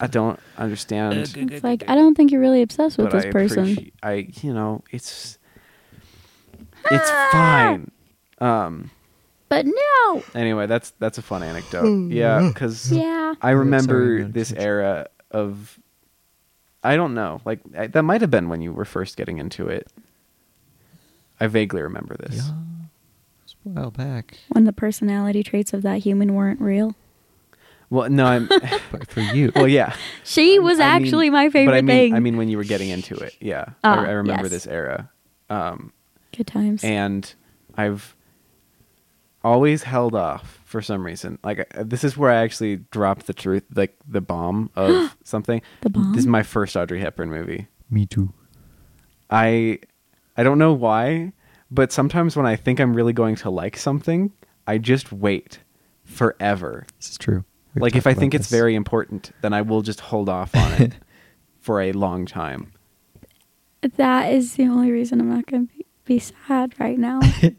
[SPEAKER 1] I don't understand,
[SPEAKER 2] It's like, I don't think you're really obsessed with
[SPEAKER 1] but I
[SPEAKER 2] this person.
[SPEAKER 1] appreciate. I you know it's it's fine. Um. [laughs]
[SPEAKER 2] But no.
[SPEAKER 1] Anyway, that's that's a fun anecdote. Yeah, because
[SPEAKER 2] Hmm.
[SPEAKER 1] I
[SPEAKER 2] Yeah.
[SPEAKER 3] I'm sorry,
[SPEAKER 1] remember
[SPEAKER 3] Madam
[SPEAKER 1] this
[SPEAKER 3] Teacher.
[SPEAKER 1] era of. I don't know. Like I, that might have been when you were first getting into it. I vaguely remember this.
[SPEAKER 3] Yeah. It's a while back.
[SPEAKER 2] When the personality traits of that human weren't real.
[SPEAKER 1] Well, no, I'm.
[SPEAKER 3] But for [laughs] you.
[SPEAKER 1] well,
[SPEAKER 2] [laughs]
[SPEAKER 1] yeah.
[SPEAKER 2] She was
[SPEAKER 1] I mean-
[SPEAKER 2] actually my
[SPEAKER 1] but
[SPEAKER 2] favorite
[SPEAKER 1] I mean,
[SPEAKER 2] thing.
[SPEAKER 1] I mean, when you were getting into it, yeah.
[SPEAKER 2] Ah,
[SPEAKER 1] I, I remember
[SPEAKER 2] yes.
[SPEAKER 1] this era.
[SPEAKER 2] good times.
[SPEAKER 1] and I've always held off for some reason. Like I- this is where I actually dropped the truth, like the bomb
[SPEAKER 2] [gasps]
[SPEAKER 1] of [gasps] something.
[SPEAKER 2] The
[SPEAKER 1] This is
[SPEAKER 2] bomb?
[SPEAKER 1] my first Audrey Hepburn movie.
[SPEAKER 3] Me too.
[SPEAKER 1] I I don't know why, but sometimes when I think I'm really going to like something, I just wait forever.
[SPEAKER 3] This is true. We've
[SPEAKER 1] like if
[SPEAKER 3] talked
[SPEAKER 1] I
[SPEAKER 3] about
[SPEAKER 1] think it's
[SPEAKER 3] this.
[SPEAKER 1] very important, then I will just hold off on
[SPEAKER 3] [laughs]
[SPEAKER 1] it for a long time.
[SPEAKER 2] that is the only reason I'm not going to be, be sad right
[SPEAKER 1] [laughs]
[SPEAKER 2] now.
[SPEAKER 1] I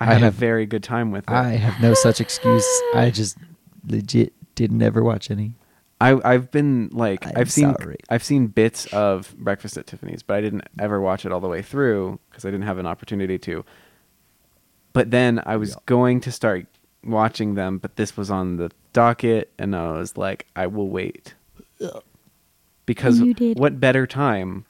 [SPEAKER 3] I
[SPEAKER 1] had a
[SPEAKER 3] have-
[SPEAKER 1] very good time with it.
[SPEAKER 3] I have no such excuse. I just legit did never watch any.
[SPEAKER 1] I I've been like i
[SPEAKER 3] I'm
[SPEAKER 1] have seen
[SPEAKER 3] sorry.
[SPEAKER 1] I've seen bits of Breakfast at Tiffany's, but I didn't ever watch it all the way through because I didn't have an opportunity to. But then I was going to start watching them, but this was on the docket, and I was like, I will wait because
[SPEAKER 2] You did.
[SPEAKER 1] what better time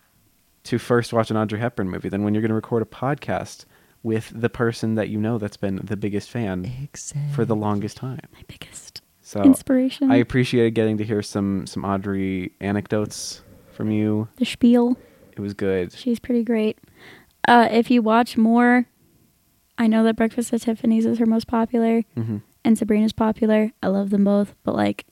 [SPEAKER 1] to first watch an Audrey Hepburn movie than when you're going to record a podcast with the person that you know that's been the biggest fan
[SPEAKER 3] Exactly.
[SPEAKER 1] for the longest time.
[SPEAKER 2] my biggest
[SPEAKER 1] So
[SPEAKER 2] inspiration.
[SPEAKER 1] I appreciated getting to hear some some Audrey anecdotes from you.
[SPEAKER 2] the spiel.
[SPEAKER 1] It was good.
[SPEAKER 2] She's pretty great. Uh, if you watch more, I know that Breakfast at Tiffany's is her most popular
[SPEAKER 1] Mhm.
[SPEAKER 2] and Sabrina's popular. I love them both, but like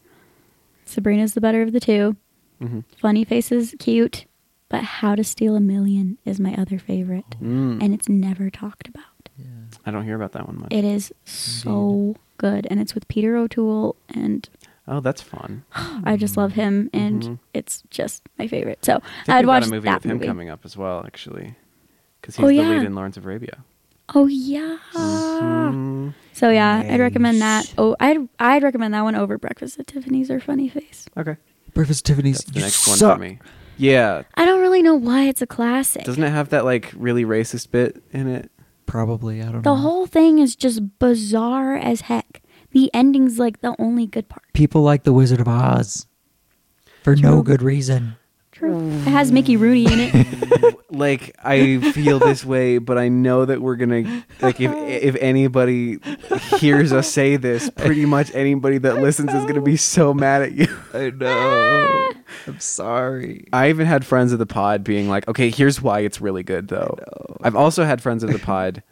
[SPEAKER 2] Sabrina's the better of the two.
[SPEAKER 1] Mhm.
[SPEAKER 2] Funny Faces, cute, but How to Steal a Million is my other favorite,
[SPEAKER 1] Mm.
[SPEAKER 2] and it's never talked about.
[SPEAKER 3] Yeah.
[SPEAKER 1] I don't hear about that one much.
[SPEAKER 2] It is so good, and it's with Peter O'Toole, and
[SPEAKER 1] oh, that's fun.
[SPEAKER 2] I just love him, and
[SPEAKER 1] Mhm.
[SPEAKER 2] it's just my favorite. So
[SPEAKER 1] I think
[SPEAKER 2] I'd
[SPEAKER 1] we've got
[SPEAKER 2] watch
[SPEAKER 1] a movie
[SPEAKER 2] that
[SPEAKER 1] with him
[SPEAKER 2] movie.
[SPEAKER 1] coming up as well, actually, because he's
[SPEAKER 2] Oh,
[SPEAKER 1] the
[SPEAKER 2] yeah. Uh,
[SPEAKER 1] lead in Lawrence of Arabia.
[SPEAKER 2] Oh yeah.
[SPEAKER 1] Mhm.
[SPEAKER 2] So yeah, I'd recommend that.
[SPEAKER 3] Nice.
[SPEAKER 2] Oh, I'd I'd recommend that one over Breakfast at Tiffany's or Funny Face.
[SPEAKER 1] Okay,
[SPEAKER 3] Breakfast at Tiffany's.
[SPEAKER 1] that's the
[SPEAKER 3] you
[SPEAKER 1] next one
[SPEAKER 3] suck.
[SPEAKER 1] for me. Yeah,
[SPEAKER 2] I don't really know why it's a classic.
[SPEAKER 1] doesn't it have that like really racist bit in it?
[SPEAKER 3] Probably. I don't know.
[SPEAKER 2] the whole thing is just bizarre as heck. The ending's like the only good part.
[SPEAKER 3] People like The Wizard of Oz for no good reason.
[SPEAKER 2] True. It has Mickey Rooney in it.
[SPEAKER 1] like I
[SPEAKER 3] [laughs]
[SPEAKER 1] feel this way, but I know that we're gonna like if if anybody hears us say this, pretty much anybody that listens is gonna be so mad at you.
[SPEAKER 3] I know. I'm sorry.
[SPEAKER 1] I even had friends of the pod being like, "Okay, here's why it's really good, though." I've also had friends of the pod,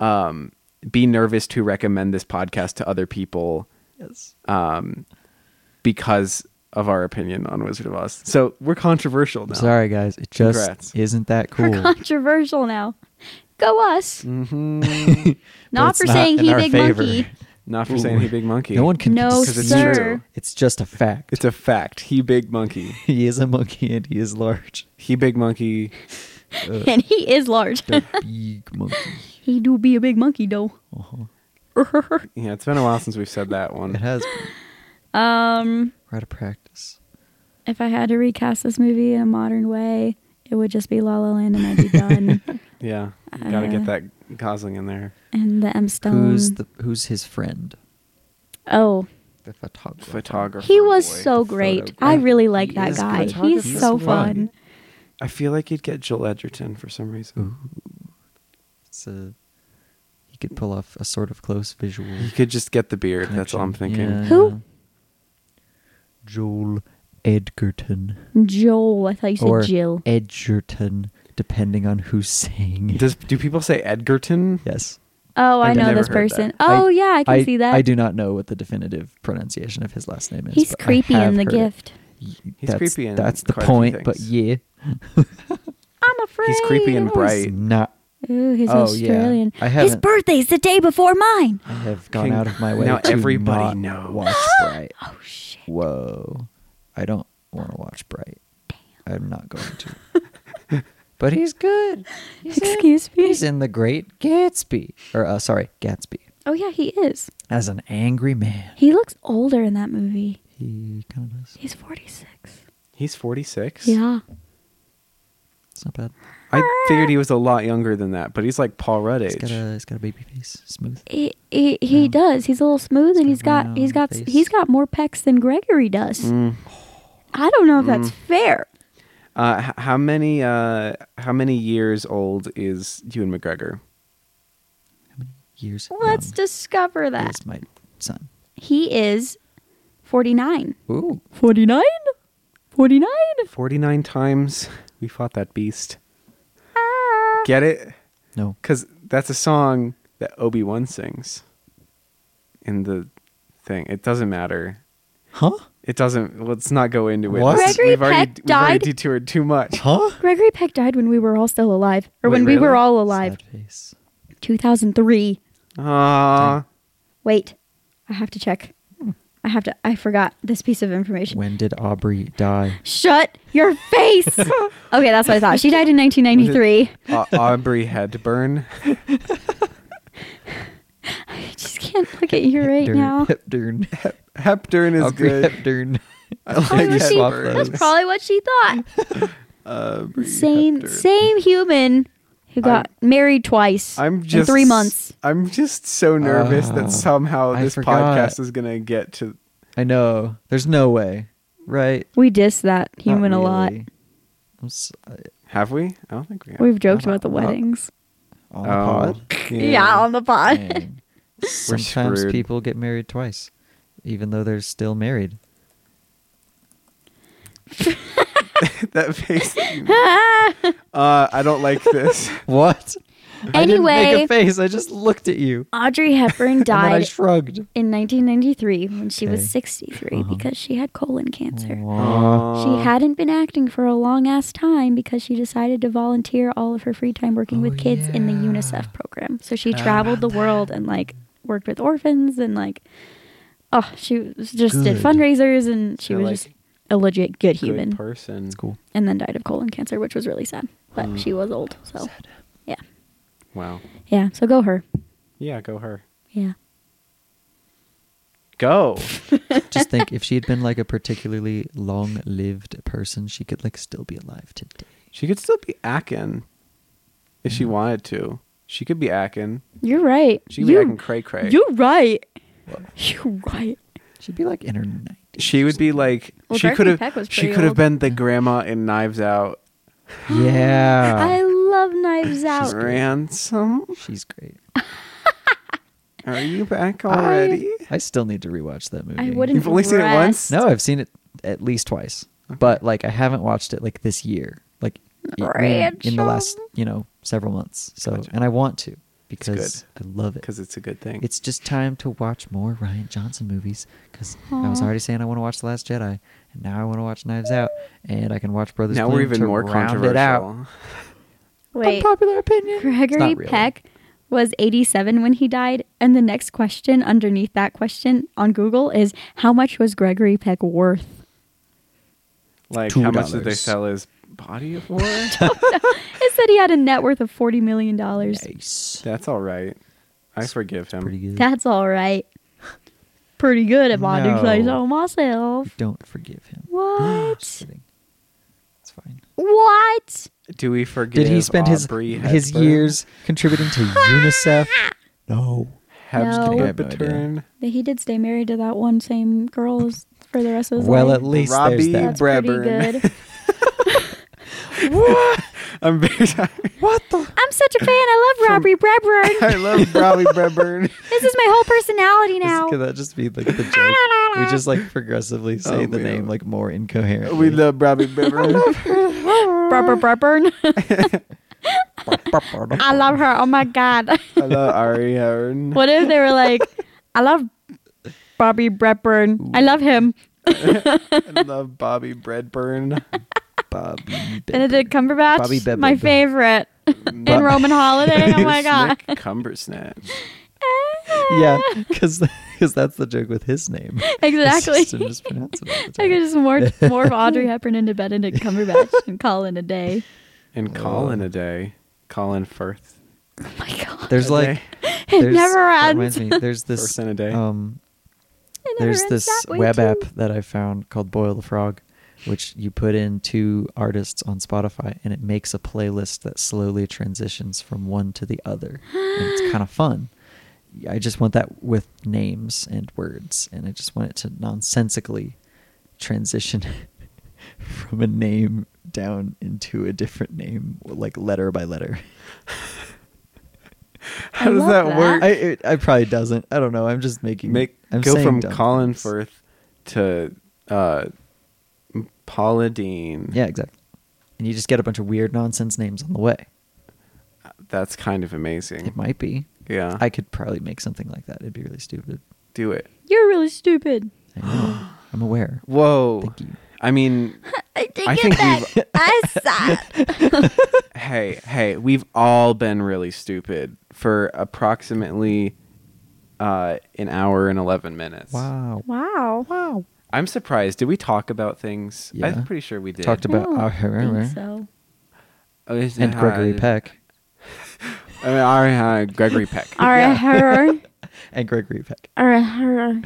[SPEAKER 1] um, be nervous to recommend this podcast to other people
[SPEAKER 3] Yes.
[SPEAKER 1] because of our opinion on Wizard of Oz. So we're controversial now.
[SPEAKER 3] I'm sorry, guys. It just
[SPEAKER 1] Congrats.
[SPEAKER 3] isn't that [laughs] cool.
[SPEAKER 2] We're controversial now. Go us.
[SPEAKER 1] Mhm.
[SPEAKER 3] Mm-hmm. But
[SPEAKER 2] [laughs] Not
[SPEAKER 3] it's
[SPEAKER 2] for saying
[SPEAKER 3] in
[SPEAKER 2] he
[SPEAKER 3] our
[SPEAKER 2] big
[SPEAKER 3] favor.
[SPEAKER 2] monkey.
[SPEAKER 1] Not for saying he big monkey.
[SPEAKER 3] No one can
[SPEAKER 2] No,
[SPEAKER 3] dis-
[SPEAKER 1] it's
[SPEAKER 2] sir.
[SPEAKER 1] true.
[SPEAKER 3] It's just a fact.
[SPEAKER 1] It's a fact. He big monkey.
[SPEAKER 3] [laughs] he is a monkey and he is large. [laughs]
[SPEAKER 1] He big monkey.
[SPEAKER 2] [laughs] And he is large.
[SPEAKER 3] The big monkey.
[SPEAKER 2] [laughs] he do be a big monkey though.
[SPEAKER 3] Uh-huh.
[SPEAKER 1] Yeah, it's been a while since we've said
[SPEAKER 3] [laughs]
[SPEAKER 1] that
[SPEAKER 3] It
[SPEAKER 1] one.
[SPEAKER 3] has been.
[SPEAKER 2] Um,
[SPEAKER 3] We're out of practice.
[SPEAKER 2] if I had to recast this movie in a modern way, it would just be La La Land, and I'd
[SPEAKER 3] [laughs]
[SPEAKER 2] be done.
[SPEAKER 1] Yeah, gotta
[SPEAKER 2] Uh,
[SPEAKER 1] get that Gosling in there.
[SPEAKER 2] and the M Stone.
[SPEAKER 3] Who's the who's his friend?
[SPEAKER 2] Oh,
[SPEAKER 3] The photographer.
[SPEAKER 1] Photographer.
[SPEAKER 2] he was
[SPEAKER 1] boy.
[SPEAKER 2] so great.
[SPEAKER 3] photo
[SPEAKER 2] I
[SPEAKER 3] guy.
[SPEAKER 2] really like
[SPEAKER 3] He
[SPEAKER 2] that
[SPEAKER 3] is
[SPEAKER 2] guy.
[SPEAKER 3] good.
[SPEAKER 2] He's so
[SPEAKER 3] Photographer's
[SPEAKER 2] fun.
[SPEAKER 3] fun.
[SPEAKER 1] I feel like you'd get Joel Edgerton for some reason.
[SPEAKER 3] It's a He could pull off a sort of close visual.
[SPEAKER 1] You could just get the beard. That's all I'm
[SPEAKER 3] connection.
[SPEAKER 1] thinking.
[SPEAKER 3] Yeah,
[SPEAKER 4] Who?
[SPEAKER 3] yeah. Joel Edgerton
[SPEAKER 2] Joel. I thought you said
[SPEAKER 3] or
[SPEAKER 2] Jill.
[SPEAKER 3] Edgerton, depending on who's saying it.
[SPEAKER 1] Does do people say Edgerton?
[SPEAKER 3] [laughs] yes.
[SPEAKER 2] Oh, I
[SPEAKER 1] I've
[SPEAKER 2] know
[SPEAKER 1] never
[SPEAKER 2] this
[SPEAKER 1] heard that.
[SPEAKER 2] person. Oh,
[SPEAKER 3] I-
[SPEAKER 2] yeah, I can see that.
[SPEAKER 3] I do not know what the definitive pronunciation of his last name is.
[SPEAKER 2] He's
[SPEAKER 3] but I
[SPEAKER 2] creepy
[SPEAKER 3] have
[SPEAKER 2] in the
[SPEAKER 3] heard it.
[SPEAKER 2] gift.
[SPEAKER 1] He's
[SPEAKER 3] that's,
[SPEAKER 1] creepy in
[SPEAKER 3] That's the
[SPEAKER 1] quite a few
[SPEAKER 3] point. But
[SPEAKER 1] things.
[SPEAKER 3] yeah,
[SPEAKER 2] I'm afraid.
[SPEAKER 1] He's creepy and
[SPEAKER 3] No,
[SPEAKER 1] bright.
[SPEAKER 3] he's not.
[SPEAKER 2] Ooh, he's
[SPEAKER 3] Oh, yeah.
[SPEAKER 2] Australian.
[SPEAKER 3] I
[SPEAKER 4] His
[SPEAKER 3] haven't.
[SPEAKER 4] birthday's the day before mine.
[SPEAKER 3] I have gone
[SPEAKER 1] King-
[SPEAKER 3] out of my way.
[SPEAKER 1] Now
[SPEAKER 3] to not
[SPEAKER 1] everybody knows. [laughs]
[SPEAKER 3] Watch Bright.
[SPEAKER 4] Oh shit.
[SPEAKER 3] Whoa, I don't want to watch Bright. I'm not going to. but he's good. He's in-
[SPEAKER 2] Excuse me.
[SPEAKER 3] He's in the Great Gatsby, or uh, sorry, Gatsby,
[SPEAKER 2] Oh, yeah, he is.
[SPEAKER 3] as an angry man.
[SPEAKER 2] He looks older in that movie.
[SPEAKER 3] He kind of does.
[SPEAKER 2] He's 46.
[SPEAKER 1] He's 46.
[SPEAKER 2] Yeah.
[SPEAKER 3] It's not bad.
[SPEAKER 1] I figured he was a lot younger than that, but he's like Paul Rudd
[SPEAKER 3] He's got
[SPEAKER 1] age.
[SPEAKER 3] a he's got a baby face, smooth.
[SPEAKER 2] He, he, he
[SPEAKER 3] Yeah.
[SPEAKER 2] does. He's a little smooth, and he's
[SPEAKER 3] He's got
[SPEAKER 2] got he's
[SPEAKER 3] round
[SPEAKER 2] got
[SPEAKER 3] face.
[SPEAKER 2] he's got more pecs than Gregory does.
[SPEAKER 1] Mm.
[SPEAKER 2] I don't know if that's
[SPEAKER 3] Mm.
[SPEAKER 2] fair.
[SPEAKER 1] Uh, h- how many uh, how many years old is Ewan McGregor?
[SPEAKER 3] Years.
[SPEAKER 2] Let's
[SPEAKER 3] young.
[SPEAKER 2] discover
[SPEAKER 3] He
[SPEAKER 2] that.
[SPEAKER 3] is my son.
[SPEAKER 2] He is 49.
[SPEAKER 3] Ooh,
[SPEAKER 2] 49? 49?
[SPEAKER 1] Forty nine times we fought that beast.
[SPEAKER 2] Ah.
[SPEAKER 1] Get it?
[SPEAKER 3] no.
[SPEAKER 1] Because that's a song that Obi Wan sings in the thing. It doesn't matter.
[SPEAKER 3] Huh?
[SPEAKER 1] It doesn't. Let's not go into it.
[SPEAKER 3] What?
[SPEAKER 1] This is-
[SPEAKER 2] Gregory
[SPEAKER 1] We've already,
[SPEAKER 2] Peck
[SPEAKER 1] we've already
[SPEAKER 2] died?
[SPEAKER 1] detoured too much.
[SPEAKER 3] Huh?
[SPEAKER 2] Gregory Peck died when we were all still alive, or
[SPEAKER 1] Wait,
[SPEAKER 2] when we were
[SPEAKER 1] really?
[SPEAKER 2] all alive.
[SPEAKER 3] Sad face.
[SPEAKER 2] 2003.
[SPEAKER 1] Aww.
[SPEAKER 2] Wait, I have to check. I have to. I forgot this piece of information.
[SPEAKER 3] Hmm. When did Aubrey die?
[SPEAKER 2] Shut your
[SPEAKER 3] [laughs]
[SPEAKER 2] face. okay, that's what I thought. She died in 1993.
[SPEAKER 1] Au- Aubrey Hepburn.
[SPEAKER 2] I just can't look
[SPEAKER 3] [laughs]
[SPEAKER 2] at you right
[SPEAKER 3] Hepburn-
[SPEAKER 2] now.
[SPEAKER 3] Hepburn.
[SPEAKER 1] [laughs] Hepburn is
[SPEAKER 3] Aubrey
[SPEAKER 1] good.
[SPEAKER 3] Hepburn.
[SPEAKER 1] I like
[SPEAKER 2] Probably what she-
[SPEAKER 3] Hepburn.
[SPEAKER 1] Hepburn.
[SPEAKER 2] that's probably what she [laughs] thought.
[SPEAKER 3] Uh,
[SPEAKER 1] Aubrey
[SPEAKER 2] Same
[SPEAKER 1] Hepburn.
[SPEAKER 2] same human who got married twice
[SPEAKER 1] I'm
[SPEAKER 2] in
[SPEAKER 1] just
[SPEAKER 2] three months.
[SPEAKER 1] I'm just so nervous
[SPEAKER 3] Oh,
[SPEAKER 1] that somehow
[SPEAKER 3] I
[SPEAKER 1] this
[SPEAKER 3] forgot.
[SPEAKER 1] podcast is gonna get to.
[SPEAKER 3] I know. There's no way, right?
[SPEAKER 2] We diss that
[SPEAKER 3] Not
[SPEAKER 2] human a lot.
[SPEAKER 3] really. uh, I'm s-
[SPEAKER 1] Have we? I don't think we have.
[SPEAKER 2] We've joked
[SPEAKER 3] Uh,
[SPEAKER 2] about the
[SPEAKER 3] uh,
[SPEAKER 2] weddings.
[SPEAKER 3] on
[SPEAKER 1] oh,
[SPEAKER 3] the
[SPEAKER 2] [laughs]
[SPEAKER 3] pod.
[SPEAKER 1] Yeah.
[SPEAKER 2] Yeah, on the pod. [laughs]
[SPEAKER 3] Dang. Sometimes
[SPEAKER 1] screwed.
[SPEAKER 3] people get married twice, even though they're still married.
[SPEAKER 1] [laughs]
[SPEAKER 3] [laughs]
[SPEAKER 1] that face. that you made.
[SPEAKER 2] [laughs]
[SPEAKER 1] uh, I don't like this.
[SPEAKER 3] What? I didn't
[SPEAKER 2] Anyway,
[SPEAKER 3] make a face. I just looked at you.
[SPEAKER 2] Audrey Hepburn
[SPEAKER 3] And then I
[SPEAKER 2] died
[SPEAKER 3] shrugged.
[SPEAKER 2] in 1993 when she was
[SPEAKER 3] Okay.
[SPEAKER 2] 63
[SPEAKER 3] Uh-huh.
[SPEAKER 2] because she had colon cancer.
[SPEAKER 3] Aw.
[SPEAKER 1] Aw.
[SPEAKER 2] She hadn't been acting for a long ass time because she decided to volunteer all of her free time working
[SPEAKER 3] Oh,
[SPEAKER 2] with kids in the
[SPEAKER 3] yeah.
[SPEAKER 2] UNICEF program. So she traveled the world and like worked with orphans and like oh, she was- just did
[SPEAKER 3] Good.
[SPEAKER 2] fundraisers and she
[SPEAKER 1] So,
[SPEAKER 2] was
[SPEAKER 1] like,
[SPEAKER 2] just a legit good
[SPEAKER 1] good
[SPEAKER 2] human
[SPEAKER 1] person.
[SPEAKER 3] cool.
[SPEAKER 2] and then died of colon cancer, which was really sad. But
[SPEAKER 1] Mm.
[SPEAKER 2] she was old, so yeah.
[SPEAKER 1] Wow.
[SPEAKER 2] Yeah, so go her.
[SPEAKER 1] Yeah, go her.
[SPEAKER 2] Yeah.
[SPEAKER 1] Go.
[SPEAKER 3] Just think if she had been like a particularly long lived person, she could like still be alive today.
[SPEAKER 1] She could still be Akin if
[SPEAKER 3] Mm.
[SPEAKER 1] she wanted to. She could be Akin.
[SPEAKER 2] You're right.
[SPEAKER 1] She could be Akin cray cray.
[SPEAKER 2] You're right. You're right.
[SPEAKER 3] She'd be like in her 90s.
[SPEAKER 2] [gasps]
[SPEAKER 1] She would be like
[SPEAKER 2] Well,
[SPEAKER 1] she
[SPEAKER 2] Gregory
[SPEAKER 1] could
[SPEAKER 2] Peck was
[SPEAKER 1] have she
[SPEAKER 2] pretty
[SPEAKER 1] could have
[SPEAKER 2] old.
[SPEAKER 1] been the grandma in Knives Out.
[SPEAKER 3] Yeah.
[SPEAKER 1] Ah.
[SPEAKER 2] I love Knives Out. [laughs]
[SPEAKER 1] Ransom,
[SPEAKER 3] She's great.
[SPEAKER 1] are you back already?
[SPEAKER 3] I still need to rewatch that movie.
[SPEAKER 2] I wouldn't.
[SPEAKER 1] You've only seen it
[SPEAKER 2] rest.
[SPEAKER 1] once?
[SPEAKER 3] No, I've seen it at least twice, but like I haven't watched it like this year, like i- in, in the last you know several months. So
[SPEAKER 1] Gotcha.
[SPEAKER 3] and I want to because I
[SPEAKER 1] good.
[SPEAKER 3] love it.
[SPEAKER 1] Because it's a good thing.
[SPEAKER 3] It's just time to watch more Ryan Johnson movies because I was already saying I want to watch The Last Jedi, and now I want to watch Knives Out, and I can watch Brothers.
[SPEAKER 1] now we're
[SPEAKER 3] Bloom
[SPEAKER 1] even
[SPEAKER 3] to
[SPEAKER 1] more
[SPEAKER 3] round it out.
[SPEAKER 1] controversial.
[SPEAKER 2] Wait,
[SPEAKER 3] Unpopular opinion. It's
[SPEAKER 2] Gregory
[SPEAKER 3] not really.
[SPEAKER 2] Peck was 87 when he died, and the next question underneath that question on Google is how much was Gregory Peck worth?
[SPEAKER 1] Like
[SPEAKER 3] Two
[SPEAKER 1] how much did they
[SPEAKER 3] dollars.
[SPEAKER 1] sell his body
[SPEAKER 3] [laughs]
[SPEAKER 1] for?
[SPEAKER 2] It said he had a net worth of 40 million dollars.
[SPEAKER 3] Nice.
[SPEAKER 1] That's all right. I forgive him.
[SPEAKER 3] Pretty good.
[SPEAKER 2] That's all right. Pretty good if I do say so
[SPEAKER 3] No.
[SPEAKER 2] myself.
[SPEAKER 3] Don't forgive him. Just
[SPEAKER 2] What?
[SPEAKER 3] [gasps] kidding. It's fine.
[SPEAKER 2] what?
[SPEAKER 1] Do we forgive?
[SPEAKER 3] Did he spend his
[SPEAKER 1] Aubrey
[SPEAKER 3] his
[SPEAKER 1] Hepburn?
[SPEAKER 3] years contributing to
[SPEAKER 2] [laughs]
[SPEAKER 3] UNICEF? No.
[SPEAKER 2] No.
[SPEAKER 1] Habsburg
[SPEAKER 3] I have no idea.
[SPEAKER 1] return.
[SPEAKER 2] He did stay married to that one same girl as- for the rest of his
[SPEAKER 3] Well,
[SPEAKER 2] life.
[SPEAKER 3] at least
[SPEAKER 1] Robbie
[SPEAKER 3] there's that.
[SPEAKER 2] That's pretty
[SPEAKER 3] [laughs]
[SPEAKER 1] Brabern.
[SPEAKER 2] good. [laughs]
[SPEAKER 1] I'm very [laughs] tired.
[SPEAKER 3] What the?
[SPEAKER 4] I'm such a fan. I love Robert
[SPEAKER 3] [laughs]
[SPEAKER 4] Redburn.
[SPEAKER 1] I [laughs] love Robbie Redburn.
[SPEAKER 4] This is my whole personality now.
[SPEAKER 3] Could that just be like the joke? We
[SPEAKER 2] [laughs]
[SPEAKER 3] just like progressively say
[SPEAKER 1] [laughs] Oh,
[SPEAKER 3] the
[SPEAKER 1] we
[SPEAKER 3] name
[SPEAKER 1] are-
[SPEAKER 3] like more incoherently.
[SPEAKER 1] we
[SPEAKER 3] [laughs]
[SPEAKER 1] love Robbie Redburn.
[SPEAKER 2] Brubber [laughs] Brubburn.
[SPEAKER 4] I love her. Oh my god.
[SPEAKER 1] I love Ari Hearn.
[SPEAKER 2] [laughs] what if they were like, I love Bobby Brepburn. I love him.
[SPEAKER 1] I love Bobby Redburn. [laughs]
[SPEAKER 2] Oh
[SPEAKER 3] Bobby.
[SPEAKER 2] Benedict Cumberbatch.
[SPEAKER 3] Bobby Bebber. [laughs]
[SPEAKER 2] My favorite. And
[SPEAKER 3] Bob-
[SPEAKER 2] Roman Holiday. Oh my god.
[SPEAKER 1] Slick Cumbersnatch.
[SPEAKER 3] Yeah, [laughs] because that's the joke with his name. [laughs] It's
[SPEAKER 2] [laughs] Exactly.
[SPEAKER 3] just to mispronounce it all the
[SPEAKER 2] [laughs] I could
[SPEAKER 3] time. [laughs]
[SPEAKER 2] just morph, morph Audrey Hepburn into Benedict Cumberbatch and call it a day.
[SPEAKER 1] And Colin a day. Colin Firth.
[SPEAKER 2] Oh my god.
[SPEAKER 3] There's
[SPEAKER 1] a
[SPEAKER 3] like
[SPEAKER 2] [laughs]
[SPEAKER 1] day.
[SPEAKER 2] It
[SPEAKER 3] there's-
[SPEAKER 2] never
[SPEAKER 3] that
[SPEAKER 2] ends.
[SPEAKER 3] Reminds me, there's
[SPEAKER 1] [laughs]
[SPEAKER 3] this
[SPEAKER 1] Firth in a day.
[SPEAKER 3] um,
[SPEAKER 2] It never
[SPEAKER 3] there's
[SPEAKER 2] ends
[SPEAKER 3] this
[SPEAKER 2] that way,
[SPEAKER 3] web
[SPEAKER 2] too.
[SPEAKER 3] app that I found called Boil the Frog, which you put in two artists on Spotify and it makes a playlist that slowly transitions from one to the
[SPEAKER 2] [gasps]
[SPEAKER 3] other. And it's kind of fun. I just want that with names and words, and I just want it to nonsensically transition [laughs] from a name down into a different name, like letter by
[SPEAKER 2] [laughs]
[SPEAKER 3] letter.
[SPEAKER 1] How does
[SPEAKER 2] love
[SPEAKER 1] that,
[SPEAKER 2] that.
[SPEAKER 1] work?
[SPEAKER 3] I it, I probably doesn't. I don't know. I'm just making
[SPEAKER 1] Make
[SPEAKER 3] I'm
[SPEAKER 1] go
[SPEAKER 3] saying
[SPEAKER 1] from
[SPEAKER 3] dumb
[SPEAKER 1] Colin
[SPEAKER 3] things.
[SPEAKER 1] Firth to uh, Paula Dean.
[SPEAKER 3] Yeah, exactly. And you just get a bunch of weird nonsense names on the way.
[SPEAKER 1] That's kind of amazing.
[SPEAKER 3] It might be.
[SPEAKER 1] Yeah.
[SPEAKER 3] I could probably make something like that. It'd be really stupid.
[SPEAKER 1] do it.
[SPEAKER 2] You're really stupid.
[SPEAKER 3] I [gasps] know. I'm aware.
[SPEAKER 1] Whoa.
[SPEAKER 3] Thank you.
[SPEAKER 1] I mean,
[SPEAKER 4] I take
[SPEAKER 1] I
[SPEAKER 4] it
[SPEAKER 1] think
[SPEAKER 4] back.
[SPEAKER 1] we've-
[SPEAKER 4] I
[SPEAKER 3] [laughs]
[SPEAKER 4] suck.
[SPEAKER 1] hey, hey, we've all been really stupid for approximately uh, an hour and 11 minutes.
[SPEAKER 3] Wow.
[SPEAKER 4] Wow.
[SPEAKER 3] Wow.
[SPEAKER 1] I'm surprised. Did we talk about things?
[SPEAKER 3] Yeah.
[SPEAKER 1] I'm pretty sure we did.
[SPEAKER 3] Talked about
[SPEAKER 2] Oh, I don't
[SPEAKER 3] our
[SPEAKER 2] think so.
[SPEAKER 1] Oh, is it
[SPEAKER 3] and Gregory
[SPEAKER 1] hard?
[SPEAKER 3] Peck.
[SPEAKER 1] I mean, our, uh, Gregory Peck.
[SPEAKER 2] [laughs] All right, her.
[SPEAKER 3] And Gregory Peck.
[SPEAKER 2] All right, her.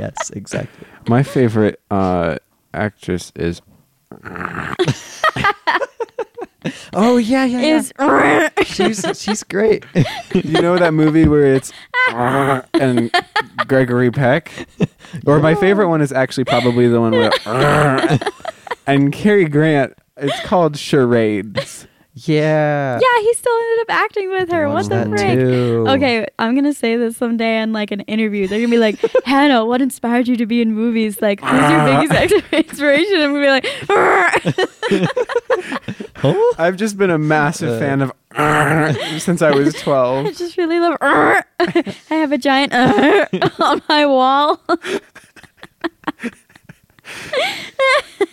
[SPEAKER 3] Yes, exactly.
[SPEAKER 1] My favorite uh, actress is
[SPEAKER 3] [laughs] oh yeah, yeah, yeah.
[SPEAKER 2] Is [laughs] I
[SPEAKER 3] she's she's great.
[SPEAKER 1] you know that movie where it's [laughs] "Uh," and Gregory Peck? Or my favorite one is actually probably the one where
[SPEAKER 3] [laughs]
[SPEAKER 1] [laughs] "Uh," and Cary Grant. It's called Charades.
[SPEAKER 3] yeah.
[SPEAKER 2] Yeah, he still ended up acting with her. What
[SPEAKER 3] Watched
[SPEAKER 2] the
[SPEAKER 3] that
[SPEAKER 2] frick?
[SPEAKER 3] too.
[SPEAKER 2] Okay, I'm gonna say this someday in like an interview. They're gonna be like, Hannah, what inspired you to be in movies? Like,
[SPEAKER 3] [laughs]
[SPEAKER 2] who's your biggest ex- inspiration? I'm gonna be like, [laughs] "Arr."
[SPEAKER 3] Huh?
[SPEAKER 1] I've just been a massive
[SPEAKER 3] Uh.
[SPEAKER 1] fan of "Uh," [laughs] since I was
[SPEAKER 2] I
[SPEAKER 3] [laughs]
[SPEAKER 1] 12.
[SPEAKER 2] just really love. [laughs] "Arr." I have a giant [laughs] "Arr" on my wall. [laughs]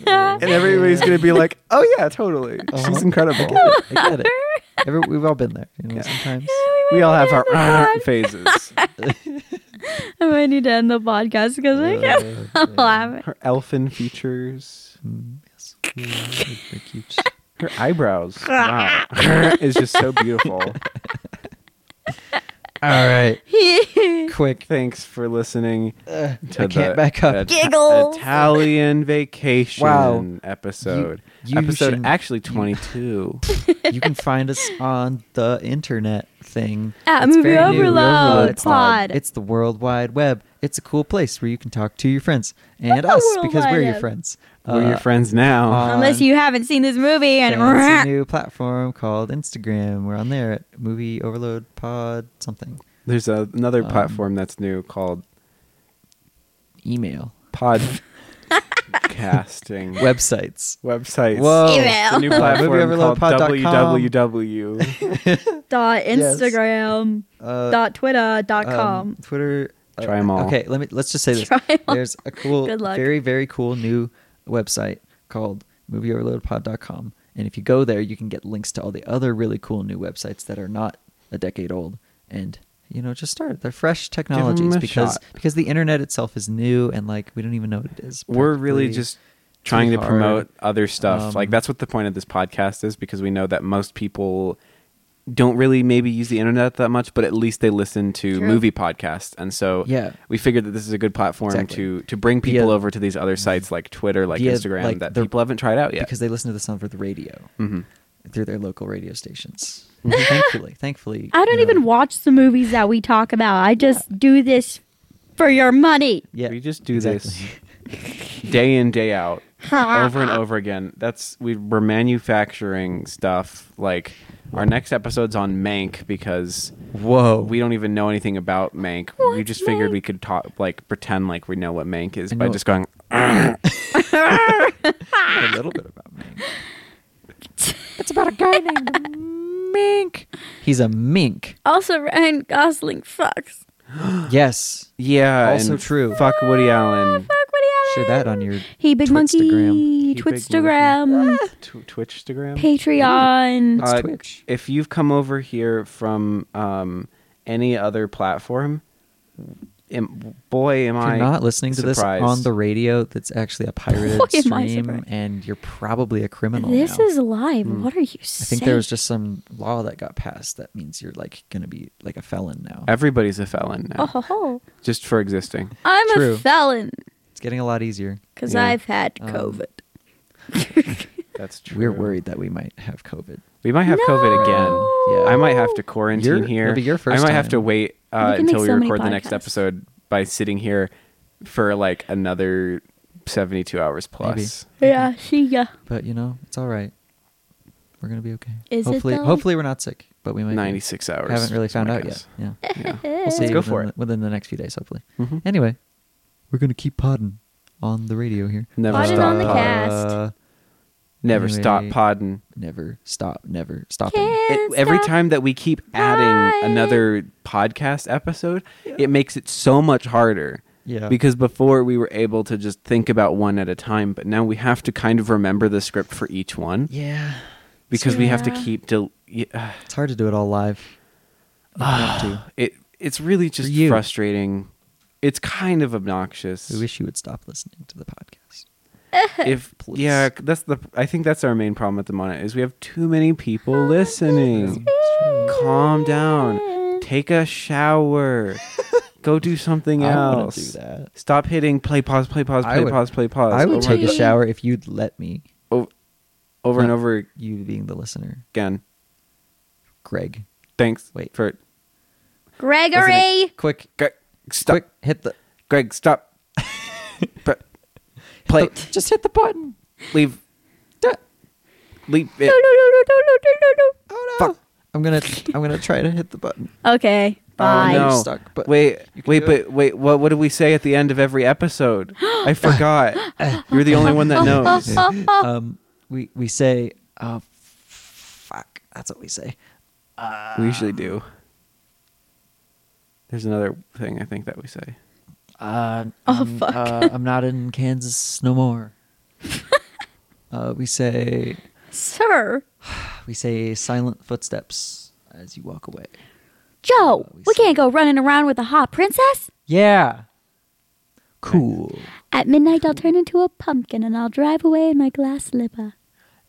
[SPEAKER 1] And everybody's going to be like, oh, yeah, totally.
[SPEAKER 3] Uh-huh.
[SPEAKER 1] She's incredible.
[SPEAKER 3] I get it. Every, we've all been there, you know,
[SPEAKER 1] Yeah.
[SPEAKER 3] sometimes.
[SPEAKER 1] We all have our "Uh,"
[SPEAKER 2] God.
[SPEAKER 1] [laughs] phases.
[SPEAKER 2] I might need to end the podcast because I can't
[SPEAKER 3] Uh,
[SPEAKER 2] [laughs] laugh.
[SPEAKER 1] Her elfin features.
[SPEAKER 3] mm, yes. Yeah, they're cute.
[SPEAKER 1] Her
[SPEAKER 3] [laughs]
[SPEAKER 1] eyebrows wow, [laughs] is just so beautiful.
[SPEAKER 3] All right. Quick.
[SPEAKER 1] Thanks for listening
[SPEAKER 3] Uh, [laughs]
[SPEAKER 1] to
[SPEAKER 3] I
[SPEAKER 1] the
[SPEAKER 3] can't back up.
[SPEAKER 1] It-
[SPEAKER 4] Giggles.
[SPEAKER 1] Italian Vacation
[SPEAKER 3] Wow.
[SPEAKER 1] episode.
[SPEAKER 3] You- you
[SPEAKER 1] episode
[SPEAKER 3] should- [laughs]
[SPEAKER 1] actually 22.
[SPEAKER 3] you can find
[SPEAKER 2] [laughs]
[SPEAKER 3] us on the internet thing
[SPEAKER 2] At
[SPEAKER 3] It's
[SPEAKER 2] Movie
[SPEAKER 3] very new,
[SPEAKER 2] Overload Pod.
[SPEAKER 3] It's the World Wide Web. It's a cool place where you can talk to your friends and
[SPEAKER 2] the
[SPEAKER 3] us
[SPEAKER 2] World
[SPEAKER 3] because
[SPEAKER 2] Wide
[SPEAKER 3] we're your
[SPEAKER 2] Web?
[SPEAKER 3] friends.
[SPEAKER 1] We're your
[SPEAKER 3] Uh,
[SPEAKER 1] friends now.
[SPEAKER 3] uh,
[SPEAKER 2] Unless you haven't seen this movie and. [laughs]
[SPEAKER 3] It's a new platform called Instagram. We're on there at Movie Overload Pod something.
[SPEAKER 1] There's a, another
[SPEAKER 3] um,
[SPEAKER 1] platform that's new called
[SPEAKER 3] Email.
[SPEAKER 1] Podcasting
[SPEAKER 3] Websites.
[SPEAKER 1] websites.
[SPEAKER 3] Whoa.
[SPEAKER 1] It's a new
[SPEAKER 4] Email.
[SPEAKER 1] platform called
[SPEAKER 3] MovieOverloadPod.com.
[SPEAKER 1] www.
[SPEAKER 2] [laughs] dot
[SPEAKER 3] Yes.
[SPEAKER 2] Instagram
[SPEAKER 3] Uh,
[SPEAKER 2] dot Twitter dot com.
[SPEAKER 3] um, Twitter. uh,
[SPEAKER 1] Try 'em all.
[SPEAKER 3] Okay, let me let's just say this.
[SPEAKER 2] [laughs] Try 'em all.
[SPEAKER 3] There's a cool,
[SPEAKER 2] Good luck.
[SPEAKER 3] very very cool new website called movieoverloadpod.com, and if you go there, you can get links to all the other really cool new websites that are not a decade old, and you know just start. They're fresh technologies
[SPEAKER 1] a
[SPEAKER 3] because
[SPEAKER 1] shot.
[SPEAKER 3] because the internet itself is new and like we don't even know what it is.
[SPEAKER 1] [laughs] We're really
[SPEAKER 3] practically.
[SPEAKER 1] just trying to
[SPEAKER 3] hard.
[SPEAKER 1] promote other stuff.
[SPEAKER 3] Um,
[SPEAKER 1] like that's what the point of this podcast is because we know that most people don't really maybe use the internet that much, but at least they listen to
[SPEAKER 2] True.
[SPEAKER 1] movie podcasts. And so
[SPEAKER 3] Yeah.
[SPEAKER 1] we figured that this is a good platform
[SPEAKER 3] Exactly.
[SPEAKER 1] to to bring people
[SPEAKER 3] Via-
[SPEAKER 1] over to these other sites like Twitter, like
[SPEAKER 3] via,
[SPEAKER 1] Instagram
[SPEAKER 3] like,
[SPEAKER 1] that
[SPEAKER 3] the-
[SPEAKER 1] people haven't tried out yet.
[SPEAKER 3] because they listen to the sound for the radio
[SPEAKER 1] Mhm.
[SPEAKER 3] through their local radio stations.
[SPEAKER 1] Mm-hmm.
[SPEAKER 3] thankfully, thankfully,
[SPEAKER 2] I don't
[SPEAKER 3] you know,
[SPEAKER 2] even watch the movies that we talk about. I just do this for your money.
[SPEAKER 3] Yeah,
[SPEAKER 1] we just do
[SPEAKER 3] exactly.
[SPEAKER 1] this [laughs] day in day out over and over again. That's we we're manufacturing stuff. Like our next episode's on Mank because
[SPEAKER 3] Whoa.
[SPEAKER 1] we don't even know anything about Mank. we
[SPEAKER 2] What's
[SPEAKER 1] just figured we
[SPEAKER 2] Mank?
[SPEAKER 1] could talk, like pretend like we know what Mank is
[SPEAKER 3] I
[SPEAKER 1] by
[SPEAKER 3] know-
[SPEAKER 1] just going.
[SPEAKER 3] a little bit about Mink.
[SPEAKER 2] [laughs]
[SPEAKER 3] It's about a guy named Mink. He's a
[SPEAKER 1] [gasps]
[SPEAKER 3] mink.
[SPEAKER 2] Also, Ryan Gosling fucks.
[SPEAKER 3] Yes.
[SPEAKER 1] Yeah,
[SPEAKER 3] Also
[SPEAKER 1] and
[SPEAKER 3] true.
[SPEAKER 1] Fuck Woody Allen.
[SPEAKER 2] Fuck Woody Allen.
[SPEAKER 3] Share that on your
[SPEAKER 2] Hey, Big
[SPEAKER 3] Twitstagram.
[SPEAKER 2] Monkey.
[SPEAKER 1] Hey, Big
[SPEAKER 2] Twitstagram.
[SPEAKER 1] Tw-
[SPEAKER 3] Ah.
[SPEAKER 1] Twitchstagram.
[SPEAKER 2] Patreon.
[SPEAKER 3] What's
[SPEAKER 1] Uh,
[SPEAKER 3] Twitch?
[SPEAKER 1] If you've come over here from um, any other platform, am, boy, am
[SPEAKER 3] If
[SPEAKER 1] I
[SPEAKER 3] you're not listening to this
[SPEAKER 1] surprised.
[SPEAKER 3] on the radio, that's actually a pirated
[SPEAKER 2] [laughs] Why am I
[SPEAKER 3] stream,
[SPEAKER 2] surprised?
[SPEAKER 3] and you're probably a criminal.
[SPEAKER 2] This
[SPEAKER 3] now. Hmm.
[SPEAKER 2] is live. What are you
[SPEAKER 3] I
[SPEAKER 2] saying?
[SPEAKER 3] think there was just some law that got passed that means you're like gonna be like a felon now.
[SPEAKER 1] Everybody's a felon now,
[SPEAKER 2] Oh, ho, ho.
[SPEAKER 1] just for existing.
[SPEAKER 2] I'm a
[SPEAKER 3] True.
[SPEAKER 2] felon
[SPEAKER 3] It's getting a lot easier.
[SPEAKER 2] because
[SPEAKER 1] Yeah.
[SPEAKER 2] I've had
[SPEAKER 3] Um,
[SPEAKER 2] COVID.
[SPEAKER 1] That's true.
[SPEAKER 3] We're worried that we might have COVID.
[SPEAKER 1] We might have COVID
[SPEAKER 2] No.
[SPEAKER 1] again. I might have to quarantine
[SPEAKER 3] Your-
[SPEAKER 1] here.
[SPEAKER 3] it'll be your first
[SPEAKER 1] I might have
[SPEAKER 3] time.
[SPEAKER 1] to wait uh,
[SPEAKER 2] We can make
[SPEAKER 1] until we
[SPEAKER 2] so many
[SPEAKER 1] record the next
[SPEAKER 2] podcasts.
[SPEAKER 1] episode by sitting here for like another seventy-two hours plus.
[SPEAKER 2] Yeah, see ya.
[SPEAKER 3] But you know, it's all right. We're gonna be okay.
[SPEAKER 2] Is it
[SPEAKER 3] hopefully,
[SPEAKER 2] though?
[SPEAKER 3] hopefully we're not sick, but we might. be.
[SPEAKER 1] 96 hours.
[SPEAKER 3] Haven't really
[SPEAKER 1] is my
[SPEAKER 3] found out
[SPEAKER 1] guess.
[SPEAKER 3] yet. Yeah.
[SPEAKER 1] Yeah.
[SPEAKER 2] Eh,
[SPEAKER 3] We'll see.
[SPEAKER 1] go for
[SPEAKER 3] within
[SPEAKER 1] it.
[SPEAKER 3] the- within the next few days, hopefully.
[SPEAKER 1] Mhm.
[SPEAKER 3] Anyway, we're gonna keep podding on the radio here.
[SPEAKER 1] Never
[SPEAKER 2] Podding
[SPEAKER 1] stop.
[SPEAKER 2] on the
[SPEAKER 1] pod-
[SPEAKER 2] cast.
[SPEAKER 1] Never stop
[SPEAKER 3] Anyway.
[SPEAKER 1] podding.
[SPEAKER 3] Never stop. Never stopping.
[SPEAKER 2] Can't
[SPEAKER 1] It, every
[SPEAKER 2] stop.
[SPEAKER 1] time that we keep adding
[SPEAKER 2] Right.
[SPEAKER 1] another podcast episode, it makes it so much harder.
[SPEAKER 3] Yeah.
[SPEAKER 1] Because before we were able to just think about one at a time, but now we have to kind of remember the script for each one
[SPEAKER 3] Yeah.
[SPEAKER 1] because we have to
[SPEAKER 2] Yeah.
[SPEAKER 1] keep del- y- uh,
[SPEAKER 3] It's hard to do it all live. If you want to.
[SPEAKER 1] it it's really just
[SPEAKER 3] you.
[SPEAKER 1] frustrating. It's kind of obnoxious.
[SPEAKER 3] We wish you would stop listening to the podcast.
[SPEAKER 1] if yeah, that's the I think that's our main problem at the moment is we have too many people listening. Calm down. Take a shower. Go do something
[SPEAKER 3] [laughs] I don't wanna
[SPEAKER 1] else.
[SPEAKER 3] do that.
[SPEAKER 1] Stop hitting play pause play pause
[SPEAKER 3] I
[SPEAKER 1] play
[SPEAKER 3] would-
[SPEAKER 1] pause play pause.
[SPEAKER 3] I would
[SPEAKER 1] over,
[SPEAKER 3] take a
[SPEAKER 2] Please.
[SPEAKER 3] shower if you'd let me.
[SPEAKER 1] o- over and
[SPEAKER 3] No.
[SPEAKER 1] over
[SPEAKER 3] You being the listener,
[SPEAKER 1] again.
[SPEAKER 3] Greg.
[SPEAKER 1] Thanks.
[SPEAKER 3] Wait.
[SPEAKER 1] for
[SPEAKER 2] Gregory.
[SPEAKER 3] Quick,
[SPEAKER 1] Greg. Stop.
[SPEAKER 3] quick, hit the
[SPEAKER 1] Greg.
[SPEAKER 3] [laughs]
[SPEAKER 1] Stop. Pre- play.
[SPEAKER 3] the- just hit the button.
[SPEAKER 1] leave.
[SPEAKER 3] Duh.
[SPEAKER 1] Leave it.
[SPEAKER 2] No, no, no, no, no, no, no, no,
[SPEAKER 3] Oh no!
[SPEAKER 1] Fuck.
[SPEAKER 3] I'm gonna I'm gonna try to hit the button.
[SPEAKER 2] no. Okay,
[SPEAKER 1] Oh,
[SPEAKER 2] bye.
[SPEAKER 1] no.
[SPEAKER 3] I'm stuck, but
[SPEAKER 1] wait,
[SPEAKER 3] you can
[SPEAKER 1] wait,
[SPEAKER 3] do
[SPEAKER 1] but
[SPEAKER 3] it.
[SPEAKER 1] wait. What? What do we say at the end of every episode?
[SPEAKER 3] [gasps]
[SPEAKER 1] I
[SPEAKER 3] [laughs]
[SPEAKER 1] forgot. You're the only one that knows.
[SPEAKER 3] Um, we we say, oh, fuck. That's what we say.
[SPEAKER 1] We usually do. There's another thing I think that we say.
[SPEAKER 3] Uh, oh I'm, fuck! Uh, I'm not in Kansas no [laughs] more. uh, we say
[SPEAKER 2] Sir,
[SPEAKER 3] we say silent footsteps as you walk away.
[SPEAKER 4] Joe,
[SPEAKER 3] we
[SPEAKER 4] we
[SPEAKER 3] see.
[SPEAKER 4] can't go running around with a hot princess.
[SPEAKER 3] Yeah. Cool.
[SPEAKER 4] At midnight, I'll turn into a pumpkin and I'll drive away in my glass slipper.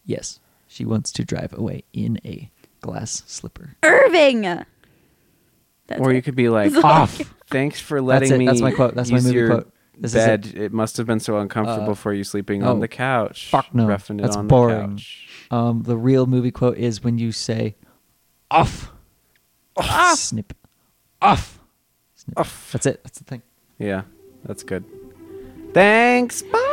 [SPEAKER 3] Yes, she wants to drive away in a glass slipper.
[SPEAKER 2] Irving. That's
[SPEAKER 1] or
[SPEAKER 2] it.
[SPEAKER 1] you could be like,
[SPEAKER 3] Off.
[SPEAKER 1] Thanks for letting
[SPEAKER 3] it.
[SPEAKER 1] me.
[SPEAKER 3] That's my quote. That's my
[SPEAKER 1] use
[SPEAKER 3] movie
[SPEAKER 1] your
[SPEAKER 3] quote. This is
[SPEAKER 1] bed.
[SPEAKER 3] it.
[SPEAKER 1] it. must have been so uncomfortable
[SPEAKER 3] Uh,
[SPEAKER 1] for you sleeping
[SPEAKER 3] oh,
[SPEAKER 1] on the couch.
[SPEAKER 3] fuck no.
[SPEAKER 1] Roughing it
[SPEAKER 3] That's
[SPEAKER 1] on
[SPEAKER 3] boring.
[SPEAKER 1] the couch.
[SPEAKER 3] Um, the real movie quote is when you say off, off, snip, off, snip.
[SPEAKER 1] Off.
[SPEAKER 3] That's it. That's the thing.
[SPEAKER 1] Yeah, that's good. Thanks. Bye.